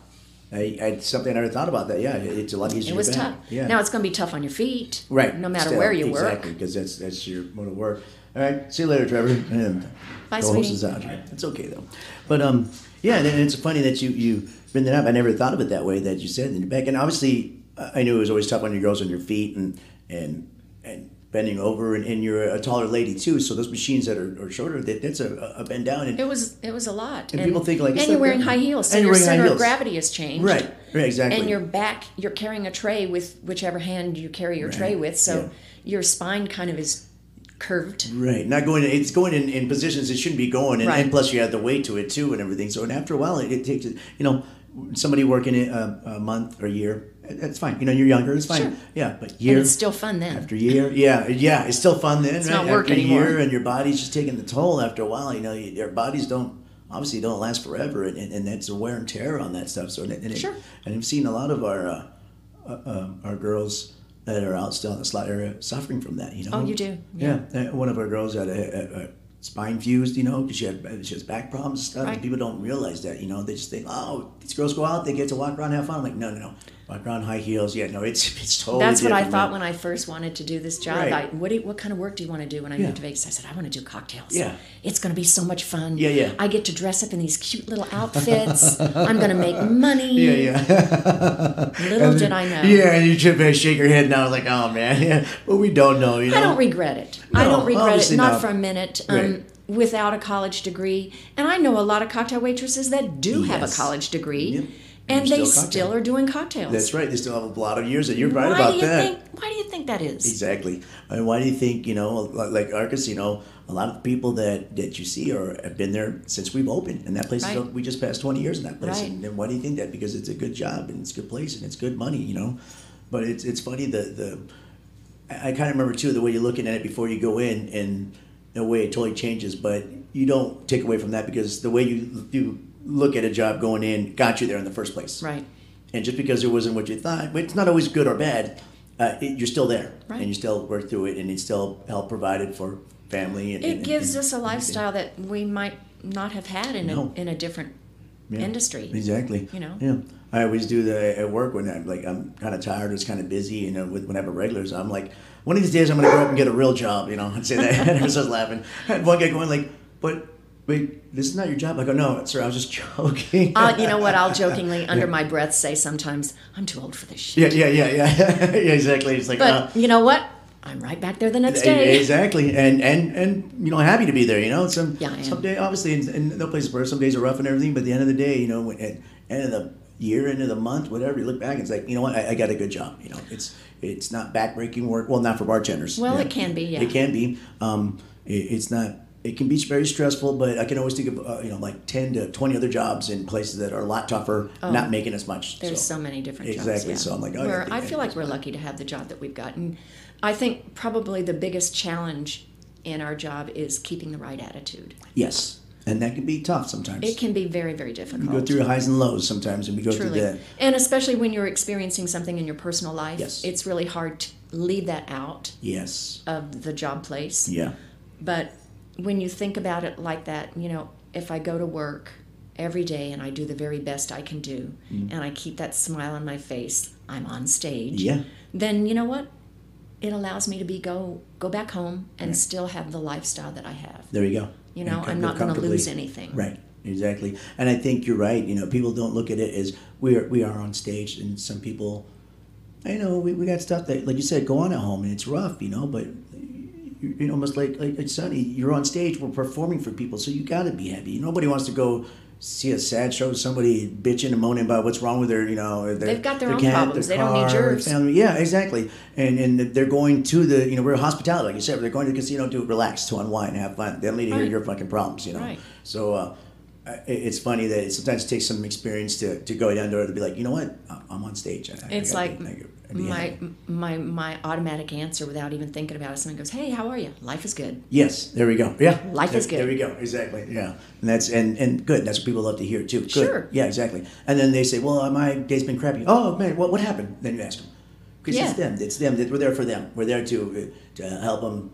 [SPEAKER 1] I, I something I never thought about that. Yeah, it- it's a lot easier.
[SPEAKER 3] It was
[SPEAKER 1] to
[SPEAKER 3] tough.
[SPEAKER 1] bend. Yeah.
[SPEAKER 3] Now it's going to be tough on your feet.
[SPEAKER 1] right.
[SPEAKER 3] No matter
[SPEAKER 1] Still,
[SPEAKER 3] where you
[SPEAKER 1] exactly,
[SPEAKER 3] work.
[SPEAKER 1] because that's that's your mode of work. All right. See you later, Trevor. And
[SPEAKER 3] Bye,
[SPEAKER 1] co-host
[SPEAKER 3] sweetie.
[SPEAKER 1] is out here. It's okay though. But um, yeah, and, and it's funny that you you bring that up. I never thought of it that way that you said in the back. And obviously, I I knew it was always tough on your girls on your feet and and and bending over. And, and you're a taller lady too, so those machines that are, are shorter, that, that's a, a bend down. And
[SPEAKER 3] It was it was a lot.
[SPEAKER 1] And people think, like, it's
[SPEAKER 3] and you're
[SPEAKER 1] not
[SPEAKER 3] wearing
[SPEAKER 1] that-
[SPEAKER 3] high heels, so
[SPEAKER 1] and you're
[SPEAKER 3] your
[SPEAKER 1] wearing high
[SPEAKER 3] center
[SPEAKER 1] heels.
[SPEAKER 3] of gravity has changed.
[SPEAKER 1] right, right, exactly.
[SPEAKER 3] And your back, you're carrying a tray with whichever hand you carry your tray with, so
[SPEAKER 1] Yeah.
[SPEAKER 3] your spine kind of is curved.
[SPEAKER 1] Right, not going. It's going in, in positions it shouldn't be going, and, and
[SPEAKER 3] Right.
[SPEAKER 1] plus you add the weight to it too, and everything. So, and after a while, it, it takes. You know, somebody working it a, a month or a year, that's fine. You know, you're younger, it's fine.
[SPEAKER 3] Sure.
[SPEAKER 1] Yeah, but
[SPEAKER 3] And
[SPEAKER 1] year
[SPEAKER 3] it's still fun then.
[SPEAKER 1] after year, yeah, yeah, it's still fun then. right?
[SPEAKER 3] not work
[SPEAKER 1] after a year,
[SPEAKER 3] anymore.
[SPEAKER 1] and your body's just taking the toll. After a while, you know, you, your bodies don't obviously don't last forever, and, and, and that's a wear and tear on that stuff. So, and, it- and it-
[SPEAKER 3] Sure.
[SPEAKER 1] and I've seen a lot of our uh, uh, um, our girls that are out still in the slot area suffering from that. You know.
[SPEAKER 3] Oh, you do.
[SPEAKER 1] Yeah, uh, one of our girls had a, a, a spine fused, you know, because she had she has back problems and stuff. And
[SPEAKER 3] Right.
[SPEAKER 1] people don't realize that, you know, they just think, oh, these girls go out, they get to walk around, have fun. I'm like, no, no, no, walk around high heels. Yeah, no, it's it's totally.
[SPEAKER 3] That's what I
[SPEAKER 1] different,
[SPEAKER 3] thought
[SPEAKER 1] man.
[SPEAKER 3] when I first wanted to do this job.
[SPEAKER 1] Right.
[SPEAKER 3] I, what, do you- what kind of work do you want to do when I
[SPEAKER 1] Yeah.
[SPEAKER 3] moved to Vegas? I said, I want to do cocktails.
[SPEAKER 1] Yeah.
[SPEAKER 3] It's going to be so much fun.
[SPEAKER 1] Yeah, yeah.
[SPEAKER 3] I get to dress up in these cute little outfits. I'm going to make money.
[SPEAKER 1] Yeah, yeah,
[SPEAKER 3] Little did I know.
[SPEAKER 1] yeah. And you just uh, shake your head, and I was like, oh man, yeah. But we don't know, you know.
[SPEAKER 3] I don't regret it. I
[SPEAKER 1] No,
[SPEAKER 3] don't regret
[SPEAKER 1] obviously
[SPEAKER 3] it, not
[SPEAKER 1] not.
[SPEAKER 3] for a minute. Um,
[SPEAKER 1] Right.
[SPEAKER 3] Without a college degree, and I know a lot of cocktail waitresses that do have a
[SPEAKER 1] Yes.
[SPEAKER 3] college degree,
[SPEAKER 1] Yep.
[SPEAKER 3] and,
[SPEAKER 1] And still
[SPEAKER 3] they
[SPEAKER 1] cocktail.
[SPEAKER 3] still are doing cocktails.
[SPEAKER 1] That's right. They still have a lot of years, and you're right
[SPEAKER 3] why
[SPEAKER 1] about
[SPEAKER 3] do you
[SPEAKER 1] that.
[SPEAKER 3] think? Why do you think that is?
[SPEAKER 1] Exactly. And why do you think, you know, like like our casino, a lot of people that, that you see are have been there since we've opened. And that place, is,
[SPEAKER 3] Right.
[SPEAKER 1] we just passed 20 years in that place.
[SPEAKER 3] Right.
[SPEAKER 1] And, and why do you think that? Because it's a good job and it's a good place and it's good money, you know. But it's, it's funny, the, the I, I kind of remember too the way you're looking at it before you go in and the way it totally changes. But you don't take away from that because the way you, you look at a job going in got you there in the first place.
[SPEAKER 3] Right.
[SPEAKER 1] And just because it wasn't what you thought, but it's not always good or bad. Uh, it, you're still there,
[SPEAKER 3] Right.
[SPEAKER 1] and you still work through it, and it's still help provided for family. And,
[SPEAKER 3] It
[SPEAKER 1] and-
[SPEAKER 3] gives
[SPEAKER 1] and-
[SPEAKER 3] us a lifestyle that we might not have had in
[SPEAKER 1] No.
[SPEAKER 3] a in a different
[SPEAKER 1] Yeah.
[SPEAKER 3] industry.
[SPEAKER 1] Exactly.
[SPEAKER 3] you know?
[SPEAKER 1] Yeah. I always do that at work when I'm like I'm kind of tired, it's kind of busy, you know. With when I have regulars, I'm like, one of these days I'm gonna grow up and get a real job, you know. And say that, and everyone's just laughing. And one guy going like, "But wait, this is not your job." I go, "No, sir, I was just joking."
[SPEAKER 3] Uh, you know what? I'll jokingly, under my breath, say sometimes, "I'm too old for this shit."
[SPEAKER 1] yeah, yeah, yeah, yeah, yeah. Exactly. It's like, uh,
[SPEAKER 3] But you know what? I'm right back there the next day.
[SPEAKER 1] E- Exactly, and and and you know, happy to be there. You know, some
[SPEAKER 3] Yeah, I am.
[SPEAKER 1] some day, obviously, and, and no place is perfect. Some days are rough and everything, but at the end of the day, you know, when- at end of the year, end of the month, whatever, you look back and it's like, you know what, I, I got a good job. You know, it's it's not backbreaking work. Well, not for bartenders.
[SPEAKER 3] Well,
[SPEAKER 1] Yeah.
[SPEAKER 3] it can be, yeah.
[SPEAKER 1] it can be. Um, it, it's not. It can be very stressful, but I can always think of uh, you know like ten to twenty other jobs in places that are a lot tougher, not making as much.
[SPEAKER 3] Oh. There's so, many different jobs.
[SPEAKER 1] Exactly.
[SPEAKER 3] yeah.
[SPEAKER 1] So I'm like, oh, yeah, I
[SPEAKER 3] Where
[SPEAKER 1] think
[SPEAKER 3] I
[SPEAKER 1] that
[SPEAKER 3] feel like we're lucky to have the job that we've gotten. I think probably the biggest challenge in our job is keeping the right attitude.
[SPEAKER 1] yes, and that can be tough sometimes.
[SPEAKER 3] It can be very, very difficult.
[SPEAKER 1] we go through highs and lows sometimes, and we go
[SPEAKER 3] truly.
[SPEAKER 1] through that.
[SPEAKER 3] And especially when you're experiencing something in your personal life,
[SPEAKER 1] Yes.
[SPEAKER 3] it's really hard to leave that out
[SPEAKER 1] Yes.
[SPEAKER 3] of the job place.
[SPEAKER 1] Yeah.
[SPEAKER 3] But when you think about it like that, you know, if I go to work every day and I do the very best I can do and I keep that smile on my face, I'm on stage.
[SPEAKER 1] Mm-hmm. Yeah.
[SPEAKER 3] Then you know what? It allows me to be go go back home and still have the lifestyle that I have.
[SPEAKER 1] There you go.
[SPEAKER 3] You know,
[SPEAKER 1] And com-
[SPEAKER 3] I'm not going to
[SPEAKER 1] comfortably-
[SPEAKER 3] lose anything.
[SPEAKER 1] Right. Exactly. And I think you're right. You know, people don't look at it as we are we are on stage, and some people, I know we, we got stuff that, like you said, go on at home, and it's rough. You know, but you, you know, almost like like, like Sonny, you're on stage, we're performing for people, so you got to be happy. Nobody wants to go see a sad show, somebody bitching and moaning about what's wrong with their, you know, their,
[SPEAKER 3] They've got their own problems. They don't need yours.
[SPEAKER 1] family. Yeah, exactly. And and they're going to the, you know, we're hospitality, like you said, they're going to the casino to relax, to unwind, have fun. They don't need to hear
[SPEAKER 3] Right.
[SPEAKER 1] your fucking problems, you know.
[SPEAKER 3] Right.
[SPEAKER 1] So uh, I- it- it's funny that it sometimes takes some experience to, to go down there to be like, you know what, I'm- I'm on stage. I- I
[SPEAKER 3] It's
[SPEAKER 1] gotta
[SPEAKER 3] like
[SPEAKER 1] be- I gotta be
[SPEAKER 3] my
[SPEAKER 1] happy."
[SPEAKER 3] my my automatic answer without even thinking about it. Someone goes, "Hey, how are you? Life is good."
[SPEAKER 1] Yes, there we go. Yeah,
[SPEAKER 3] Life
[SPEAKER 1] is
[SPEAKER 3] is good.
[SPEAKER 1] There we go. Exactly. Yeah, and that's and and good. That's what people love to hear too. Good.
[SPEAKER 3] Sure.
[SPEAKER 1] Yeah, exactly. And then they say, "Well, uh, my day's been crappy." Oh man, what what happened? Then you ask them because
[SPEAKER 3] Yeah.
[SPEAKER 1] it's them. It's them. We're there for them. We're there to uh, to help them,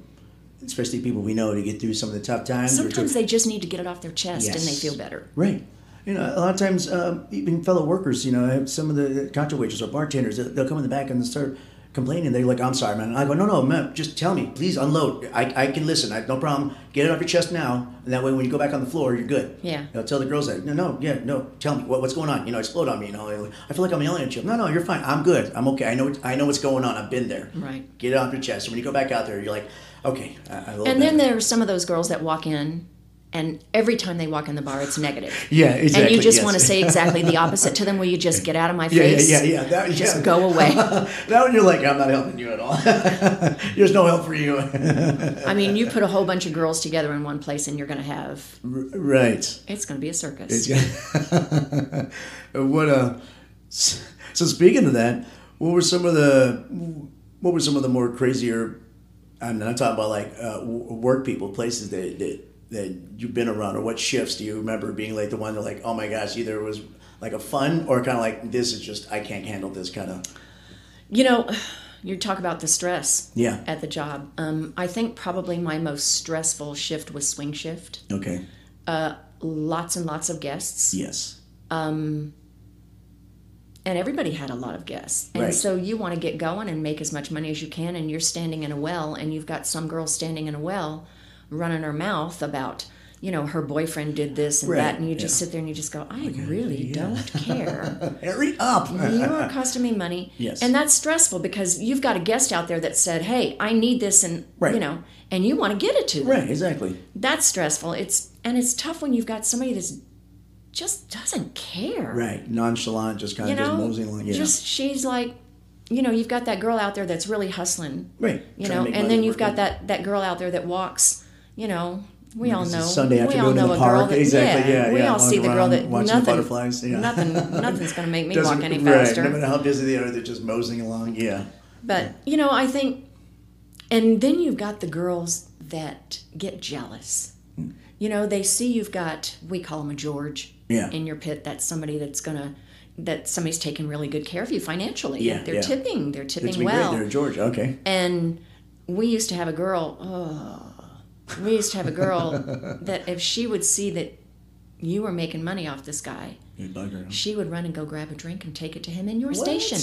[SPEAKER 1] especially people we know, to get through some of the tough times. or to-
[SPEAKER 3] Sometimes they just need to get it off their chest and they
[SPEAKER 1] Yes.
[SPEAKER 3] feel better.
[SPEAKER 1] Right. You know, a lot of times, um, even fellow workers, you know, I have some of the cocktail waiters or bartenders, they'll, they'll come in the back and they'll start complaining. They're like, I'm sorry, man. And I go, no, no, man, just tell me. Please unload. I, I can listen. I, no problem. Get it off your chest now. And that way, when you go back on the floor, you're good.
[SPEAKER 3] Yeah.
[SPEAKER 1] You know, tell the girls that, no, no, yeah, no, tell me. What, what's going on? You know, explode on me. You know, I feel like I'm yelling at you. No, no, you're fine. I'm good. I'm okay. I know I know what's going on. I've been there.
[SPEAKER 3] Right.
[SPEAKER 1] Get it off your chest. And when you go back out there, you're like, okay. I, I
[SPEAKER 3] And then there are some of those girls that walk in, and every time they walk in the bar, it's negative.
[SPEAKER 1] Yeah, exactly.
[SPEAKER 3] and you just
[SPEAKER 1] yes.
[SPEAKER 3] want to say exactly the opposite to them. Will you just get out of my
[SPEAKER 1] Yeah, yeah,
[SPEAKER 3] face?
[SPEAKER 1] yeah, yeah. That,
[SPEAKER 3] Just
[SPEAKER 1] yeah.
[SPEAKER 3] go away.
[SPEAKER 1] That one you're like, I'm not helping you at all. There's no help for you.
[SPEAKER 3] I mean, you put a whole bunch of girls together in one place, and you're going to have
[SPEAKER 1] right.
[SPEAKER 3] it's going to be a circus.
[SPEAKER 1] what uh so speaking of that, what were some of the what were some of the more crazier I'm not talking about like uh, w- work people, places that, that that you've been around or what shifts do you remember being like the one that like, oh my gosh, either it was like a fun or kind of like this is just I can't handle this kind of
[SPEAKER 3] You know, you talk about the stress
[SPEAKER 1] Yeah.
[SPEAKER 3] at the job. Um, I think probably my most stressful shift was swing shift.
[SPEAKER 1] okay.
[SPEAKER 3] Lots and lots of guests.
[SPEAKER 1] Yes.
[SPEAKER 3] and everybody had a lot of guests and
[SPEAKER 1] Right.
[SPEAKER 3] so you want to get going and make as much money as you can and you're standing in a well and you've got some girl standing in a well running her mouth about you know her boyfriend did this and
[SPEAKER 1] Right,
[SPEAKER 3] that and you
[SPEAKER 1] yeah.
[SPEAKER 3] just sit there and you just go i really don't care
[SPEAKER 1] Hurry up.
[SPEAKER 3] you are costing me money
[SPEAKER 1] Yes.
[SPEAKER 3] and that's stressful because you've got a guest out there that said hey i need this and
[SPEAKER 1] Right.
[SPEAKER 3] you know and you want to get it to them
[SPEAKER 1] Right, exactly.
[SPEAKER 3] that's stressful it's and it's tough when you've got somebody that's just doesn't care
[SPEAKER 1] Right, nonchalant, just kind
[SPEAKER 3] you
[SPEAKER 1] of
[SPEAKER 3] know,
[SPEAKER 1] just moseying along. Yeah.
[SPEAKER 3] just she's like, you know, you've got that girl out there that's really hustling,
[SPEAKER 1] right.
[SPEAKER 3] you
[SPEAKER 1] Trying to
[SPEAKER 3] know,
[SPEAKER 1] make
[SPEAKER 3] and
[SPEAKER 1] money
[SPEAKER 3] then you've
[SPEAKER 1] work.
[SPEAKER 3] got that that girl out there that walks, you know. We all
[SPEAKER 1] This is
[SPEAKER 3] know.
[SPEAKER 1] Sunday
[SPEAKER 3] we all
[SPEAKER 1] afternoon in
[SPEAKER 3] know
[SPEAKER 1] the
[SPEAKER 3] a girl
[SPEAKER 1] park.
[SPEAKER 3] that,
[SPEAKER 1] Exactly, yeah,
[SPEAKER 3] we
[SPEAKER 1] yeah,
[SPEAKER 3] all see
[SPEAKER 1] walking
[SPEAKER 3] the girl
[SPEAKER 1] around,
[SPEAKER 3] that
[SPEAKER 1] watching the
[SPEAKER 3] nothing,
[SPEAKER 1] butterflies, yeah.
[SPEAKER 3] nothing, nothing's going to make me
[SPEAKER 1] Doesn't-
[SPEAKER 3] walk any
[SPEAKER 1] right,
[SPEAKER 3] faster.
[SPEAKER 1] No matter how busy they are, they're just moseying along. Yeah.
[SPEAKER 3] But you know, I think, and then you've got the girls that get jealous.
[SPEAKER 1] Hmm.
[SPEAKER 3] You know, they see you've got we call them a George
[SPEAKER 1] Yeah.
[SPEAKER 3] in your pit. That's somebody that's gonna that somebody's taking really good care of you financially.
[SPEAKER 1] Yeah,
[SPEAKER 3] they're
[SPEAKER 1] yeah.
[SPEAKER 3] tipping. They're tipping
[SPEAKER 1] It's been
[SPEAKER 3] well.
[SPEAKER 1] great there, Georgia. Okay.
[SPEAKER 3] And we used to have a girl. Oh, we used to have a girl that if she would see that you were making money off this guy,
[SPEAKER 1] Good bugger.
[SPEAKER 3] she would run and go grab a drink and take it to him in your station.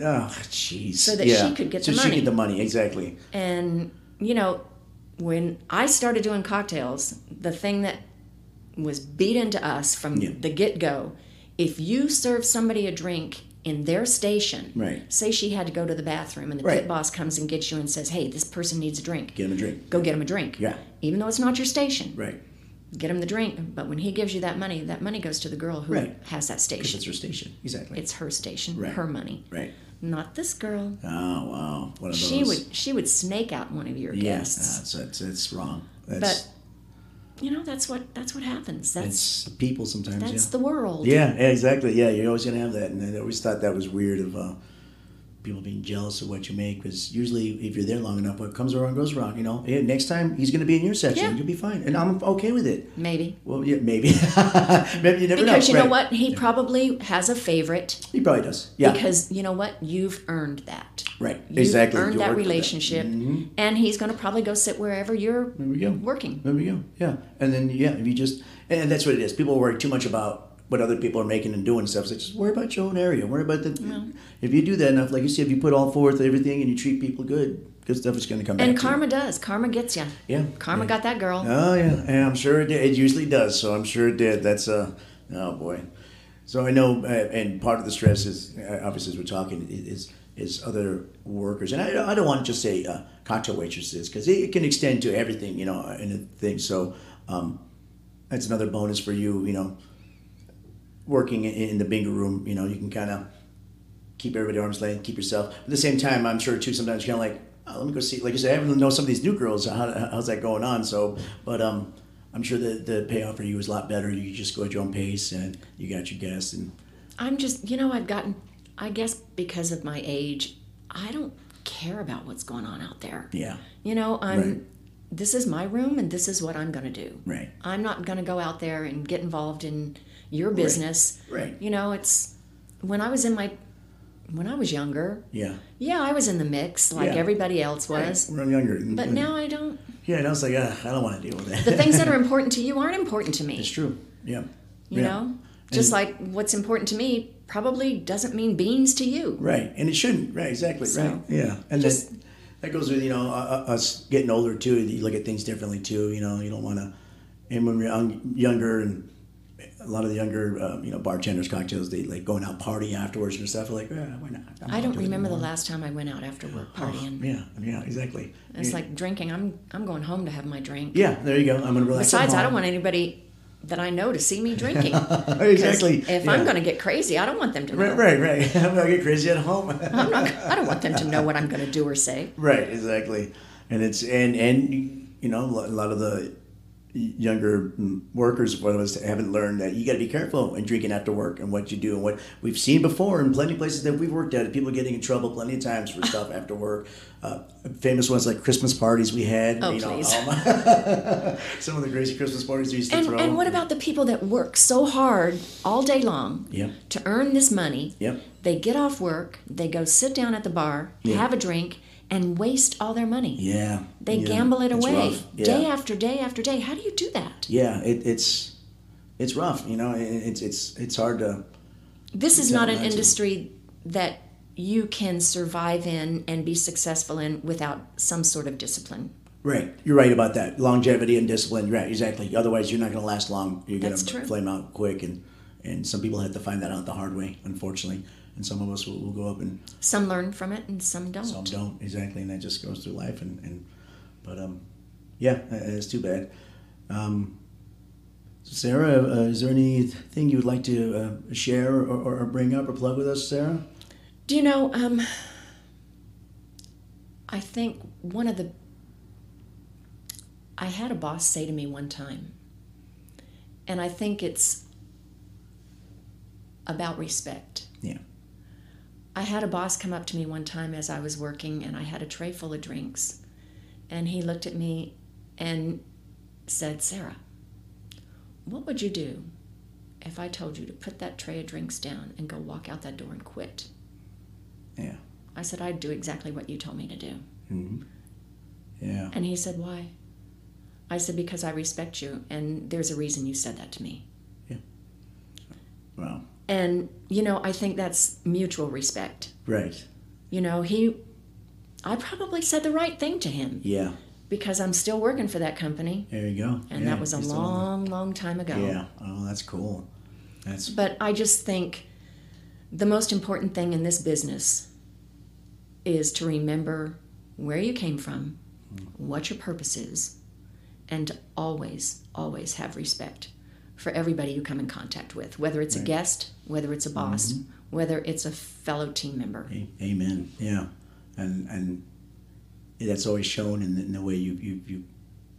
[SPEAKER 1] Oh, jeez.
[SPEAKER 3] So that she could get
[SPEAKER 1] so
[SPEAKER 3] the
[SPEAKER 1] she
[SPEAKER 3] money.
[SPEAKER 1] get the money. Exactly.
[SPEAKER 3] And, you know, when I started doing cocktails, the thing that was beat into us from
[SPEAKER 1] Yeah.
[SPEAKER 3] the get go if you serve somebody a drink in their station,
[SPEAKER 1] Right.
[SPEAKER 3] say she had to go to the bathroom and the
[SPEAKER 1] Right.
[SPEAKER 3] pit boss comes and gets you and says, hey, this person needs a drink.
[SPEAKER 1] Get him a drink.
[SPEAKER 3] Go get him a drink.
[SPEAKER 1] Yeah.
[SPEAKER 3] Even though it's not your station,
[SPEAKER 1] Right.
[SPEAKER 3] get him the drink. But when he gives you that money, that money goes to the girl who
[SPEAKER 1] Right.
[SPEAKER 3] has that station.
[SPEAKER 1] It's her station. Exactly.
[SPEAKER 3] It's her station,
[SPEAKER 1] Right.
[SPEAKER 3] her money,
[SPEAKER 1] right.
[SPEAKER 3] not this girl.
[SPEAKER 1] Oh wow. One of those.
[SPEAKER 3] She would she would snake out one of your
[SPEAKER 1] Yes.
[SPEAKER 3] guests.
[SPEAKER 1] That's it's, it's wrong. That's
[SPEAKER 3] but you know that's what that's what happens that's
[SPEAKER 1] it's people sometimes.
[SPEAKER 3] that's
[SPEAKER 1] yeah.
[SPEAKER 3] the world
[SPEAKER 1] Yeah, yeah, exactly. Yeah, you're always gonna have that, and I always thought that was weird of uh, people being jealous of what you make. Because usually, if you're there long enough, what comes around goes around. You know, hey, next time he's gonna be in your section,
[SPEAKER 3] Yeah.
[SPEAKER 1] you'll be fine, and I'm okay with it.
[SPEAKER 3] maybe
[SPEAKER 1] Well, yeah, maybe, maybe you never know.
[SPEAKER 3] because you know
[SPEAKER 1] Right.
[SPEAKER 3] what he probably has a favorite
[SPEAKER 1] He probably does. Yeah,
[SPEAKER 3] because you know what you've earned that
[SPEAKER 1] right,
[SPEAKER 3] You've
[SPEAKER 1] exactly.
[SPEAKER 3] earned
[SPEAKER 1] You
[SPEAKER 3] that
[SPEAKER 1] worked with
[SPEAKER 3] relationship
[SPEAKER 1] Mm-hmm.
[SPEAKER 3] and he's going to probably go sit wherever you're
[SPEAKER 1] There we go.
[SPEAKER 3] working
[SPEAKER 1] There we go. Yeah, and then yeah, if you just and that's what it is. People worry too much about what other people are making and doing and stuff. It's like, just worry about your own area. Worry about the. If you do that enough, like you said, if you put all forth everything and you treat people good, good stuff is going to come back.
[SPEAKER 3] and
[SPEAKER 1] to
[SPEAKER 3] karma does karma gets you
[SPEAKER 1] you. Yeah.
[SPEAKER 3] karma
[SPEAKER 1] yeah.
[SPEAKER 3] got that girl
[SPEAKER 1] Oh yeah, and I'm sure it did. It usually does. So I'm sure it did. That's uh, oh boy. So I know, uh, and part of the stress is uh, obviously as we're talking is is other workers, and I, I don't want to just say uh, cocktail waitresses because it, it can extend uh, to everything, you know, and things. So um, that's another bonus for you, you know, working in, in the bingo room, you know, you can kind of keep everybody at arm's length, keep yourself. But at the same time, I'm sure too, sometimes you're kind of like, oh, let me go see, like you said, I haven't know some of these new girls, how, how's that going on? So, but um, I'm sure the, the payoff for you is a lot better. You just go at your own pace and you got your guests. And
[SPEAKER 3] I'm just, you know, I've gotten, I guess because of my age, I don't care about what's going on out there.
[SPEAKER 1] yeah,
[SPEAKER 3] You know, I'm,
[SPEAKER 1] Right.
[SPEAKER 3] this is my room and this is what I'm going to do.
[SPEAKER 1] right,
[SPEAKER 3] I'm not going to go out there and get involved in your business.
[SPEAKER 1] right,
[SPEAKER 3] You know, it's, when I was in my, when I was younger,
[SPEAKER 1] yeah.
[SPEAKER 3] yeah, I was in the mix like
[SPEAKER 1] Yeah.
[SPEAKER 3] everybody else was.
[SPEAKER 1] We're younger.
[SPEAKER 3] But now I don't,
[SPEAKER 1] yeah, and I was like, ah, I don't want to deal with that.
[SPEAKER 3] the things that are important to you aren't important to me.
[SPEAKER 1] it's true. Yeah,
[SPEAKER 3] you
[SPEAKER 1] yeah.
[SPEAKER 3] know just like what's important to me probably doesn't mean beans to you
[SPEAKER 1] Right, and it shouldn't. Right, exactly.
[SPEAKER 3] So,
[SPEAKER 1] right, yeah, and
[SPEAKER 3] just-
[SPEAKER 1] that, that goes with you know uh, uh, us getting older too. You look at things differently too. You know, you don't want to. And when we're young, younger, and a lot of the younger, um, you know, bartenders, cocktails, they like going out party afterwards and stuff. Like, yeah, why not? I'm
[SPEAKER 3] i
[SPEAKER 1] not
[SPEAKER 3] don't
[SPEAKER 1] doing it
[SPEAKER 3] remember the
[SPEAKER 1] anymore." Oh,
[SPEAKER 3] last time i went out after work partying
[SPEAKER 1] Yeah, yeah, exactly.
[SPEAKER 3] it's
[SPEAKER 1] Yeah.
[SPEAKER 3] like drinking i'm i'm going home to have my drink
[SPEAKER 1] yeah, there you go. I'm gonna relax. at
[SPEAKER 3] besides i don't
[SPEAKER 1] home.
[SPEAKER 3] want anybody that i know to see me drinking 'Cause
[SPEAKER 1] exactly.
[SPEAKER 3] if
[SPEAKER 1] yeah.
[SPEAKER 3] i'm going to get crazy i don't want them to know
[SPEAKER 1] Right, right, right. I'm gonna get crazy at home.
[SPEAKER 3] I'm not, i don't want them to know what i'm going to do or say
[SPEAKER 1] Right, exactly, and it's and and you know a lot of the younger workers for us haven't learned that you got to be careful when drinking after work and what you do and what we've seen before in plenty of places that we've worked at people getting in trouble plenty of times for stuff after work uh, famous ones like christmas parties we had
[SPEAKER 3] Oh,
[SPEAKER 1] you know
[SPEAKER 3] please.
[SPEAKER 1] all my- some of the crazy christmas parties we used to
[SPEAKER 3] and
[SPEAKER 1] throw
[SPEAKER 3] and what about the people that work so hard all day long
[SPEAKER 1] Yep.
[SPEAKER 3] to earn this money
[SPEAKER 1] Yep.
[SPEAKER 3] they get off work they go sit down at the bar
[SPEAKER 1] Yeah.
[SPEAKER 3] have a drink and waste all their money
[SPEAKER 1] yeah
[SPEAKER 3] They
[SPEAKER 1] yeah,
[SPEAKER 3] gamble it
[SPEAKER 1] it's
[SPEAKER 3] away
[SPEAKER 1] rough, yeah.
[SPEAKER 3] day after day after day. How do you do that?
[SPEAKER 1] yeah it, it's it's rough you know it, it's it's it's hard to
[SPEAKER 3] This is not an
[SPEAKER 1] imagine.
[SPEAKER 3] industry that you can survive in and be successful in without some sort of discipline.
[SPEAKER 1] Right, you're right about that. Longevity and discipline. Right, exactly. Otherwise, you're not going to last long. You're going
[SPEAKER 3] That's true.
[SPEAKER 1] to flame out quick, and and some people have to find that out the hard way, unfortunately. And some of us will, will go up, and
[SPEAKER 3] Some learn from it and some don't.
[SPEAKER 1] some don't exactly, and that just goes through life. And, and but um, yeah, uh, it's too bad. Um, Sarah, uh, is there anything you would like to uh, share or, or, or bring up or plug with us, Sarah?
[SPEAKER 3] Do you know? Um, I think one of the. I had a boss say to me one time, and I think it's about respect.
[SPEAKER 1] Yeah.
[SPEAKER 3] I had a boss come up to me one time as I was working, and I had a tray full of drinks. And he looked at me and said, Sarah, what would you do if I told you to put that tray of drinks down and go walk out that door and quit?
[SPEAKER 1] Yeah.
[SPEAKER 3] I said, I'd do exactly what you told me to do.
[SPEAKER 1] Yeah.
[SPEAKER 3] And he said, Why? I said, Because I respect you, and there's a reason you said that to me.
[SPEAKER 1] Wow.
[SPEAKER 3] And, you know, I think that's mutual respect.
[SPEAKER 1] Right.
[SPEAKER 3] You know, he, I probably said the right thing to him.
[SPEAKER 1] Yeah.
[SPEAKER 3] because I'm still working for that company,
[SPEAKER 1] There you go.
[SPEAKER 3] and
[SPEAKER 1] Yeah,
[SPEAKER 3] that was a
[SPEAKER 1] it's
[SPEAKER 3] long, long time ago.
[SPEAKER 1] Yeah. Oh, that's cool. That's
[SPEAKER 3] But I just think the most important thing in this business is to remember where you came from,
[SPEAKER 1] Mm.
[SPEAKER 3] what your purpose is, and to always, always have respect for everybody you come in contact with, whether it's a guest, whether it's a boss,
[SPEAKER 1] Mm-hmm.
[SPEAKER 3] whether it's a fellow team member.
[SPEAKER 1] A- Amen. Yeah, and and that's always shown in the, in the way you you, you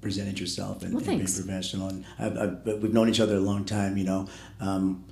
[SPEAKER 1] presented yourself and,
[SPEAKER 3] Well,
[SPEAKER 1] and being
[SPEAKER 3] thanks.
[SPEAKER 1] professional. And I've, I've, but we've known each other a long time, you know. Um,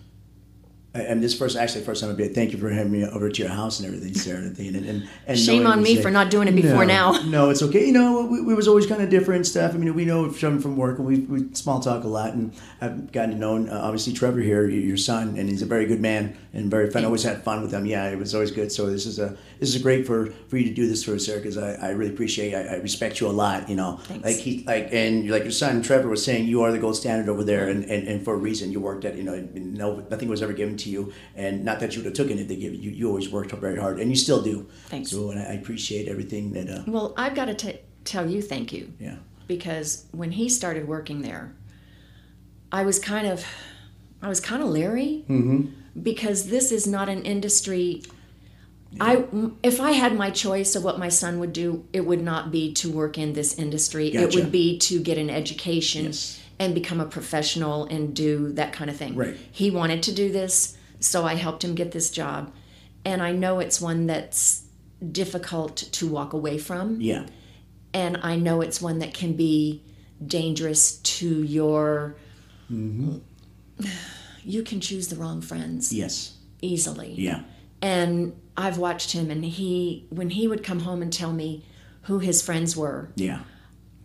[SPEAKER 1] I- and this first, actually, first time I've been. Thank you for having me over to your house and everything, Sarah. And, and, and
[SPEAKER 3] Shame
[SPEAKER 1] knowing
[SPEAKER 3] on me
[SPEAKER 1] that-
[SPEAKER 3] for not doing it before
[SPEAKER 1] no,
[SPEAKER 3] now.
[SPEAKER 1] no, it's okay. You know, we, we was always kind of different and stuff. I mean, we know from from work, and we, we small talk a lot, and I've gotten to know uh, obviously Trevor here, y- your son, and he's a very good man and very fun. I always had fun with him. Yeah, it was always good. So this is a this is great for for you to do this for us, Sarah, because I, I really appreciate. I, I respect you a lot. You know,
[SPEAKER 3] Thanks.
[SPEAKER 1] like he like and like your son Trevor was saying, you are the gold standard over there, and and, and for a reason. You worked at you know and no nothing was ever given to you, and not that you would have taken it. They give you. You always worked very hard, and you still do.
[SPEAKER 3] Thanks.
[SPEAKER 1] So and I I appreciate everything that. Uh,
[SPEAKER 3] Well, I've got to t- tell you thank you.
[SPEAKER 1] yeah.
[SPEAKER 3] because when he started working there, I was kind of,
[SPEAKER 1] Mm-hmm.
[SPEAKER 3] I was kind of leery because this is not an industry I m if I had my choice of what my son would do, it would not be to work in this industry. It
[SPEAKER 1] Gotcha.
[SPEAKER 3] would be to get an education
[SPEAKER 1] Yes.
[SPEAKER 3] and become a professional and do that kind of thing.
[SPEAKER 1] Right.
[SPEAKER 3] He wanted to do this, so I helped him get this job. And I know it's one that's difficult to walk away from
[SPEAKER 1] Yeah.
[SPEAKER 3] and I know it's one that can be dangerous to your you can choose the wrong friends
[SPEAKER 1] Yes.
[SPEAKER 3] easily.
[SPEAKER 1] Yeah.
[SPEAKER 3] And I've watched him and he when he would come home and tell me who his friends were.
[SPEAKER 1] Yeah.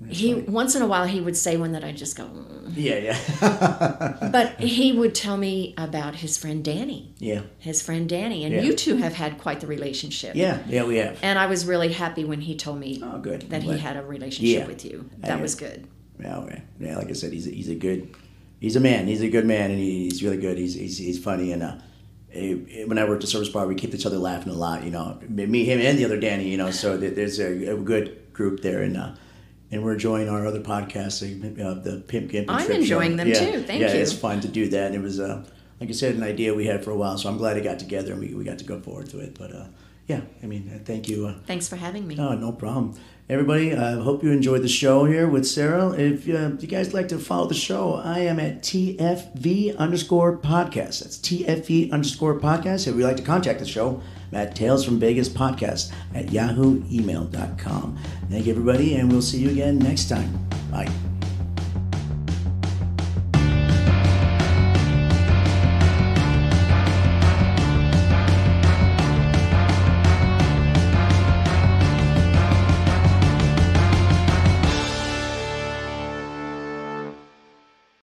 [SPEAKER 3] he once in a while he would say one that I just go, "Mm."
[SPEAKER 1] Yeah. Yeah.
[SPEAKER 3] but he would tell me about his friend Danny.
[SPEAKER 1] Yeah.
[SPEAKER 3] His friend Danny and
[SPEAKER 1] Yeah.
[SPEAKER 3] you two have had quite the relationship.
[SPEAKER 1] Yeah. Yeah. We have.
[SPEAKER 3] And I was really happy when he told me
[SPEAKER 1] Oh, good.
[SPEAKER 3] that he
[SPEAKER 1] Glad.
[SPEAKER 3] had a relationship
[SPEAKER 1] Yeah.
[SPEAKER 3] with you.
[SPEAKER 1] I
[SPEAKER 3] That
[SPEAKER 1] am.
[SPEAKER 3] was good.
[SPEAKER 1] Yeah, okay. yeah. Like I said, he's a, he's a good, he's a man. He's a good man, and he, he's really good. He's he's, he's funny, and uh, eh, eh, when I worked at Service Bar, we kept each other laughing a lot. You know, me, him, and the other Danny. You know, so there- there's a, a good group there, and uh, and we're enjoying our other podcasts, eh, uh, the Pimp Gimp. and
[SPEAKER 3] I'm
[SPEAKER 1] Trip Show.
[SPEAKER 3] enjoying them,
[SPEAKER 1] Yeah.
[SPEAKER 3] too. Thank
[SPEAKER 1] yeah,
[SPEAKER 3] you.
[SPEAKER 1] it's fun to do that. And it was uh, like I said, an idea we had for a while. So I'm glad it got together, and we, we got to go forward to it. But uh, yeah, I mean, eh, thank you. Uh,
[SPEAKER 3] Thanks for having me.
[SPEAKER 1] Oh, no problem. Everybody, I hope you enjoyed the show here with Sarah. If uh, you guys like to follow the show, I am at TFV underscore podcast. That's TFV underscore podcast. If you'd like to contact the show, I'm at Tales from Vegas podcast at yahoo email dot com. Thank you, everybody, and we'll see you again next time. Bye.